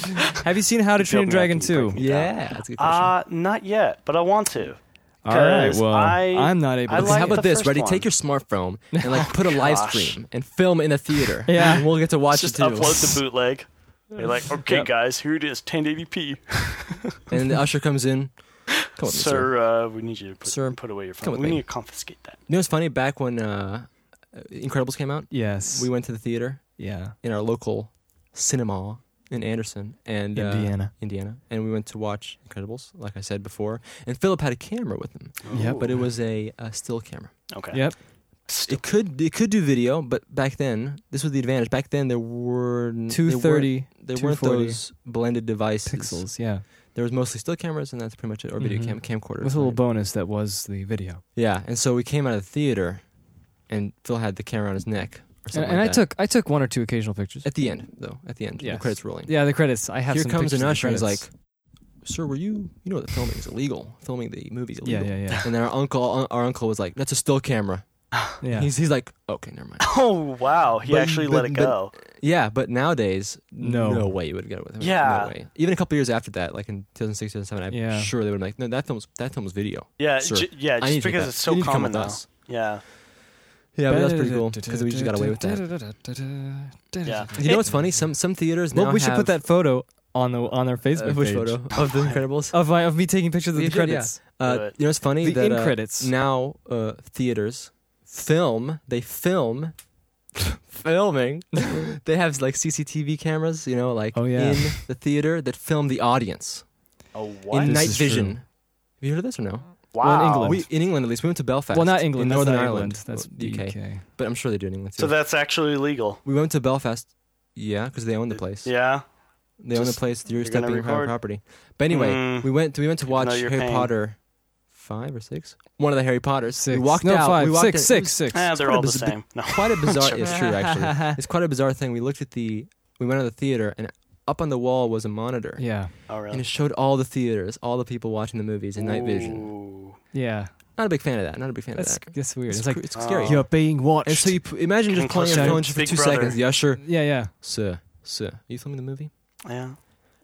A: oh no! have you seen How to Train
C: Build
A: Your
C: me up
A: Dragon
C: and
A: Two?
C: break me down.
B: yeah, that's a good question.
C: Uh, not yet, but I want to.
A: All right.
C: 'Cause
A: Well,
C: I-
A: am not able.
C: I
A: to
C: like
B: How
C: the
B: about this,
C: first
B: Ready?
C: one. Oh,
B: Take your smartphone and like put a live
C: gosh.
B: stream and film it in a theater.
A: Yeah.
B: and we'll get to watch
C: Just
B: it too.
C: upload the bootleg. You're like, okay,
B: Yep.
C: guys, here it is, 1080p.
B: And the usher comes in. Come on, sir.
C: Sir, uh, we need you to put,
B: Sir,
C: put away your
B: come
C: phone.
B: with
C: We
B: me.
C: need to confiscate that.
B: You know what's funny? Back when uh, Incredibles came out,
A: yes.
B: we went to the theater
A: yeah.
B: in our local cinema in Anderson and uh,
A: Indiana.
B: Indiana, and we went to watch Incredibles, like I said before. And Philip had a camera with him,
A: Yep.
B: but it was a, a still camera.
C: Okay.
A: Yep.
C: Still-
B: It could it could do video, but back then this was the advantage. Back then there were
A: Two thirty
B: There weren't
A: 240
B: those blended devices.
A: pixels. Yeah.
B: There was mostly still cameras, and that's pretty much it, or video
A: Mhm.
B: cam camcorders.
A: With a little
B: right?
A: bonus that was the video.
B: Yeah, and so we came out of the theater, and Phil had the camera on his neck or
A: And,
B: something.
A: and
B: like
A: I
B: that.
A: took I took one or two occasional pictures.
B: at the end though. At the end, the
A: Yes.
B: credits rolling.
A: Yeah, the credits. I have.
B: Here
A: some
B: comes
A: pictures
B: an
A: of the
B: usher. and He's like,
A: credits.
B: "Sir, were you? You know that filming is illegal. Filming the movie is
A: Yeah,
B: illegal."
A: yeah, yeah.
B: And then our uncle, our uncle was like, "That's a still camera."
A: yeah.
B: He's he's like, "Okay, never mind."
C: Oh, wow. He
B: But-
C: actually
B: but-
C: let it
B: but-
C: go.
B: Yeah, but nowadays,
A: No.
B: no way you would get it with him.
C: Yeah.
B: no way. Even a couple years after that, like in 2006, 2007, I'm
A: Yeah.
B: sure they would be like, "No, that film was that film was video."
C: Yeah,
B: Sir,
C: ju- yeah,
B: I
C: just
B: need to get
C: because
B: that.
C: it's
B: You
C: so
B: need to come
C: common
B: with
C: now.
B: us.
C: Yeah,
B: Yeah, but that's pretty cool because we just got away with that.
C: yeah.
B: You know what's funny? Some some theaters now
A: Well, we should put
B: have-
A: that photo on the on our Facebook
B: uh, which
A: page.
B: photo of the Incredibles.
A: of my of me taking pictures of
B: You
A: the
B: did, yeah.
A: credits.
C: Do
B: Uh,
C: it.
B: you know what's funny?
A: The
B: that,
A: in
B: uh,
A: credits.
B: now uh, theaters film they film filming they have like cctv cameras you know like
A: Oh, yeah.
B: in the theater that film the audience
C: Oh, what?
B: in
A: This
B: night
A: is
B: vision
A: true.
B: have you heard of this or no
C: wow.
A: well, in England.
B: we in england at least we went to belfast
A: Well, not England.
B: in
A: that's
B: northern
A: not
B: ireland
A: England.
B: well,
A: That's
B: uk
A: UK.
B: but i'm sure they do in england too
C: So that's actually legal.
B: we went to belfast yeah because they own the place
C: Yeah.
B: they own the
C: Just-
B: place you're
C: you're gonna
B: stepping on private
C: record.
B: property but anyway
C: Mm.
B: we went we went to watch
C: you're
B: harry
C: paying.
B: potter five or six one of the harry potters
A: Six.
B: we walked
A: no,
B: out
A: five,
B: we walked
A: six,
B: in- it
A: six,
B: was-
A: six.
C: Eh, they're
B: quite a
C: all the
B: biz-
C: same. No.
B: quite a bizarre.
C: Sure.
B: It's true, actually. It's quite a bizarre thing. We looked at the, we went out of the theater, and up on the wall was a monitor,
A: Yeah,
C: Oh,
B: and
C: really?
B: it showed all the theaters, all the people watching the movies in night vision.
C: Ooh.
A: yeah.
B: Not a big fan of that. Not a big fan
A: That's
B: of that.
A: that's weird. It's,
B: It's,
A: like
B: cr- it's scary.
C: Oh.
A: you're being watched.
B: And so you p- imagine just
C: Getting
B: playing your
C: closer.
B: phone just for
C: Big
B: two
C: brother.
B: seconds. The usher,
A: yeah, yeah,
B: sir, sir, are you filming the movie?
C: Yeah.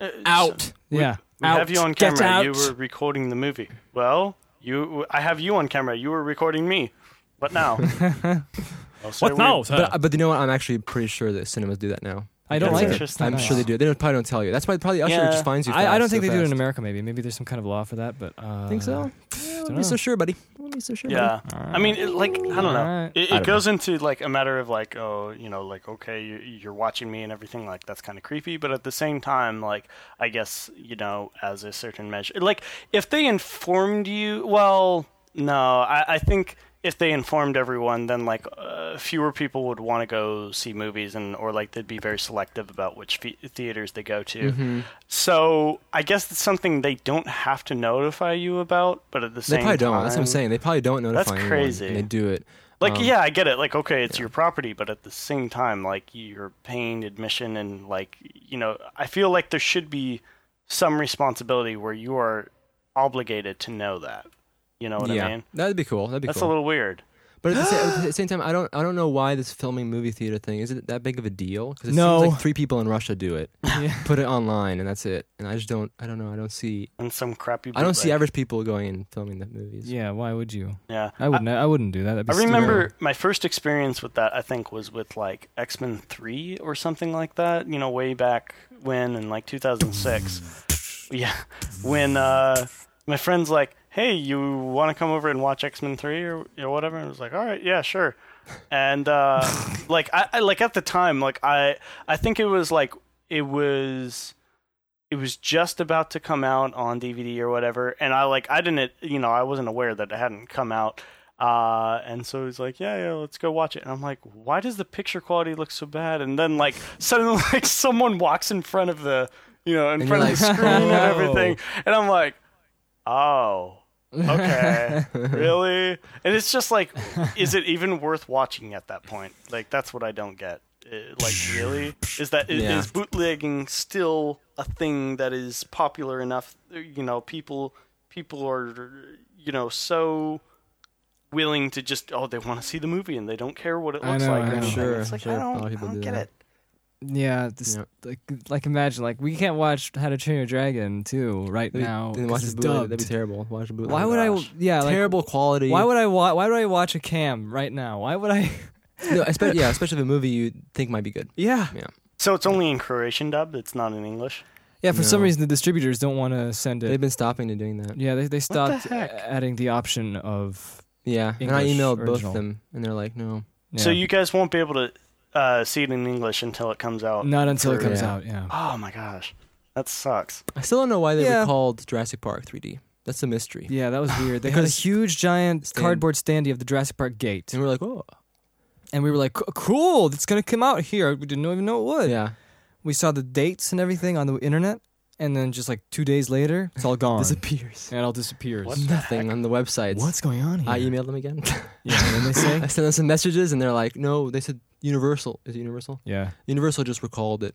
C: Uh, so
B: Out.
A: yeah.
C: we have you on
A: Get
C: camera. You
A: out.
C: were recording the movie. Well, you. I have you on camera. You were recording me. What now? Oh, sir, we-
B: But, uh, but you know what? I'm actually pretty sure that cinemas do that now.
A: I don't
C: That's
A: like it.
C: interesting.
B: I'm sure they do. They don't, probably don't tell you. That's why probably usher
C: Yeah.
B: just finds you.
A: I, I
B: fast,
A: don't think
B: so
A: they do it in
B: fast.
A: America. Maybe maybe there's some kind of law for that. But uh,
B: Think so? Yeah,
A: don't
B: wouldn't
A: know.
B: be so sure, buddy. Wouldn't be so sure. buddy.
C: Yeah. I mean, it, like, I don't know.
A: Alright.
C: It,
B: I
C: it
B: don't
C: goes into like a matter of like, oh, you know, like okay, you, you're watching me and everything. Like that's kind of creepy. But at the same time, like, I guess you know, as a certain measure, like if they informed you, well, no, I, I think if they informed everyone, then like uh, fewer people would want to go see movies, and or like they'd be very selective about which fe- theaters they go to.
B: Mm-hmm.
C: So I guess it's something they don't have to notify you about, but at the
B: They
C: same
B: probably
C: time,
B: don't. That's what I'm saying. They probably don't notify
C: That's
B: anyone,
C: crazy.
B: and they do it.
C: Like,
B: Um,
C: yeah, I get it. Like, okay, it's your property, but at the same time, like, you're paying admission, and like, you know, I feel like there should be some responsibility where you are obligated to know that. You know what
B: yeah,
C: I mean?
B: that'd be cool. That'd be
C: That's
B: cool.
C: a little weird.
B: but at the, same, at the same time, I don't. I don't know why this filming movie theater thing is it that big of a deal? Because it
A: No.
B: seems like three people in Russia do it, put it online, and that's it. And I just don't. I don't know. I don't see.
C: And some crappy.
B: I don't see
C: bootleg.
B: average people going and filming the movies.
A: Yeah, why would you?
C: Yeah,
A: I wouldn't. I, wouldn't do that. That'd be
C: I remember my first experience with that. I think was with like X Men Three or something like that. You know, way back when in like 2006. yeah, when uh, my friend's like, "Hey, you want to come over and watch X Men Three or, or whatever?" And I was like, "All right, yeah, sure." And uh, like I, I like at the time, like I I think it was like it was it was just about to come out on DVD or whatever, and I like I didn't you know I wasn't aware that it hadn't come out, uh, and so he's like, yeah, yeah, let's go watch it, and I'm like, why does the picture quality look so bad? And then like suddenly like someone walks in front of the you know in
B: And
C: front
B: you're
C: of the
B: like, "Oh,
C: screen and
B: "Whoa."
C: everything, and I'm like, oh. okay, really? And it's just like, is it even worth watching at that point? Like, that's what I don't get. Uh, Like, really? Is that is
B: Yeah.
C: bootlegging still a thing that is popular enough? Eh, You know, people people are you know so willing to just oh they want to see the movie and they don't care what it
A: I
C: looks
A: know,
C: like.
A: I
C: or
A: know.
C: anything.
B: Sure,
C: it's like
B: sure.
C: I
B: A lot
C: don't,
B: of
C: I
B: people
C: don't
B: do
C: get
B: that.
C: it.
A: Yeah, this,
B: Yeah.
A: Like, like imagine like we can't watch How to Train Your Dragon too right
B: That'd be-
A: now.
B: then
A: 'cause
B: watch
A: it's
B: the bootleg. That'd
A: dubbed.
B: be terrible. Watch the bootleg.
A: Why would
C: gosh.
A: I? Yeah, like,
B: terrible quality?
A: Why would I watch? Why would I watch a cam right now? Why would I?
B: no, especially, yeah, especially if a movie you think might be good.
A: Yeah,
B: Yeah.
C: So it's only in Croatian dub. It's not in English.
A: yeah. For some
B: No.
A: reason, the distributors don't want to send it.
B: They've been stopping to doing that.
A: yeah, they they stopped
C: heck?
A: adding the option of.
B: Yeah, and I
A: English
B: emailed both
A: original.
B: of them, and they're like, "No,
C: So
A: yeah,
C: you guys won't be able to uh, see it in English until it comes out.
A: not until it
C: for-
A: comes
B: Yeah.
A: out. Yeah,
C: Oh my gosh, that sucks.
B: I still don't know why they
A: Yeah.
B: were called Jurassic Park 3D. That's a mystery."
A: yeah. That was weird. They had a
B: Because-
A: huge giant
B: Stand.
A: cardboard standee of the Jurassic Park gate,
B: And we're like, "Oh,
A: and we were like, "Co- "Cool, it's gonna come out here." We didn't even know it would.
B: yeah."
A: We saw the dates and everything on the internet, and then just like two days later, it's all gone.
B: Disappears.
A: and it all disappears.
C: What?
B: Nothing on the websites.
E: What's going on here?
B: I emailed them again.
A: Yeah, and then they say,
B: I sent them some messages, and they're like, "No, they said Universal. Is it Universal?
A: yeah,
B: Universal just recalled it."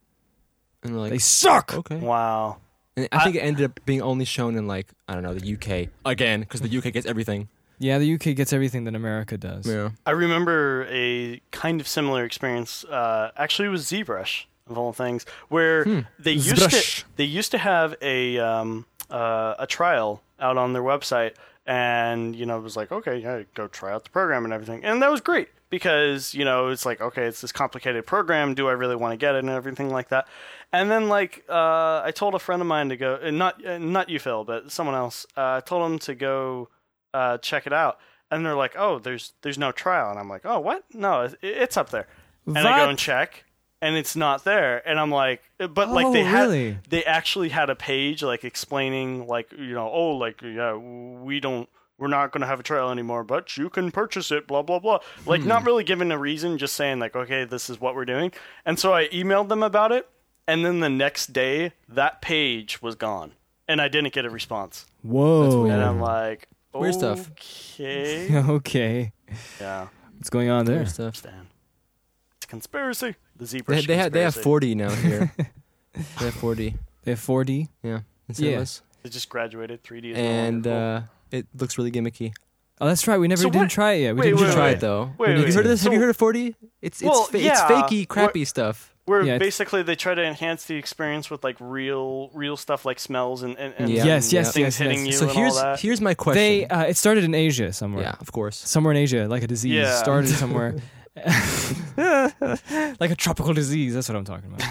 B: And we're like, oh.
A: they suck.
B: "Okay."
C: Wow.
B: And I think it ended up being only shown in like I don't know the UK again because the UK gets everything.
A: Yeah, the UK gets everything that America does.
B: Yeah.
C: I remember a kind of similar experience. Uh, actually, it was ZBrush of all things, where they used
B: ZBrush.
C: to they used to have a um, uh, a trial out on their website, and you know it was like, okay, yeah, go try out the program and everything, and that was great because you know it's like, okay, it's this complicated program. Do I really want to get it and everything like that? And then like uh, I told a friend of mine to go, and not uh, not you, Phil, but someone else. Uh, I told him to go uh, check it out. And they're like, oh, there's there's no trial. And I'm like, oh, what? No, it, it's up there. And I
A: What?
C: go and check, and it's not there. And I'm like, uh, but like
A: Oh,
C: they had
A: really?
C: they actually had a page like explaining like you know oh like yeah we don't we're not going to have a trial anymore but you can purchase it blah blah blah like
A: Hmm.
C: not really giving a reason just saying like okay this is what we're doing and so i emailed them about it and then the next day that page was gone and i didn't get a response
A: Whoa.
C: and i'm like
B: Oh. Weird stuff.
C: okay
A: okay.
C: yeah
A: What's going on there?
B: Weird stuff.
C: stan it's a conspiracy the zebra
B: They, they have they have 40 now here. they have 40.
A: They have 4D.
B: Yeah. Instead
A: Yeah.
B: of us.
C: they just graduated 3d is no longer
B: And
C: cool.
B: uh, it looks really gimmicky.
A: Oh, that's right. We never
C: So
A: didn't
C: what-
A: try it yet. We
C: wait,
A: didn't
B: You should
C: wait,
B: try
C: wait.
B: it though.
C: Wait,
B: have you
C: wait,
B: heard of this? have you
C: so-
B: heard of 40? It's it's,
C: Well,
B: fa- it's
C: yeah.
B: fakey, crappy stuff.
C: where
A: Yeah, it's-
C: basically they try to enhance the experience with like real real stuff like smells and, and, and
B: Yeah.
A: Yes,
B: Yeah.
A: yes,
C: things
A: yes,
C: hitting
A: yes.
C: you
B: So
C: and
B: here's
C: all that.
B: here's my question.
A: They uh, it started in Asia somewhere.
B: yeah, of course.
A: Somewhere in Asia, like a disease
C: Yeah.
A: started somewhere. like a tropical disease, that's what I'm talking about.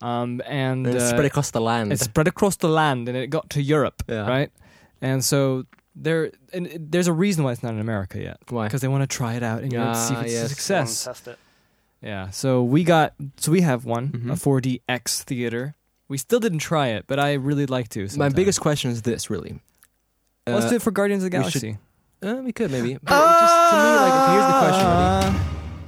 A: Um and
B: And it's
A: uh,
B: spread across the land.
A: it spread across the land and it got to Europe,
B: Yeah.
A: right? And so there and it- there's a reason why it's not in America yet.
B: Why?
A: Because they want to try it out and you know, see if
B: Ah,
A: it's a
B: yes.
C: Go and
A: success.
C: test it.
A: Yeah. So we got so we have one
B: Mhm.
A: a 4DX theater. We still didn't try it, but I really like to.
B: My
A: sometime.
B: biggest question is this really.
A: Let's
B: Uh,
A: do it for Guardians of the
B: we should-
A: Galaxy.
B: Uh, we could maybe. But it just to me, like, here's the question: Eddie.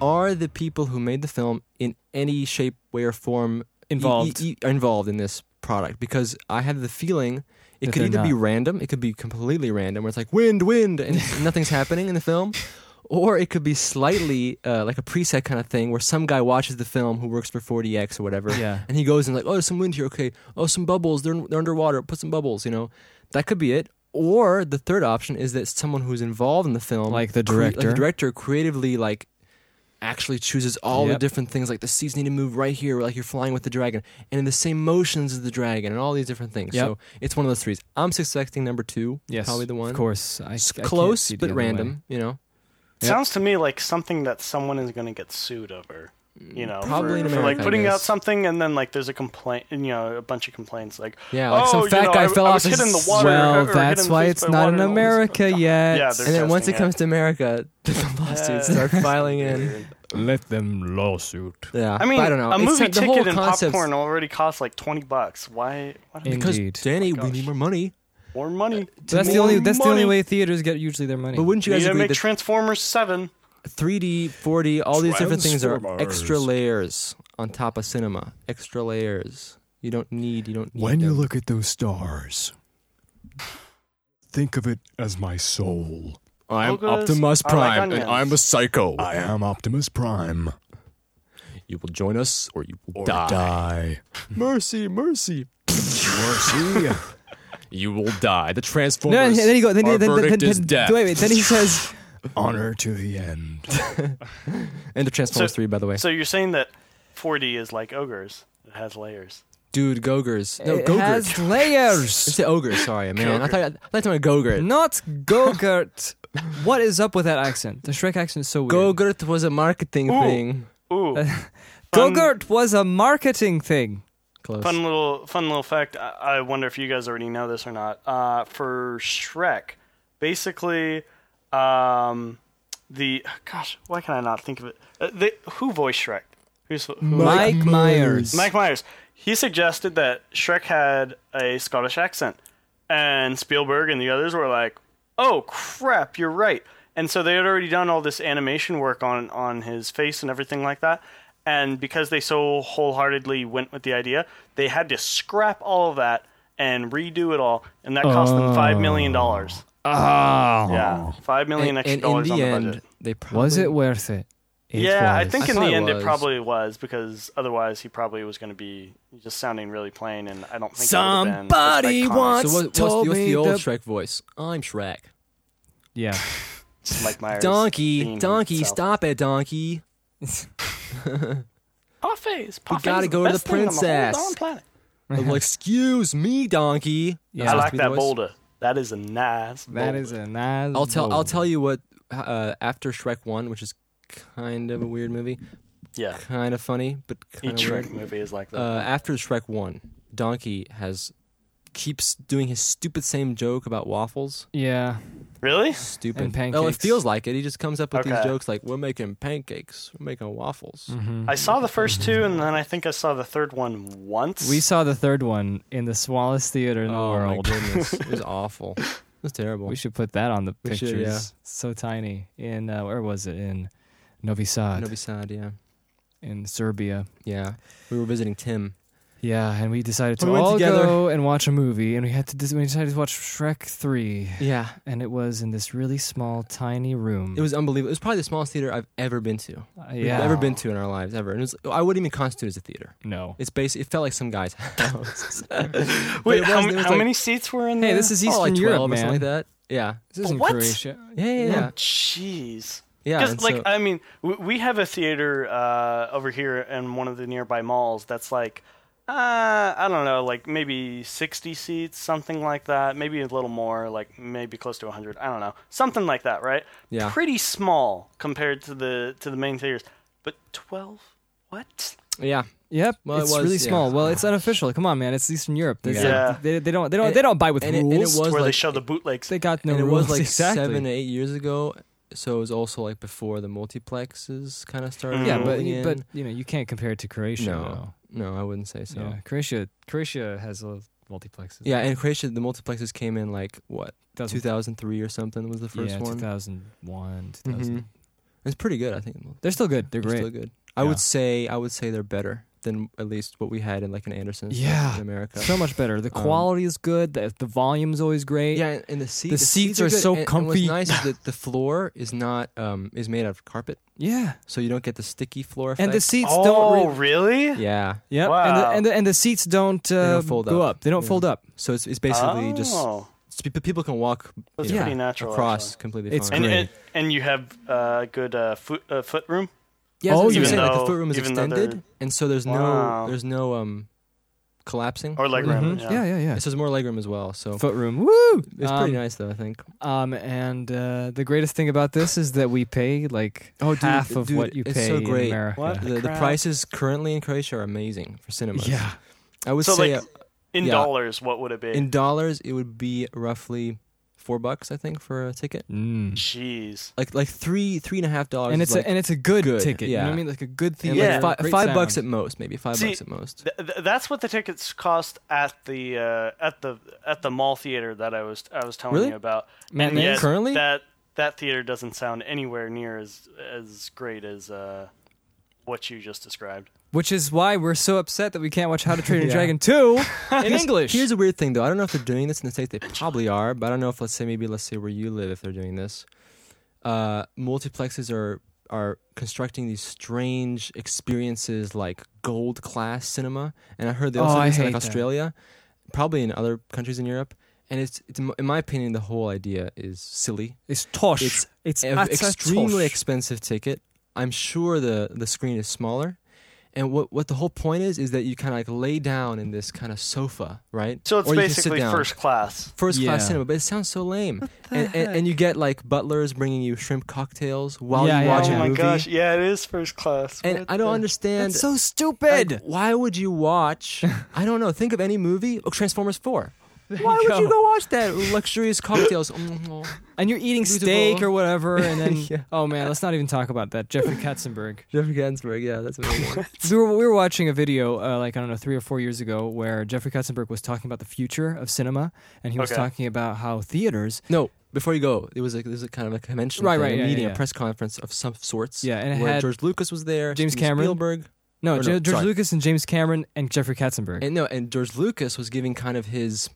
A: Ah.
B: Are the people who made the film in any shape, way, or form
A: Involved.
B: e- e- involved in this product? Because I had the feeling it
A: That
B: could
A: they're
B: either be
A: not.
B: random, it could be completely random, where it's like wind, wind, and nothing's happening in the film. Or it could be slightly uh, like a preset kind of thing, where some guy watches the film who works for 40x or whatever,
A: Yeah.
B: and he goes and like, oh, there's some wind here. Okay. Oh, some bubbles. They're, they're underwater. Put some bubbles. You know, that could be it. Or the third option is that someone who's involved in the film,
A: Like the
B: crea- like
A: director.
B: the director, creatively like actually chooses all the
A: Yep.
B: different things. Like the seats need to move right here, like you're flying with the dragon, and in the same motions as the dragon, and all these different things.
A: Yep.
B: So it's one of those threes. I'm suspecting number two.
A: Yes,
B: probably the one.
A: Of course, I,
B: It's
A: I can't
B: close
A: see the
B: but
A: other way.
B: random. You know,
A: Yep.
C: Sounds to me like something that someone is going to get sued over. You know,
B: Probably in
C: for, for,
B: America,
C: like
B: I
C: putting out
B: guess.
C: something and then like there's a complaint, you know, a bunch of complaints like,
B: yeah, like
C: Oh,
B: some
C: you
B: fat
C: know,
B: guy
C: I-
B: fell
C: I
B: off
C: was
B: his
C: hit in the water. or
A: Well,
C: hit in
A: that's
C: the
A: why
C: face
A: it's
C: by
A: not
C: water
A: in
C: and all this
A: America
C: stuff.
A: yet.
C: Yeah, they're
B: and then once it
C: testing
B: comes to America, the lawsuits
C: Yeah.
B: start filing in.
E: Let them lawsuit.
B: Yeah,
C: I mean,
B: but I don't know.
C: a
B: It's
C: movie
B: not- the whole
C: ticket and
B: concept-
C: popcorn already costs like twenty bucks. Why? why don't
A: In-
C: we
B: Because uh,
A: Indeed.
B: Danny,
C: Oh my
B: we need
C: gosh.
B: more money.
C: more money?
A: So that's the
C: More
A: only. That's the only
C: money.
A: way theaters get usually their money.
B: But wouldn't you
C: You
B: guys
C: need to
B: agree
C: make
B: that
C: Transformers Seven.
B: 3D, 4D, all these different things are extra
E: Transformers.
B: layers on top of cinema? Extra layers. You don't need. You don't need.
E: When you
B: them.
E: look at those stars, think of it as my soul.
C: I'm Ogres Optimus are like Prime, and onions. I'm a
E: psycho. I am Optimus Prime.
B: you will join us, or you will
E: Or die.
B: Mercy, mercy.
E: Mercy.
B: You will die.
A: no,
B: The Transformers.
A: and then he goes. Then, he- then, then, then, then, wait, wait. Then he says,
E: Honor to the end.
B: and the Transformers
C: So-
B: Three, by the way.
C: So you're saying that 4D is like ogres? It has layers.
B: Dude, Gogurs. No,
A: "It
B: Gogurt.
A: has
B: It's
A: layers,
B: the ogre. Sorry, man. I thought I, I thought you were Gogurt.
A: not Gogurt." what is up with that accent? The Shrek accent is so weird.
B: Gogurt was a marketing
C: Ooh.
B: thing.
C: Ooh, fun-
A: Gogurt was a marketing thing.
B: Close.
C: Fun little fun little fact. I, I wonder if you guys already know this or not. Uh, for Shrek, basically, um, the gosh, why can I not think of it? Uh, the, who voiced Shrek? Who's who,
A: Mike, Myers.
C: Mike Myers. He suggested that Shrek had a Scottish accent, and Spielberg and the others were like, "Oh crap, you're right." And so they had already done all this animation work on on his face and everything like that. And because they so wholeheartedly went with the idea, they had to scrap all of that and redo it all, and that cost them five million dollars.
E: Ah.
C: Yeah, five million
B: Oh. and,
C: extra
B: and in
C: dollars
B: the
C: on the
B: end,
C: budget.
B: they probably
A: was it worth it? It
C: yeah, I
A: was.
C: think
B: I
C: in
B: thought
C: the
B: it
C: end
B: was.
C: it probably was because otherwise he probably was going to be just sounding really plain, and I don't think
A: Somebody
C: it would've been as iconic
A: wants-
B: So what, what's,
A: told
B: the, what's
A: me
B: the old
A: the-
B: Shrek voice? I'm Shrek.
A: Yeah.
C: as Mike Myers
B: Donkey,
C: being
B: donkey,
C: himself.
B: stop it, donkey.
C: Parfait's- Parfait's
B: gotta
C: the
B: go to
C: best
B: the
C: thing on whole
B: princess.
C: darn planet.
B: I'm like, excuse me, donkey.
A: Yeah.
C: I
B: That's
C: like
B: the
C: that
B: voice.
C: boulder. That is a nice.
A: That is a nice.
B: I'll tell. I'll tell you what. Uh, after Shrek One, which is kind of a weird movie,
C: yeah.
B: kind of funny, but kind
C: Each
B: of weird.
C: Shrek movie is like that.
B: Uh, after Shrek One, Donkey has keeps doing his stupid same joke about waffles.
A: Yeah.
C: really?
B: Stupid.
A: And
B: Oh, it
A: pancakes.
B: feels like it. He just comes up with these
C: Okay.
B: jokes like, "We're making pancakes. We're making waffles."
A: mm-hmm.
C: I saw the first two, and then I think I saw the third one once.
A: We saw the third one in the smallest theater in the
B: oh
A: world.
B: my goodness, it was awful. It was terrible.
A: We should put that on the
B: We should,
A: pictures. So tiny. In uh, where was it? In Novi Sad
B: Novi Sad, yeah,
A: in Serbia.
B: yeah. We were visiting Tim.
A: Yeah, and we decided to
B: We went
A: all
B: together.
A: go and watch a movie, and we had to. dis- We decided to watch Shrek Three,
B: Yeah,
A: and it was in this really small, tiny room.
B: it was unbelievable. It was probably the smallest theater I've ever been to.
A: Uh,
B: We've
A: yeah.
B: ever been to in our lives ever. And it was, I wouldn't even constitute it as a theater.
A: No.
B: It's basically it felt like some guy's house. But
C: Wait,
B: it
C: how,
B: was-
C: m-
B: it was
C: how
B: like-
C: many seats were in
A: Hey,
C: there?
A: this is
B: oh,
A: Eastern
B: like 12
A: Europe,
B: or
A: man.
B: something like that. Yeah,
A: This isn't
C: What?
A: Croatia.
B: yeah, yeah, yeah.
C: Jeez.
B: Yeah,
C: Because
B: and
C: like
B: so-
C: I mean, w- we have a theater uh, over here in one of the nearby malls that's like uh, I don't know, like maybe sixty seats, something like that, maybe a little more, like maybe close to hundred. I don't know, something like that, right?
B: Yeah.
C: Pretty small compared to the to the main theaters, but twelve. What?
B: yeah.
A: Yep,
B: Well, it
A: it's
B: was-
A: really
B: yeah. Uh-huh.
A: small. Well, it's unofficial. Come on, man, it's Eastern Europe. They,
C: Yeah.
A: they, they don't they don't
B: And-
A: they don't buy with
B: And it,
A: rules.
B: and it was
C: Where they
B: like,
C: show the bootlegs.
A: they got no
B: and it
A: rules.
B: was like
A: exactly.
B: seven, eight years ago. So it was also like before the multiplexes kind of started.
A: yeah, but
B: rolling in.
A: but you know you can't compare it to Croatia.
B: No.
A: though.
B: no, I wouldn't say so.
A: Yeah, Croatia Croatia has a multiplexes.
B: Yeah, in Croatia, the multiplexes came in like what
A: 2000,
B: 2003 or something was the
A: yeah,
B: first one.
A: 2001, 2000.
B: Mhm. It's pretty good, I think.
A: They're still good. They're
B: They're
A: great.
B: still good. I
A: Yeah.
B: would say I would say they're better than at least what we had in like an Anderson. and stuff
A: Yeah.
B: in America.
A: So much better. The
B: Um,
A: quality is good. The, the volume's always great.
B: yeah, and- and the seats.
A: The seats are so
B: and,
A: comfy.
B: And what's nice is that the floor is not um is made out of carpet,
A: yeah.
B: so you don't get the sticky floor.
A: And the
B: effect.
A: seats
C: oh,
A: don't. Re-
C: really?
B: yeah,
A: yeah.
C: Wow.
A: And, the, and the and the seats don't, uh,
B: don't fold
A: go
B: up.
A: up. They don't
B: Yeah.
A: fold up.
B: so it's, it's basically
C: oh.
B: just so pe- people can walk
C: That's
B: you know,
A: Yeah,
C: pretty natural.
B: across
C: actually.
B: completely.
A: It's
B: fine.
C: And,
A: Great.
C: and and you have uh, good uh, foot uh, foot room.
B: Yeah,
A: Oh,
B: oh, you
A: even
B: saying like the
C: though-
B: foot room is
C: even though
B: extended,
C: they're-
B: and so there's
C: Wow.
B: no there's no um collapsing.
C: Or leg room,
A: Mhm.
C: yeah.
A: yeah, yeah. yeah.
B: This is more legroom as well, so
A: Foot room. Woo!
B: it's
A: Um,
B: pretty nice though. I think.
A: Um, and uh, the greatest thing about this is that we pay like
B: Oh, dude,
A: half of
B: dude,
A: what you
B: it's
A: pay
B: so
A: in
B: great.
A: America.
C: What?
B: The, the
C: crap.
B: prices currently in Croatia are amazing for cinemas.
A: Yeah,
B: I would
C: So,
B: say
C: like, In
B: Yeah.
C: dollars, what would it be?
B: uh, in dollars it would be roughly four bucks, I think, for a ticket.
A: Mm.
C: Jeez.
B: Like like three three and a half dollars.
A: and
B: is
A: it's
B: like,
A: a, and it's a good,
B: good,
A: ticket. you know what I
B: yeah.
A: mean? Like a good thing.
B: and
C: yeah.
B: like fi-
A: great
B: five
A: sound.
B: bucks at most, maybe five
C: See,
B: bucks at most.
C: Th- th- that's what the tickets cost at the uh, at the at the mall theater that I was I was telling
B: Really?
C: you about. and
A: Matinee?
C: yet
B: Currently?
C: that that theater doesn't sound anywhere near as as great as uh, what you just described.
A: Which is why we're so upset that we can't watch How to Train Your
B: Yeah.
A: Dragon 2 in English.
B: Here's a weird thing, though. I don't know if they're doing this in the states. They probably are, but I don't know if let's say maybe let's say where you live, if they're doing this. Uh, multiplexes are are constructing these strange experiences like gold class cinema, and I heard they also
A: Oh,
B: do
A: I
B: this in
A: hate
B: like
A: that.
B: Australia, probably in other countries in Europe. And it's, it's in my opinion, the whole idea is silly.
A: it's Tosh.
B: It's
A: it's
B: an
A: utter
B: extremely
A: tosh.
B: expensive ticket. I'm sure the the screen is smaller. And what, what the whole point is is that you kind of like lay down in this kind of sofa, right?
C: So it's
B: Or you can sit
C: basically
B: down.
C: first class.
B: first
A: Yeah.
B: class cinema, but it sounds so lame. And, and and you get like butlers bringing you shrimp cocktails while
A: Yeah,
B: you
A: yeah,
B: watch
A: yeah.
B: a
C: oh my
B: movie.
C: gosh! Yeah, it is first class.
B: And
C: What
B: I don't
C: the-
B: understand.
A: That's so
B: like,
A: stupid.
B: why would you watch? I don't know. Think of any movie. Oh, Transformers Four. Why would you go watch that luxurious cocktails? Mm-hmm.
A: and you're eating
B: Beautiful.
A: steak or whatever, and then
B: Yeah.
A: oh man, let's not even talk about that. Jeffrey Katzenberg.
B: Jeffrey Gansberg. Yeah, that's amazing.
A: we were we were watching a video uh, like I don't know three or four years ago where Jeffrey Katzenberg was talking about the future of cinema, and he was
C: Okay.
A: talking about how theaters.
B: no, before you go, it was like there's a kind of a convention,
A: Right,
B: thing,
A: right,
B: a
A: yeah, yeah,
B: meeting,
A: yeah.
B: a press conference of some sorts.
A: Yeah, and it
B: where
A: had-
B: George Lucas was there,
A: James
B: Steven
A: Cameron.
B: Spielberg.
A: No,
B: Or no,
A: Jo- George
B: sorry.
A: Lucas and James Cameron and Jeffrey Katzenberg.
B: And no, and George Lucas was giving kind of his,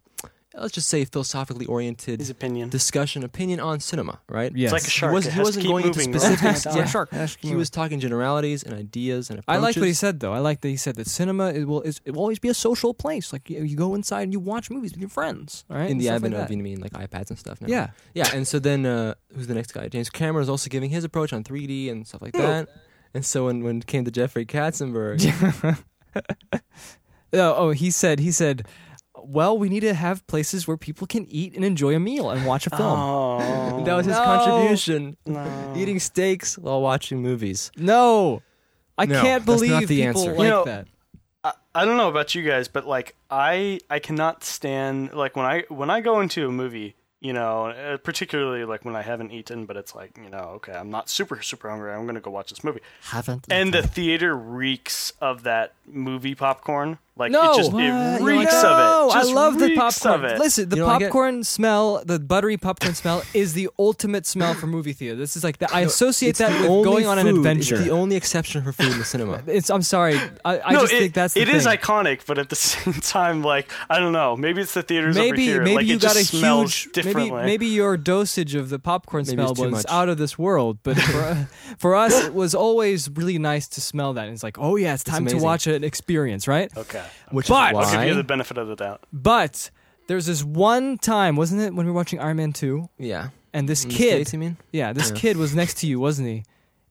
B: let's just say, philosophically oriented
C: his opinion.
B: discussion, opinion on cinema, right?
A: yes.
C: It's like a shark.
B: was-
C: it
B: he
C: has
B: wasn't
C: to keep
B: going into
C: moving,
B: specifics.
C: Right?
B: Yeah.
A: shark.
B: He was talking generalities and ideas and
A: I like
B: approaches.
A: what he said though. I like that he said that cinema it will is, it will always be a social place. Like you, you go inside and you watch movies with your friends. All right.
B: in
A: And
B: the
A: stuff like
B: advent
A: that.
B: of you mean like iPads and stuff now.
A: Yeah.
B: yeah. And so then uh, who's the next guy? James Cameron is also giving his approach on 3D and stuff like that. And so when when it came to Jeffrey Katzenberg,
A: Oh, oh, he said he said, well, we need to have places where people can eat and enjoy a meal and watch a
B: Uh,
A: film.
C: Oh,
B: that was his
A: No.
B: contribution:
C: no.
B: eating steaks while watching movies.
A: Uh, No. I
B: No,
A: can't
B: that's
A: believe
B: not the
A: people
B: answer.
A: like
C: You know,
A: that.
C: I, I don't know about you guys, but like I I cannot stand like when I when I go into a movie, you know, uh, particularly like when I haven't eaten, but it's like you know, okay, I'm not super super hungry. I'm gonna go watch this movie,
B: Haven't.
C: and the theater reeks of that movie popcorn. Like
A: No,
C: it just it
A: What?
C: reeks
A: No,
C: of it. Just
A: I love the
C: reeks
A: popcorn.
C: Of it.
A: Listen, the
B: You know, I get-
A: popcorn smell, the buttery popcorn smell, is the ultimate smell for movie theater. This is like the, I associate that with going on an adventure.
B: It's the only exception for food in the cinema.
A: It's- I'm sorry, I, I
C: no,
A: just
C: it,
A: think that's the
C: it is
A: thing.
C: iconic, but at the same time, like I don't know, maybe it's the theaters over
A: maybe
C: here.
A: maybe
C: like,
A: you
C: it
A: got
C: just
A: a
C: smells
A: huge maybe
C: differently.
A: maybe your dosage of the popcorn
B: Maybe
A: smell
B: it's too
A: was
B: much.
A: out of this world, but for, for us it was always really nice to smell that. And it's like, oh yeah, it's time to
B: amazing.
A: watch an experience, right?
C: okay,
B: Which
A: But-
B: is
C: I'll give
B: why,
C: you the benefit of the doubt.
A: But there's this one time, wasn't it, when we were watching Iron Man two,
B: yeah,
A: and this
B: In the
A: kid
B: States, you mean?
A: Yeah, this
B: Mm, Yeah.
A: kid was next to you, wasn't he?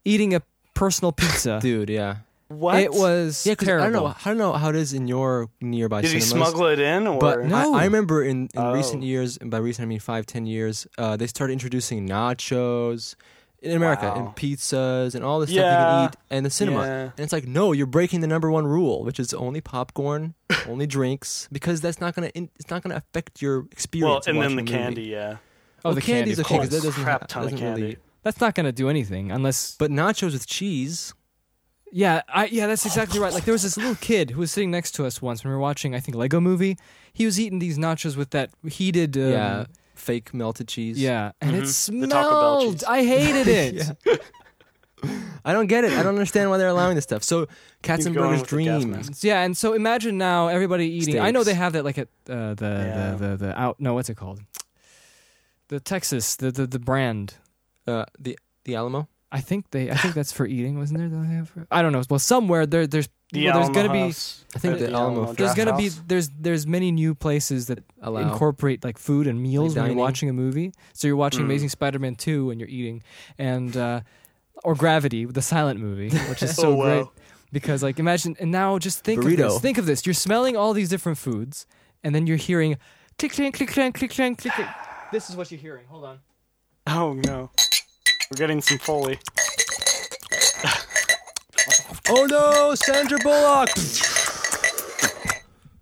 A: Eating a personal pizza.
B: Dude, yeah,
C: What
A: It was
B: yeah. Because
A: terrible.
B: I don't know, I don't know how it is in your nearby.
C: Did he
B: cinemas,
C: smuggle it in, or
B: But
A: No.
B: I, I remember in, in recent
C: Oh.
B: years, and by recent I mean five, ten years, uh, they started introducing nachos in America and
C: Wow.
B: pizzas and all this
C: Yeah.
B: stuff you can eat and the cinema.
C: Yeah.
B: And it's like, no, you're breaking the number one rule, which is only popcorn, only drinks, because that's not gonna in, it's not gonna affect your
C: well,
B: experience.
C: and
B: of
C: then the
B: watching a movie.
C: candy, yeah.
A: Oh,
B: Well,
A: the
B: candy's
A: candy, of
B: okay
A: course.
B: because that doesn't,
C: Crap
B: that
C: ton of
B: doesn't
C: candy.
B: really.
A: That's not going to do anything unless.
B: But nachos with cheese,
A: Yeah, I, yeah, that's exactly right. Like there was this little kid who was sitting next to us once when we were watching, I think, Lego Movie. He was eating these nachos with that heated, um,
B: yeah, fake melted cheese.
A: yeah, and it
C: Mhm. The
A: smelled.
C: Taco Bell cheese.
A: I hated it.
B: I don't get it. I don't understand why they're allowing this stuff. So
C: Keep going
B: Katzenberger's
C: with the gas
B: dream.
C: mask.
A: Yeah, and so imagine now everybody eating. I know
B: Steaks.
A: they have that like at uh, the,
C: Yeah.
A: the the the out. No, what's it called? The Texas the the, the brand.
B: Uh, the the Alamo.
A: I think they. I think that's for eating, wasn't there? Don't they have for- I don't know. Well, somewhere there there's
C: The
A: well, there's
C: Alamo
A: gonna be
C: House.
B: I think
C: Uh,
B: the Alamo-
A: there's
C: Draft
A: gonna be
C: House.
A: there's there's many new places that
B: Allow.
A: incorporate like food and meals when you're
B: dining. Hmm.
A: watching a movie. So you're watching
C: Mm.
A: Amazing Spider-Man two and you're eating, and uh, or Gravity, the silent movie, which is so
C: Oh, wow.
A: great because like imagine and now just think
B: Burrito.
A: of this. Think of this. You're smelling all these different foods, and then you're hearing click clank click clank click clank click. clank. This is what you're hearing. Hold on.
C: Oh no, we're getting some foley.
B: Oh no, Sandra Bullock.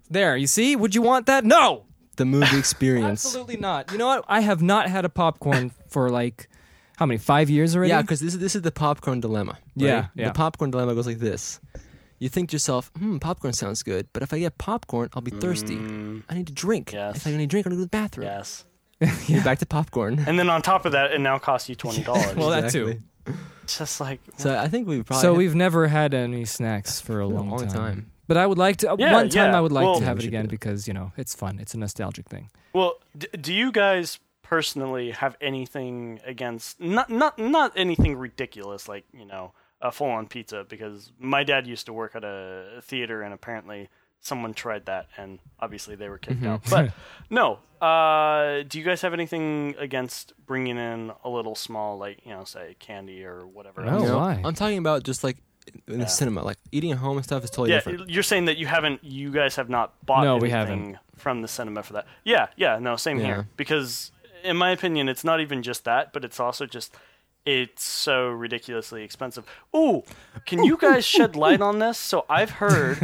A: There. You see? Would you want that? No.
B: the movie experience.
A: Absolutely not. You know what? I have not had a popcorn for like how many? Five years already.
B: Yeah, because this is this is the popcorn dilemma. right?
A: Yeah, yeah.
B: The popcorn dilemma goes like this: You think to yourself, "Hmm, popcorn sounds good," but if I get popcorn, I'll be thirsty. I need to drink.
C: Mm. Yes.
B: If I need to drink, I need to go to the bathroom.
C: Yes.
B: You're back to popcorn.
C: And then on top of that, it now costs you twenty dollars.
A: Well, that too.
B: Exactly.
C: it's just like
B: So I think we probably
A: So
B: hit-
A: we've never had any snacks for a
B: been a
A: long,
B: long
A: time.
B: time.
A: But I would like to. uh,
C: Yeah,
A: one time
C: yeah.
A: I would like
C: Well-
A: to
C: Yeah,
A: have
B: we
A: it
B: should
A: again
B: do that.
A: because you know it's fun. It's a nostalgic thing.
C: Well, d- do you guys personally have anything against not not not anything ridiculous like you know a full on pizza? Because my dad used to work at a theater, and apparently someone tried that, and obviously they were kicked out. But no, uh, do you guys have anything against bringing in a little small, like you know, say candy or whatever?
A: No.
C: else?
B: You know,
A: why?
B: I'm talking about just like in the
C: Oh, Yeah.
B: cinema, like eating at home and stuff is totally
C: Yeah,
B: different.
C: you're saying that you haven't, you guys have not bought
A: No,
C: anything
A: we haven't.
C: from the cinema for that. Yeah, yeah, no, same
B: Yeah.
C: here. Because in my opinion, it's not even just that, but it's also just it's so ridiculously expensive. Ooh, can you guys shed light on this? So I've heard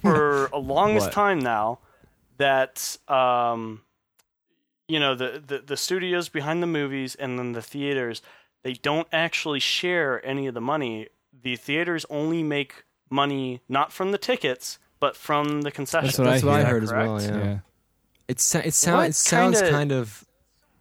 C: for a longest
B: What?
C: time now that um, you know the, the the studios behind the movies and then the theaters they don't actually share any of the money the theaters only make money not from the tickets but from the concessions
A: what I
B: That's what I
A: hear.
B: heard as well.
C: Correct.
B: Yeah. It, sa- it,
C: Well,
B: sound, it
C: it's
B: sounds
C: kinda-
B: kind of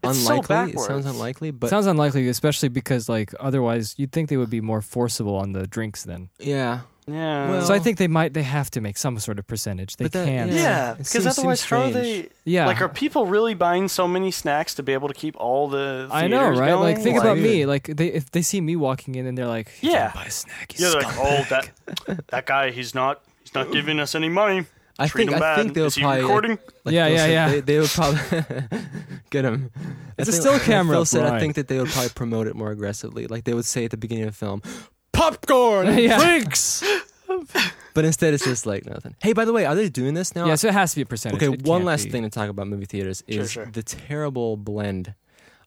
C: It's so
B: unlikely. it sounds
C: backwards.
B: unlikely, but
A: Sounds unlikely, especially because like otherwise you'd think they would be more forcible on the drinks then.
B: yeah.
C: yeah
B: Well-
A: so I think they might. They have to make some sort of percentage. They
B: But that-
A: can't.
B: yeah.
C: yeah
B: it
C: because
B: seems- seems
C: otherwise how are
B: strange.
C: they
A: Yeah.
C: like are people really buying so many snacks to be able to keep all the
A: I know,
C: theaters
A: right?
C: going?
A: Like, think
B: Like-
A: about me. Like, they if they see me walking in and they're like, "He
C: Yeah.
A: didn't buy a snack." He's
C: yeah they're like oh that that guy he's not he's not giving us any money
B: I
C: Treat
B: think
C: him
B: I
C: bad.
B: think they'll
C: Is he
B: probably like,
C: recording?
B: Like
A: Yeah,
B: Phil
A: yeah,
B: said,
A: yeah.
B: They, they would probably get him.
A: It's a still camera,
B: Phil said, I
A: right.
B: think that they would probably promote it more aggressively. Like they would say at the beginning of the film, popcorn, and
A: Yeah.
B: drinks. but instead, it's just like nothing. Hey, by the way, are they doing this now?
A: yeah, so it has to be a percentage.
B: okay,
A: It
B: one
A: can't
B: last
A: be-
B: thing to talk about movie theaters is
C: sure.
B: the terrible blend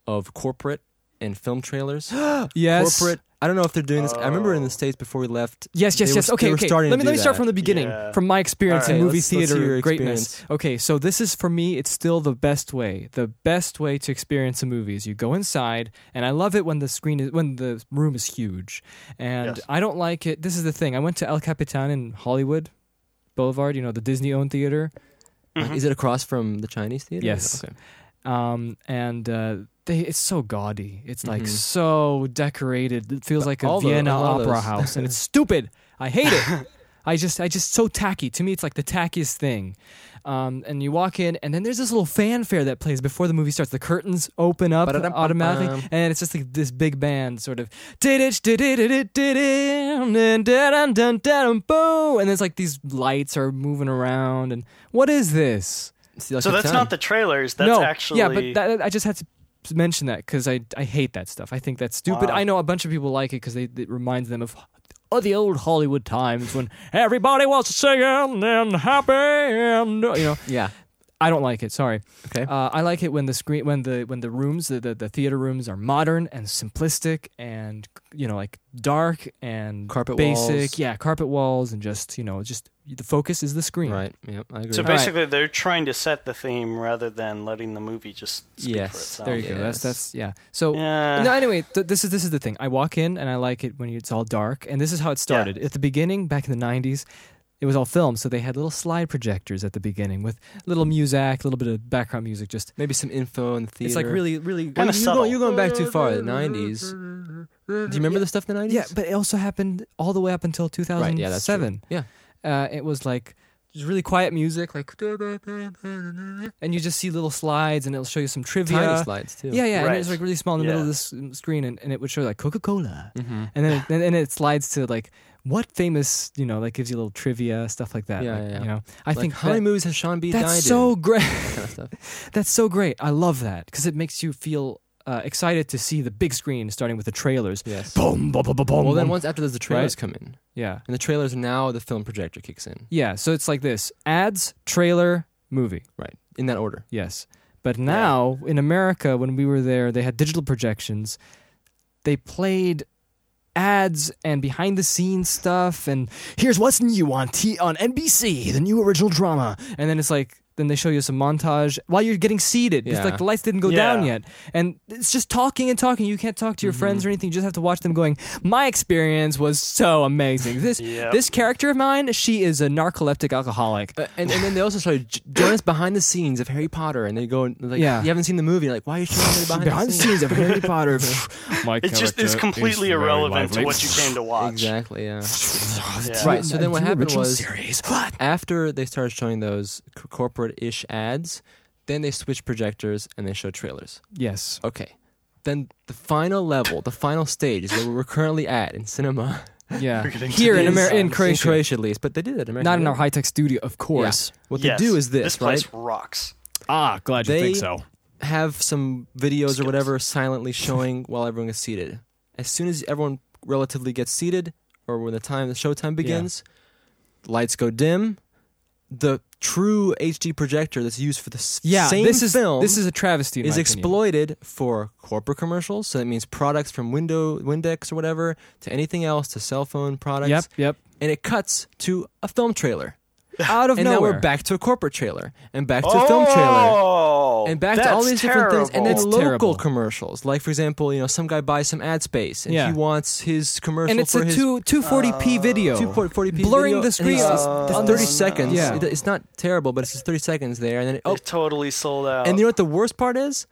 B: of corporate and film trailers.
A: Yes.
B: Corporate. I don't know if they're doing this. I remember in
C: Oh.
B: the states before we left.
A: Yes, yes,
B: they were-
A: yes. okay,
B: they were
A: okay.
B: starting
A: Let
B: to
A: me
B: do
A: let me start
B: that.
A: from the beginning,
C: Yeah.
A: from my experience
C: All
A: in
C: right,
A: movie
B: let's- let's
A: theater
B: hear your
A: greatness.
B: experience.
A: Okay, so this is for me. It's still the best way. The best way to experience a movie is you go inside, and I love it when the screen is when the room is huge. And
C: Yes.
A: I don't like it. This is the thing. I went to El Capitan in Hollywood Boulevard. You know the Disney-owned theater.
C: Mm-hmm.
B: Is it across from the Chinese theater?
A: Yes.
B: Okay.
A: um, and uh, they, it's so gaudy. It's like so decorated. It feels like a
B: all the-
A: Vienna
B: all
A: opera
B: those.
A: house, and it's stupid. I hate it. I just, I just so tacky. To me, it's like the tackiest thing. Um, and you walk in, and then there's this little fanfare that plays before the movie starts. The curtains open up
B: Ba-da-dum,
A: automatically,
B: ba-dum.
A: and it's just like this big band sort of did-itch, did-it-it-it, did-it, dun, dun, dun, dun, boo, and there's like these lights are moving around. And what is this?
B: It's the
C: so that's
B: Alcatan.
C: not the trailers that's
A: no,
C: actually
A: yeah, but that, I just had to mention that because I I hate that stuff. I think that's stupid.
C: Wow.
A: I know a bunch of people like it because it reminds them of oh, the old Hollywood times when everybody was singing and happy and you know.
B: Yeah.
A: I don't like it. Sorry.
B: Okay.
A: Uh, I like it when the screen, when the when the rooms, the, the the theater rooms are modern and simplistic, and you know, like dark and
B: Carpet
A: basic.
B: walls.
A: Yeah, carpet walls, and just you know, just the focus is the screen.
B: Right. Yep. I agree.
C: So
A: All right.
C: basically, they're trying to set the theme rather than letting the movie just speak for
B: Yes,
C: itself.
A: There you go. That's
B: Yes.
A: that's yeah. So
C: Yeah.
A: no, anyway, th- this is this is the thing. I walk in and I like it when it's all dark, and this is how it started. At the beginning, back in the '90s, it was all film, so they had little slide projectors at the beginning with little music, a little bit of background music. Just
B: Maybe some info in the theater.
A: it's like really, really
C: Kinda
B: you're
C: subtle.
B: going, you're going back too far. The '90s. Do you remember the stuff in the '90s?
A: yeah. But it also happened all the way up until 2007.
B: Right. Yeah. That's true. Yeah.
A: Uh, it was like just really quiet music, like, and you just see little slides, and it'll show you some trivia.
B: Tiny slides too.
A: Yeah, yeah. And it was
C: Right.
A: like really small in the middle of
C: Yeah.
A: this um, screen, and, and it would show like Coca Cola,
B: Mm-hmm.
A: and then it, and, and it slides to like what famous, you know, like gives you a little trivia stuff like that.
B: Yeah,
A: like,
B: yeah, yeah.
A: You know, I
B: Like,
A: think
B: how many
A: that-
B: movies has Sean B. died
A: that's so
B: in?
A: great.
B: Kind of stuff.
A: that's so great. I love that because it makes you feel uh, excited to see the big screen, starting with the trailers.
B: Yes.
A: Boom, boom, boom, boom, boom.
B: Well, then
A: boom.
B: once after those, the trailers
A: Right.
B: come in,
A: yeah,
B: and the trailers now the film projector kicks in.
A: yeah. So it's like this: ads, trailer, movie.
B: Right. In that order.
A: Yes. But now in America, when we were there, they had digital projections. They played ads and behind the scenes stuff and here's what's new on T on NBC, the new original drama. And then it's like then they show you some montage while you're getting seated. It's
B: Yeah. Mm-hmm.
A: like the lights didn't go
C: Yeah.
A: down yet. And it's just talking and talking. You can't talk to your friends or anything. You just have to watch them going, My experience was so amazing. This
C: Yep.
A: this character of mine, she is a narcoleptic alcoholic.
B: Uh, and, and then they also started j- join us behind the scenes of Harry Potter, and they go and, like,
A: Yeah.
B: you haven't seen the movie, like why are you showing me behind, the scenes?
A: of Harry Potter.
E: My
C: It just is
E: character
C: completely
E: very
C: irrelevant to
E: lively.
C: what you came to watch.
B: Exactly. Yeah.
C: Yeah.
B: Right. So then what
A: The
B: happened
A: original
B: was
A: series. What?
B: after they started showing those c- corporate-ish ads, then they switched projectors and they showed trailers.
A: Yes.
B: Okay. Then the final level, the final stage is where we're currently at in cinema.
A: Yeah.
C: getting to
A: Here
C: the
A: in America, in
C: inside.
A: Croatia,
B: In Croatia, at least, but they did it. in America.
A: not in our high tech studio, of course.
B: Yeah. What
C: Yes.
B: they do is this,
C: This
B: right?
C: place rocks.
E: Ah, glad you
B: They-
E: think so.
B: have some videos or whatever silently showing while everyone is seated. As soon as everyone relatively gets seated, or when the time the showtime begins, lights go dim. The true HD projector that's used for the s-
A: Yeah.
B: same
A: this is
B: film
A: this is a travesty. in
B: is
A: my opinion.
B: exploited for corporate commercials. So that means products from window Windex or whatever to anything else to cell phone products.
A: Yep. Yep.
B: And it cuts to a film trailer.
A: Out of nowhere.
B: And now we're back to a corporate trailer and back to a film trailer
C: Oh,
B: and back to all
C: that's
B: these different things, and then
C: terrible.
A: It's
B: local
A: terrible.
B: commercials. Like for example, you know, some guy buys some ad space and
A: Yeah.
B: he wants his commercial
A: And it's
B: for
A: a
B: his
A: two two forty
C: Uh,
A: p video.
B: 240p
A: blurring
B: video,
A: the
B: and
A: screen.
B: It's, it's-
A: Oh,
B: it's
A: no.
B: thirty seconds.
A: Yeah.
B: It- it's not terrible, but it's just thirty seconds there, and then it, oh,
C: It totally sold
A: Oh.
C: out.
B: and you know what the worst part is?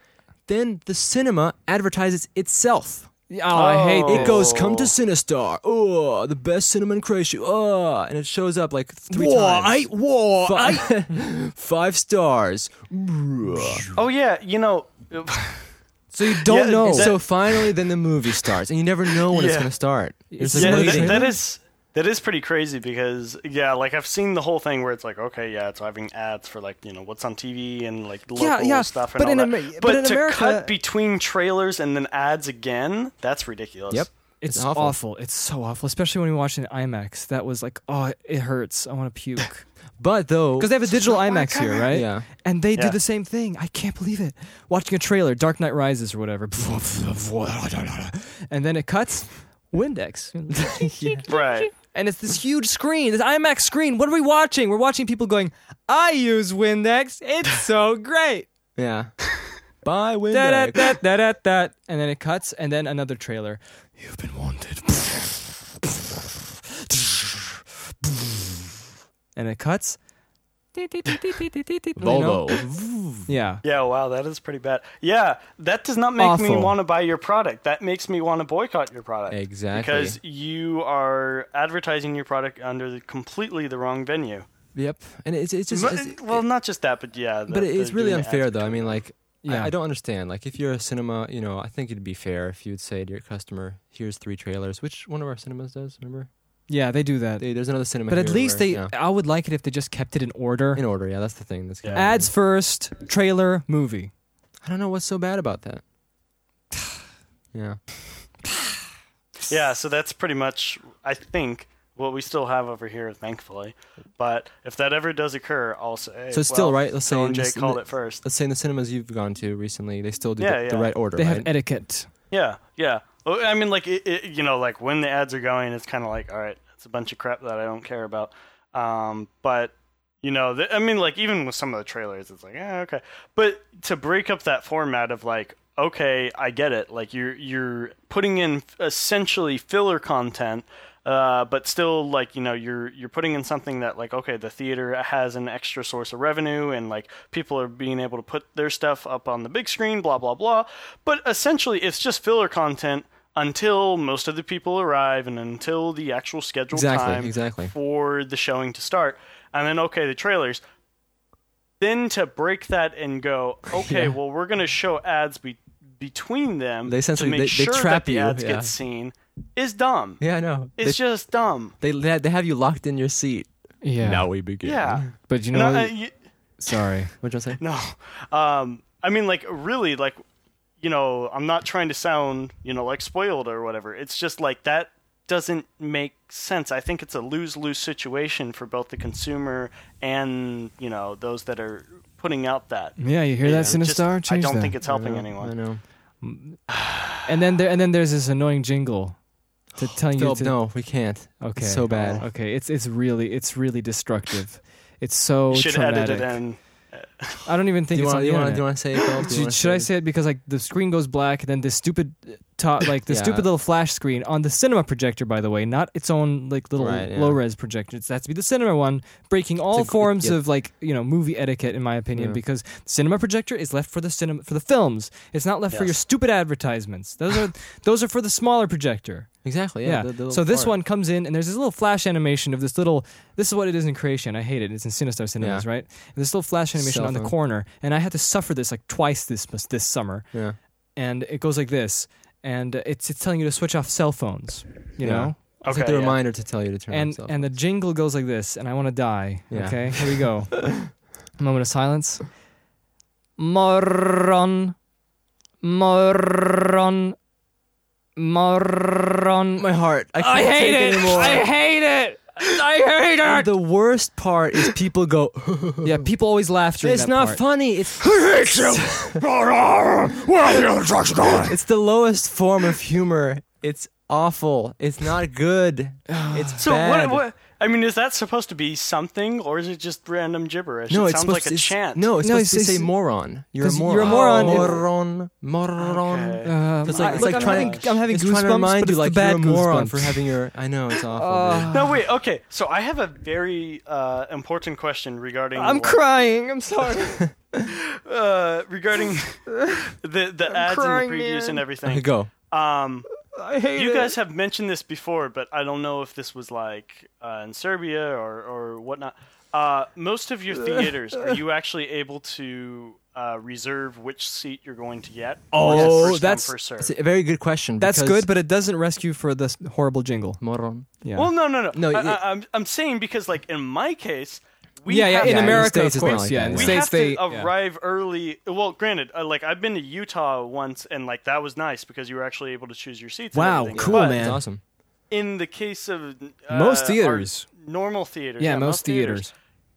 B: Then the cinema advertises itself.
A: oh, I hate
C: Oh.
B: It
A: this.
B: goes, come to CineStar. Oh, the best cinema in Croatia. Oh, and it shows up like three times.
E: war.
B: Fi- Five stars.
C: oh yeah, you know.
A: So you don't
C: Yeah,
A: know.
C: is that-
B: So finally, then the movie starts, and you never know when it's
C: Yeah.
B: going to start. It's
A: Is
B: just
A: it
C: yeah,
A: really
B: waiting.
A: trailer?
C: that, that is that is pretty crazy because yeah, like I've seen the whole thing where it's like okay, yeah, it's having ads for like you know what's on TV and like local
A: Yeah, yeah,
C: stuff and
A: but
C: all
A: in
C: that.
A: Amer-
C: but,
A: but in
C: to
A: America-
C: cut between trailers and then ads again, that's ridiculous.
B: Yep.
A: it's
B: awful.
A: awful. It's so awful, especially when we watched it in IMAX. That was like, oh, it hurts. I want to puke.
B: But though,
A: Because they have a digital IMAX here, right?
B: Yeah.
A: And they do
C: Yeah.
A: the same thing. I can't believe it. Watching a trailer, Dark Knight Rises or whatever, and then it cuts. Windex,
C: Right.
A: and it's this huge screen, this IMAX screen. What are we watching? We're watching people going. I use Windex. It's so great.
B: yeah. Buy
A: Da da
B: Windex.
A: da da da da. And then it cuts, and then another trailer.
E: You've been wanted.
A: and it cuts.
B: Volvo.
A: Yeah.
C: Yeah, wow, that is pretty bad. Yeah, that does not make me
A: Awful.
C: want to buy your product. That makes me want to boycott your product.
B: Exactly.
C: Because you are advertising your product under the, completely the wrong venue.
B: Yep. And it's it's just.
C: But-
B: it's-
C: well, not just that, but yeah. the-
B: but it's
C: they're
B: really
C: doing the
B: unfair,
C: ads.
B: though. I mean, like,
A: Yeah.
B: I, I don't understand. Like, if you're a cinema, you know, I think it'd be fair if you would say to your customer, "Here's three trailers." Which one of our cinemas does? Remember?
A: Yeah, they do that.
B: They, there's another cinema.
A: But at
B: here
A: least
B: where-
A: they.
B: yeah.
A: I would like it if they just kept it in order.
B: in order. Yeah, that's the thing. That's
C: Yeah.
A: Ads first, trailer, movie.
B: I don't know what's so bad about that. Yeah.
C: Yeah, so that's pretty much, I think, what we still have over here, thankfully. But if that ever does occur, I'll say.
B: So it's still
C: well,
B: right. Let's say
C: Bill
B: in
C: and Jay
B: this- uh, in
C: called
B: the-
C: it first.
B: Let's say in the cinemas you've gone to recently, they still do
C: Yeah,
B: the, the
C: yeah.
B: right order.
A: They have
B: right?
A: etiquette.
C: Yeah, yeah. Well, I mean, like it, it, you know, like when the ads are going, it's kind of like, all right, it's a bunch of crap that I don't care about. Um, but you know, th- I mean, like even with some of the trailers, it's like, eh, okay. But to break up that format of like, okay, I get it. Like you're you're putting in essentially filler content. Uh, but still, like you know, you're you're putting in something that like okay, the theater has an extra source of revenue, and like people are being able to put their stuff up on the big screen, blah blah blah. But essentially, it's just filler content until most of the people arrive and until the actual scheduled
B: Exactly,
C: time
B: exactly.
C: for the showing to start, and then okay, the trailers. Then to break that and go, okay,
B: Yeah.
C: well, we're going to show ads be- between them
B: They essentially-
C: to make
B: they- they
C: sure
B: trap
C: that the
B: you,
C: ads
B: yeah.
C: get seen is dumb.
B: Yeah, I know. They,
C: It's just dumb.
B: they they they have you locked in your seat.
A: Yeah.
B: Now we begin.
C: Yeah.
A: But you
C: No,
A: know,
C: uh,
A: what?
C: you,
A: sorry.
B: What you say?
C: No. Um, I mean, like, really, like, you know, I'm not trying to sound, you know, like spoiled or whatever. It's just like that doesn't make sense. I think it's a lose lose situation for both the consumer and, you know, those that are putting out that.
A: Yeah, you hear that,
C: It's just-
A: Sinistar?
C: I
A: Change
C: don't
A: that.
C: think it's helping
B: I
C: anyone.
B: know.
A: and then there, and then there's this annoying jingle to telling you
B: Philip,
A: to.
B: no, we can't.
A: Okay. Oh.
B: It's so bad.
A: Okay, it's it's really it's really destructive. It's so
C: You should
A: traumatic.
C: edit it in.
A: I don't even
B: Do
A: think
B: you
A: it's
B: want?
A: on the
B: Do you want?
A: internet.
B: Do you want to say it? Philip? Do you
A: Should,
B: wanna
A: should I
B: it?
A: say it because like the screen goes black, then this stupid uh, top, like the
B: Yeah.
A: stupid little flash screen on the cinema projector, by the way, not its own like little
B: Right, yeah.
A: low res projector. It has to be the cinema one, breaking all
B: a gr-
A: forms
B: yeah.
A: of like you know movie etiquette, in my opinion,
B: Yeah.
A: because cinema projector is left for the cinema for the films. It's not left for your
C: Yes.
A: stupid advertisements. Those are those are for the smaller projector.
B: Exactly. Yeah.
A: Yeah.
B: the- the little
A: so this
B: part.
A: one comes in, and there's this little flash animation of this little. This is what it is in creation. I hate it. It's in Sinistar Cinemas,
B: Yeah.
A: right? And this little flash animation
B: Cell
A: on the
B: phone.
A: corner, and I had to suffer this like twice this this summer.
B: Yeah.
A: And it goes like this, and uh, it's it's telling you to switch off cell phones. You
B: Yeah.
A: know.
B: It's
C: Okay.
B: like the
C: yeah.
B: reminder to tell you to turn.
A: And
B: yourself
A: and the jingle goes like this, and I want to die.
B: Yeah.
A: Okay, here we go. Moment of silence. Moron, moron, moron.
B: off. my heart. I, can't
A: I hate
B: take
A: it.
B: Anymore.
A: I hate it. I
B: And the worst part is people go.
A: hate it. Yeah, people always laugh during
B: it's
A: that
B: not
A: part.
B: funny. It's
E: Well,
B: it's the lowest form of humor. It's awful. It's not good. It's
C: So
B: bad.
C: what, what? I mean, is that supposed to be something, or is it just random gibberish?
B: No,
C: it
B: it's
C: sounds
B: supposed
C: like
B: to,
C: a
B: it's-
C: chant.
B: No, it's
A: No,
B: supposed
A: it's-
B: to say
A: it's-
B: moron. You're a
A: 'cause
B: moron.
A: you're a moron.
B: Moron. Moron.
C: Okay.
A: Um,
B: It's like,
A: I-
B: it's
A: look,
B: like
A: I'm
B: trying
A: having,
B: to,
A: I'm having
B: it's
A: goosebumps,
B: trying to remind
A: but
B: you
A: it's
B: like
A: the bad
B: you're a moron
A: goosebumps.
B: for having your. I know it's awful. dude.
C: No, wait. Okay, so I have a very uh, important question regarding.
A: I'm
C: like,
A: crying. I'm sorry.
C: uh, regarding the the ads and
A: crying,
C: the previews
A: man.
C: and
B: Okay,
C: everything.
B: go.
C: Um,
A: I hate
C: you
A: it.
C: guys have mentioned this before, but I don't know if this was like uh, in Serbia or or whatnot. Uh, most of your theaters, are you actually able to uh, reserve which seat you're going to get? Or is it
A: Oh,
C: first come,
A: that's-
C: first serve?
B: It's a very good question.
A: That's
B: because-
A: good, but it doesn't rescue for this horrible jingle.
B: moron.
A: Yeah.
C: Well, no, no, no.
B: No,
C: I,
B: it-
C: I, I'm I'm saying because like in my case, we
A: yeah, yeah.
C: have
A: In
B: Yeah,
C: to-
B: in the
A: America,
B: States
A: of
B: it's not
A: course.
B: like
A: yeah,
B: that,
A: in the
C: we
B: yeah.
A: states,
C: have
A: they.
C: to
A: yeah.
C: arrive early. Well, granted, uh, like I've been to Utah once, and like that was nice because you were actually able to choose your seats. and
A: Wow,
C: everything.
A: cool,
C: But
A: man.
B: It's awesome.
C: In the case of uh,
A: Most
C: our
A: theaters.
C: normal theaters,
A: Yeah, most theaters.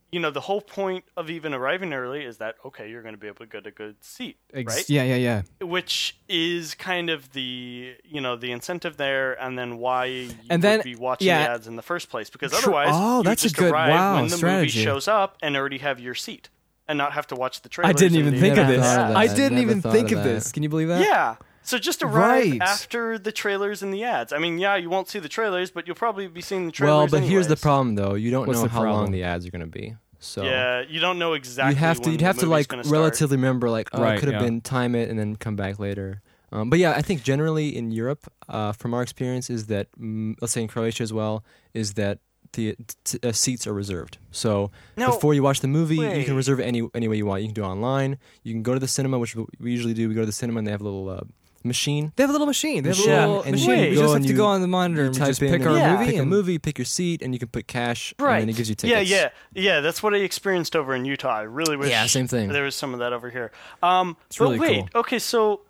C: You know, the whole point of even arriving early is that okay, you're going to be able to get a good seat,
A: Ex-
C: right?
A: Yeah, yeah, yeah.
C: Which is kind of the you know the incentive there, and then why you
A: And then-
C: would be watching
A: yeah.
C: the ads in the first place because
A: True.
C: otherwise,
A: Oh,
C: you
A: that's a
C: just
A: good-
C: arrive
A: wow,
C: when the
A: strategy.
C: movie shows up and already have your seat and not have to watch the trailer.
A: I didn't even think of
B: never
A: this.
B: thought of that.
A: I didn't
B: Never
A: even
B: thought
A: think
B: of
A: of
B: that.
A: this. Can you believe that?
C: Yeah. So just arrive
A: Right.
C: after the trailers and the ads. I mean, yeah, you won't see the trailers, but you'll probably be seeing the trailers.
B: Well, but here's the
C: anyways.
B: problem, though. You don't
A: What's
B: know
A: the
B: how long
A: problem?
B: the ads are going to be. So
C: Yeah, you don't know exactly.
B: you have to
C: when
B: you'd
C: the
B: have to
C: movie's
B: like
C: gonna start.
B: relatively remember like oh
A: Right,
B: I could have
A: yeah.
B: been time it and then come back later. Um, but yeah, I think generally in Europe, uh, from our experience, is that mm, let's say in Croatia as well, is that the t- uh, seats are reserved. So
C: No,
B: before you watch the movie, you
C: wait.
B: can reserve it any any way you want. You can do it online. You can go to the cinema, which we usually do. We go to the cinema and they have a little uh, machine.
A: They have a little machine. They have
B: Machine,
A: a little
B: and
A: machine.
C: you
A: we
B: go
A: just have
B: and
A: to
B: you-
A: go on the monitor
B: You
A: and we
B: type
A: just
B: in
A: pick
B: and
A: our
B: you
C: Yeah.
A: movie.
B: pick a
A: and-
B: movie, pick your seat, and you can put cash,
C: Right.
B: and then it gives you tickets.
C: Yeah, yeah, yeah. That's what I experienced over in Utah. I really wish.
B: Yeah, same thing.
C: There was some of that over here. Um,
A: It's
C: but
A: really
C: wait, okay, so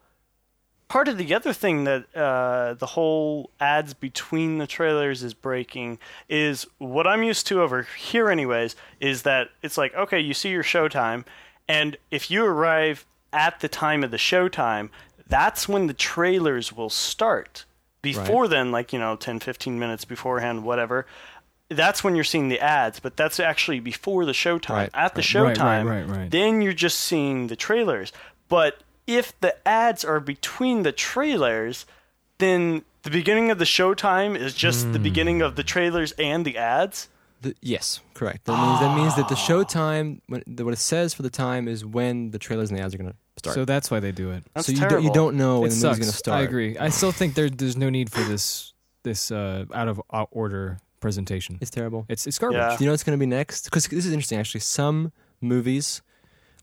C: part of the other thing that uh, the whole ads between the trailers is breaking is what I'm used to over here, anyways, is that it's like, okay, you see your showtime, and if you arrive at the time of the showtime, that's when the trailers will start. Before then, like, you know, 10, 15 minutes beforehand, whatever. That's when you're seeing the ads, but that's actually before the showtime.
B: Right,
C: At the
A: right,
C: showtime,
A: right, right.
C: then you're just seeing the trailers. But if the ads are between the trailers, then the beginning of the showtime is just
B: Hmm.
C: the beginning of the trailers and the ads.
B: The, yes, correct. That means that means that the show time, when, the, what it says for the time is when the trailers and the ads are going to start.
A: So that's why they do it.
C: That's
B: So you
C: terrible.
B: don't you don't know when
A: it
B: the
A: sucks.
B: movie's going to start.
A: I agree. I still think there, there's no need for this this uh, out of o- order presentation.
B: It's terrible.
A: It's it's garbage.
C: Yeah.
B: Do you know what's going to be next? Because this is interesting, actually. Some movies,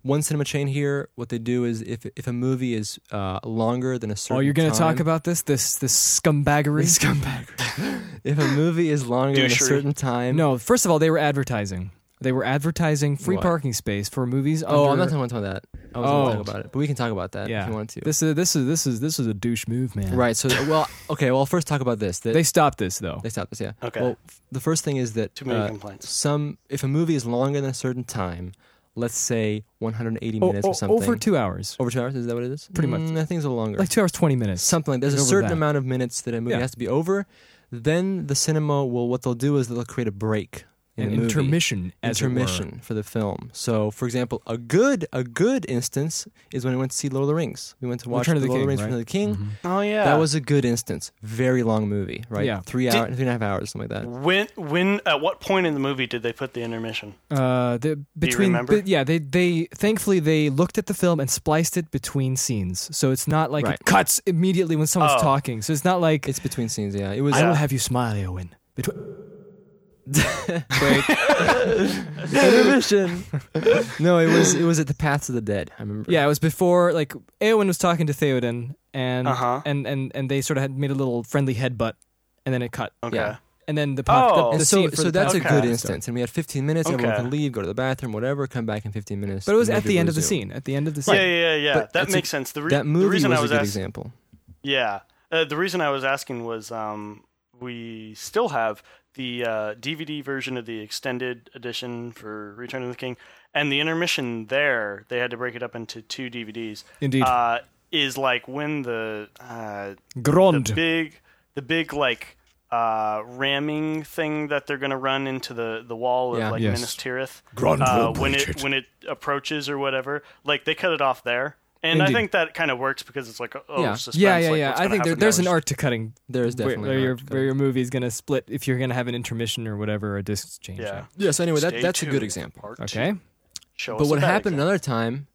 B: one cinema chain here, what they do is if if a movie is uh, longer than a certain.
A: Oh, you're
B: going
A: gonna
B: to
A: talk about this this this scumbaggery. scumbaggery.
B: if a movie is longer than a
C: Douchery.
B: certain time.
A: No, first of all, they were advertising. They were advertising free
B: What?
A: parking space for movies.
B: Oh, I'm
A: under-
B: not talking about that. I was going
A: Oh.
B: to talk about it, but we can talk about that
A: Yeah,
B: if you want to.
A: This is this is this is this is a douche move, man.
B: right. So, well, okay. Well, first talk about this. That
A: They stopped this though.
B: They stopped this, yeah.
C: Okay.
B: Well, f- the first thing is that
C: Too many
B: uh,
C: complaints.
B: Some, if a movie is longer than a certain time, let's say 180
A: Oh,
B: minutes
A: oh,
B: or something.
A: over two hours,
B: Over two hours? Is that what it is?
A: Pretty much.
B: Mm, I think it's a little longer.
A: like two hours twenty minutes.
B: something like there's a
A: Over
B: certain
A: that.
B: amount of minutes that a movie
A: Yeah.
B: has to be over. Then the cinema will what they'll do is they'll create a break in
A: an
B: the movie.
A: intermission, as it were.
B: intermission for the film. So, for example, a good a good instance is when we went to see Lord of the Rings. We went to watch
A: Return of
B: the
A: the
B: Lord
A: King,
B: of the Rings:
A: right? Mm-hmm.
B: Return of the King.
C: Oh yeah.
B: That was a good instance. Very long movie, right?
A: Yeah.
B: three
C: Did-
B: hours, three and a half hours, something like that.
C: when when at what point in the movie did they put the intermission?
A: Uh, the, between
C: remember?
A: but yeah, they they thankfully they looked at the film and spliced it between scenes, so it's not like
B: Right.
A: it cuts immediately when someone's
C: Oh.
A: talking. So it's not like
B: It's between scenes. Yeah, it was.
A: I will have you smile, Owen. Between
B: intermission. no, it was it was at the Paths of the Dead. I remember.
A: yeah, it was before like Eowyn was talking to Theoden, and
C: Uh-huh.
A: and and and they sort of had made a little friendly headbutt, and then it cut,
C: Okay.
B: Yeah.
A: and then the pop.
C: Oh.
A: the,
B: And
A: the
B: so,
A: scene for
B: so
A: the
B: that's
A: path-
B: a good
C: Okay.
B: instance, and we had 15 minutes. Everyone
C: Okay.
B: could leave, go to the bathroom, whatever, come back in 15 minutes.
A: But it was
B: the
A: at
B: movie
A: the end of the
B: resumed.
A: scene. At the end of the scene.
C: Yeah, yeah, yeah. yeah.
B: But
C: That
B: it's a-
C: makes sense. The, re-
B: That movie
C: the reason
B: was,
C: I was
B: a good
C: asking,
B: example.
C: yeah, uh, the reason I was asking was um, we still have the uh, DVD version of the extended edition for Return of the King, and the intermission there they had to break it up into two DVDs.
A: Indeed.
C: uh, is like when the uh,
A: Grond.
C: the big the big like uh, ramming thing that they're going to run into the, the wall of
B: Yeah.
C: like
A: Yes.
C: Minas Tirith
E: Grond
C: uh,
E: will
C: when
E: breach
C: it,
E: it.
C: when it approaches or whatever like they cut it off there and
A: Indeed.
C: I think that kind of works because it's like oh
B: Yeah.
C: suspense,
A: yeah, yeah,
C: like,
A: yeah.
C: what's
A: I
C: gonna
A: think there,
C: happen
A: there's
C: next?
A: an art to cutting
B: There is
A: where-
B: definitely.
A: where,
B: an
A: your
B: arc
A: where
B: there.
A: your movie is going to split if you're going to have an intermission or whatever a disc change.
C: yeah
B: yeah. So anyway, that,
C: Stay
B: that's a good
C: tuned.
B: example.
C: Part two.
A: Okay.
C: Show
B: But
C: us
B: what
C: that
B: happened
C: example.
B: another time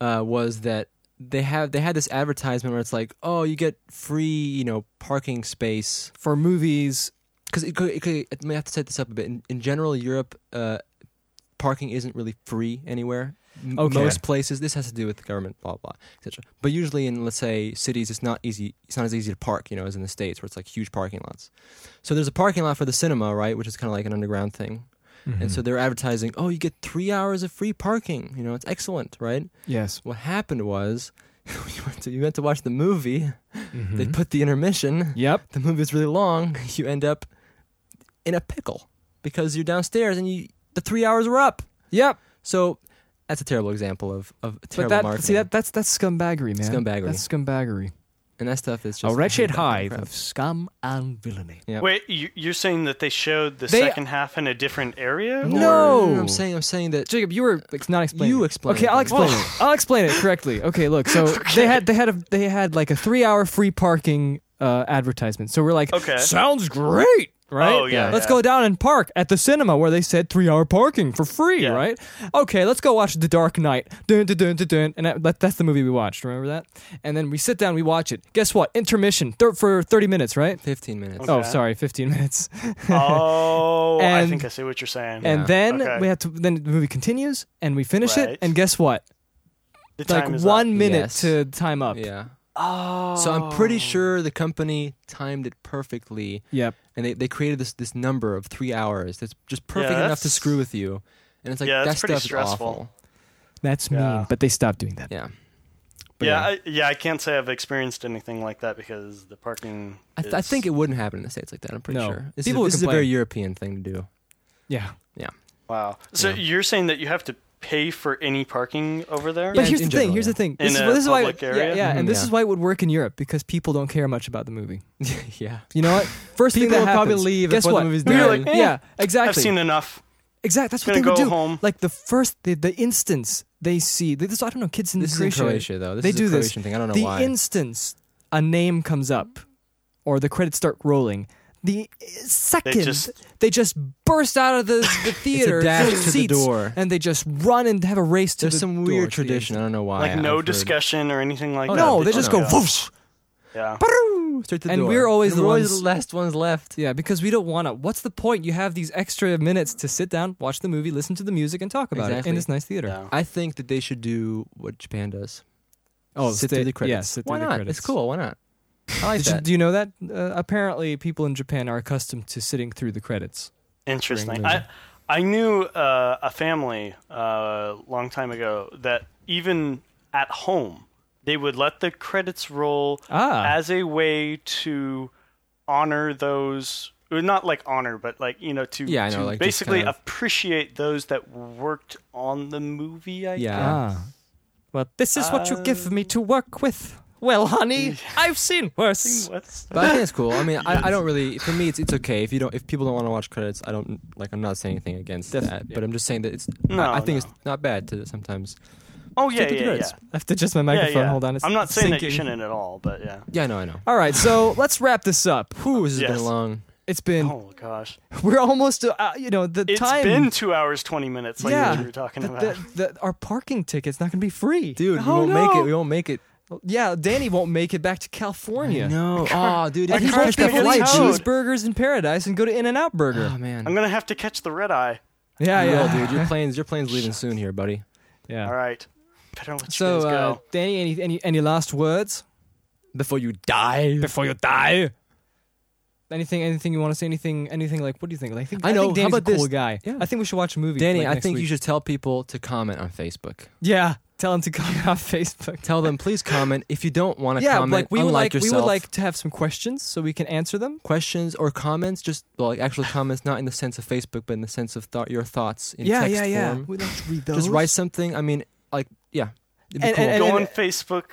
B: uh, was that they have they had this advertisement where it's like, oh, you get free, you know, parking space
A: For movies,
B: because it could, it could, I may have to set this up a bit. In, in general, Europe, uh, parking isn't really free anywhere. M-
A: Okay.
B: Most places, this has to do with the government, blah blah, etc. But usually, in let's say cities, it's not easy. It's not as easy to park, you know, as in the states where it's like huge parking lots. So there's a parking lot for the cinema, right, which is kind of like an underground thing. And so they're advertising, oh, you get three hours of free parking. You know, it's excellent, right?
A: yes.
B: What happened was, you went to you went to watch the movie. They put the intermission
A: Yep.
B: the movie is really long, you end up in a pickle because you're downstairs and you the three hours were up.
A: Yep.
B: So that's a terrible example of of
A: But
B: terrible
A: that
B: marketing.
A: see that that's that's scumbaggery, man.
B: Scumbaggery.
A: That's scumbaggery.
B: and that stuff is just
A: A wretched
B: I hate
A: hive
B: that crap.
A: of scum
E: Um,
A: and villainy.
B: Yep.
C: wait you, you're saying that they showed the
A: They-
C: second half in a different area
A: No.
B: I'm saying I'm saying that
A: Jacob, you were ex- not explaining.
B: You
A: it.
B: explain
A: Okay,
B: it.
A: I'll explain it. I'll explain it correctly. Okay, look. So they had they had a they had like a three hour free parking uh, advertisement. So we're like,
C: Okay.
A: sounds great, right?
C: Oh, yeah,
A: Let's
C: yeah.
A: go down and park at the cinema where they said three hour parking for free,
C: Yeah.
A: right? Okay, let's go watch The Dark Knight. Dun, dun, dun, dun, dun. And that, that- that's the movie we watched. Remember that? And then we sit down, we watch it. Guess what? Intermission thir- for thirty minutes, right?
B: 15 minutes.
A: Oh, sorry, fifteen minutes.
C: oh I
A: And-
C: think I see what you're saying
A: And then
C: Okay.
A: we have to. Then the movie continues, and we finish
C: Right.
A: it. And guess what?
C: the time
A: like
C: is
A: one
C: up.
A: minute
B: Yes.
A: to time up.
B: Yeah.
C: Oh.
B: So I'm pretty sure the company timed it perfectly
A: Yep.
B: and they, they created this this number of 3 hours that's just perfect
C: Yeah,
B: enough to
C: that's-
B: screw with you. And it's like
C: Yeah,
B: that
C: that's pretty
B: stuff is
C: stressful.
B: awful.
A: That's
C: Yeah.
A: mean. But they stopped doing that.
B: Yeah. But
C: yeah, I, yeah, I can't say I've experienced anything like that because the parking.
B: I, th- I think it wouldn't happen in the states like that. I'm pretty
A: No.
B: sure. This
A: People would
B: is, this is a very
A: complain.
B: European thing to do.
A: Yeah.
C: Wow. So
B: Yeah.
C: you're saying that you have to pay for any parking over there?
A: But
B: in-
A: here's the thing.
B: in general,
A: Here's
B: yeah.
A: the thing.
C: In
A: This is,
C: a
A: this is why.
C: public area?
A: Yeah, yeah. And
B: Mhm,
A: this
B: yeah.
A: is why it would work in Europe because people don't care much about the movie.
B: yeah.
A: You know what? First thing
B: People
A: that
B: will probably
A: happens,
B: leave
A: Guess
B: before the
A: what?
B: movie's
A: We were
B: done.
A: like,
C: Eh,
A: yeah, exactly.
C: I've seen enough.
A: Exactly. That's what
C: Gonna
A: they would
C: go
A: do.
C: home.
A: Like the first, the, the instance they see. This, I don't know. Kids in
B: This is in
A: Croatia.
B: Croatia though. This
A: they
B: is
A: do
B: a
A: this.
B: Croatian thing. I don't know
A: the
B: why.
A: instance a name comes up, or the credits start rolling, the second they
C: just-
A: just, burst out of the, the theater,
B: dash
A: their
B: to the
A: seats,
B: door.
A: and they just run and have a race to
B: There's
A: the
B: some
A: door
B: weird
A: to the
B: tradition. I
A: exit.
B: don't know why.
C: Like no
B: I've heard.
C: discussion or anything like
B: Oh,
C: that.
A: no, they
B: Oh,
A: just
B: no.
A: go whoosh.
C: Yeah.
B: Straight to the
A: And
B: door.
A: we're always the
B: always
A: ones-
B: the last ones left.
A: Yeah, because we don't want to. What's the point? You have these extra minutes to sit down, watch the movie, listen to the music, and talk about it
B: Exactly.
A: in this nice theater.
C: Yeah.
B: I think that they should do what Japan does.
A: Oh,
B: sit
A: stay-
B: through the credits.
A: Yeah, sit
B: why
A: through
B: not?
A: the credits.
B: It's cool. Why not? I like
A: Did you,
B: that.
A: do you know that? Uh, apparently, people in Japan are accustomed to sitting through the credits.
C: Interesting.
A: During
C: I I knew uh, a family a long time ago that even at home they would let the credits roll
A: Ah.
C: as a way to honor those or not like honor but like you know to,
B: Yeah, I know,
C: to
B: like, just
C: basically
B: kind of-
C: appreciate those that worked on the movie I
B: Yeah.
C: guess.
A: Ah. Well, this is what you give me to work with. Well, honey, I've seen worse.
C: What's-
B: But I think it's cool. I mean, I, I don't really. For me, it's it's okay if you don't. If people don't want to watch credits, I don't like. I'm not saying anything against that. But I'm just saying that it's.
C: No,
B: I, I think
C: no.
B: it's not bad to sometimes.
C: oh yeah
B: Take the
C: yeah yeah.
B: credits.
A: I have to adjust my
C: yeah,
A: microphone.
C: yeah.
A: Hold on. It's
C: I'm not saying that you
A: sinking.
C: shouldn't at all but yeah
B: Yeah, I know, I know.
A: All right, so let's wrap this up.
B: Whew, this has
C: Yes.
B: been long.
A: It's been
C: oh gosh
A: we're almost uh, uh, you know the
C: It's
A: time.
C: been two hours twenty minutes like
A: yeah,
C: we were talking
A: the-
C: about
A: the- the- our parking ticket's not going to be free,
B: Dude,
A: Oh,
B: we won't
A: no.
B: make it. We won't make it.
A: Yeah, Danny won't make it back to California.
B: No. Oh, dude.
A: Like
B: if
A: he's
B: you catch
A: supposed to
B: that
C: gonna
B: flight,
C: get towed.
B: dude.
A: cheeseburgers in paradise and go to In-N-Out Burger.
B: Oh, man.
C: I'm gonna have to catch the red eye.
A: yeah,
B: You will,
A: yeah,
B: dude. Your plane's, your plane's leaving soon here, buddy.
A: yeah.
C: All right, better let you
A: So,
C: guys
A: uh,
C: go.
A: Danny, any, any any last words?
B: Before you die.
A: before you die. Anything, anything you want to say? Anything, anything like? What do you think? Like, I think
B: I
A: I
B: know.
A: think
B: How
A: Danny's
B: about
A: a
B: this?
A: cool guy.
B: Yeah.
A: I think we should watch a movie.
B: Danny,
A: like,
B: I
A: next
B: think
A: week.
B: you should tell people to comment on Facebook.
A: Yeah, tell him to comment on Facebook.
B: Tell them, please comment. If you don't want to
A: yeah,
B: comment,
A: like we would
B: unlike
A: like
B: yourself,
A: we would like to have some questions so we can answer them.
B: questions or comments, just well, like actual comments, not in the sense of Facebook, but in the sense of thought, your thoughts in
A: yeah,
B: text
A: yeah, yeah.
B: form.
A: We'd like to read those.
B: Just write something. I mean, like, yeah. It'd be
A: And-
B: cool.
A: and-
C: Go
A: and-
C: on Facebook,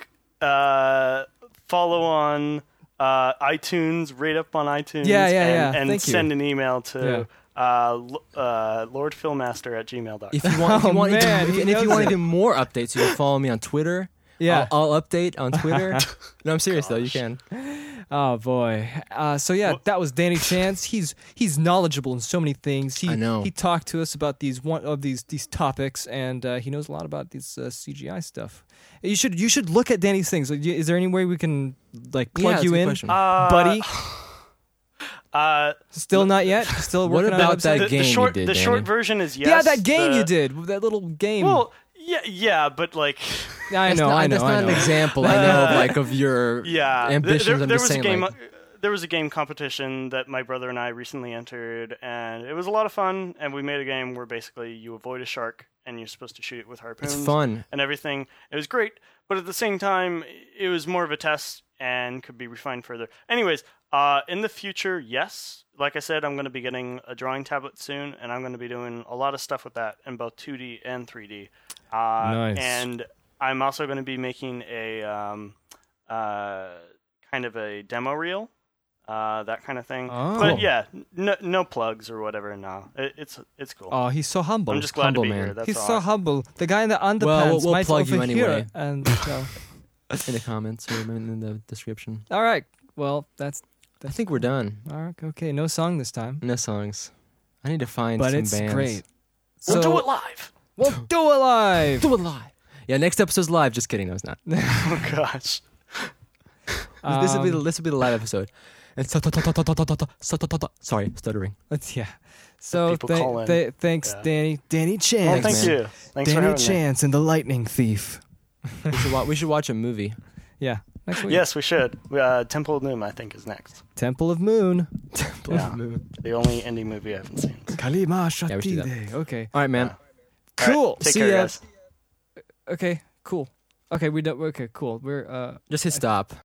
C: uh, follow on uh, iTunes, rate up on iTunes.
A: Yeah, yeah,
C: and,
A: yeah.
C: And
A: Thank you.
C: send an email to uh, l- uh, lordphilmaster at gmail.com.
B: If you want, if you
A: Oh,
B: want,
A: man,
B: if,
A: he
B: and if
A: knows
B: you want
A: it.
B: even more updates, you can follow me on Twitter.
A: Yeah.
B: I'll, I'll update on Twitter. no, I'm serious though. You can.
A: oh boy. Uh, so yeah, that was Danny Chance. He's he's knowledgeable in so many things. He
B: I know.
A: he talked to us about these one of these these topics, and uh, he knows a lot about these uh, CGI stuff. You should you should look at Danny's things. Like, y- Is there any way we can like
B: Yeah,
A: plug
B: that's a
A: you
B: good
A: in,
B: question.
A: buddy?
C: uh,
A: Still not yet. Still
B: What
A: working on
B: about
A: website?
B: that
C: the,
B: game
C: the
B: you
C: short
B: did,
C: the
B: Danny.
C: short version is yes.
A: yeah, that game
C: the-
A: you did. That little game.
C: Well, yeah, yeah, but like,
A: I
B: That's
A: know,
B: not,
A: I know,
B: That's
A: I
B: not
A: know.
B: an example. I know, of, like of your
C: yeah, th-
B: ambitions.
C: there,
B: I'm
C: there
B: just
C: was
B: saying,
C: a game. uh,
B: like,
C: there was a game competition that my brother and I recently entered, and it was a lot of fun. And we made a game where basically you avoid a shark and you're supposed to shoot it with harpoons.
B: it's fun.
C: and everything. It was great, but at the same time, it was more of a test and could be refined further. Anyways, uh, in the future, yes, like I said, I'm going to be getting a drawing tablet soon, and I'm going to be doing a lot of stuff with that in both 2D and 3D. Uh,
A: Nice.
C: And I'm also going to be making a um, uh, kind of a demo reel. Uh, that kind of thing,
A: Oh.
C: but
A: Cool.
C: yeah, no, no plugs or whatever. No, it, it's it's cool.
A: oh, he's so humble.
C: I'm just glad
B: humble
C: to be
B: man.
C: here. That's
A: he's
C: all.
A: so humble. The guy in the underpants
B: Well, we'll- we'll
A: might
B: plug you
A: overhear
B: anyway.
A: And uh,
B: in the comments or in the description.
A: all right, well, that's
B: I think we're done.
A: all right. Okay, no song this time,
B: No songs. I need to find
A: but
B: some
A: it's
B: bands.
A: great.
C: we'll
A: So-
C: do it live.
A: We'll do it live.
B: Do it live. Yeah, next episode's live. Just kidding. No, it's not.
C: Oh gosh.
B: this will be the,
A: Um,
B: this will be the live episode. And so, sorry, stuttering.
A: let's- yeah. So
C: people
A: tha-
C: call in.
A: tha- thanks,
C: Yeah.
A: Danny. Danny
C: Oh,
A: Chance.
C: thank
B: Thanks, man.
C: you. Thanks for
A: Danny
C: having me.
A: Chance and the Lightning Thief.
B: We should, wa- we should watch a movie.
A: Yeah. Next week.
C: Yes, we should. Uh, Temple of Doom, I think, is next.
A: Temple of Moon.
B: Temple
C: Yeah.
B: of Moon.
C: The only indie movie I haven't seen.
A: Kalima
B: Yeah, we should do that.
A: Shatide. Okay.
B: All right, man.
C: All right,
A: Cool.
C: take
A: See
C: care,
A: ya.
C: guys.
A: Okay. Cool. Okay, we don't. Okay, cool. We're uh,
B: Just hit stop.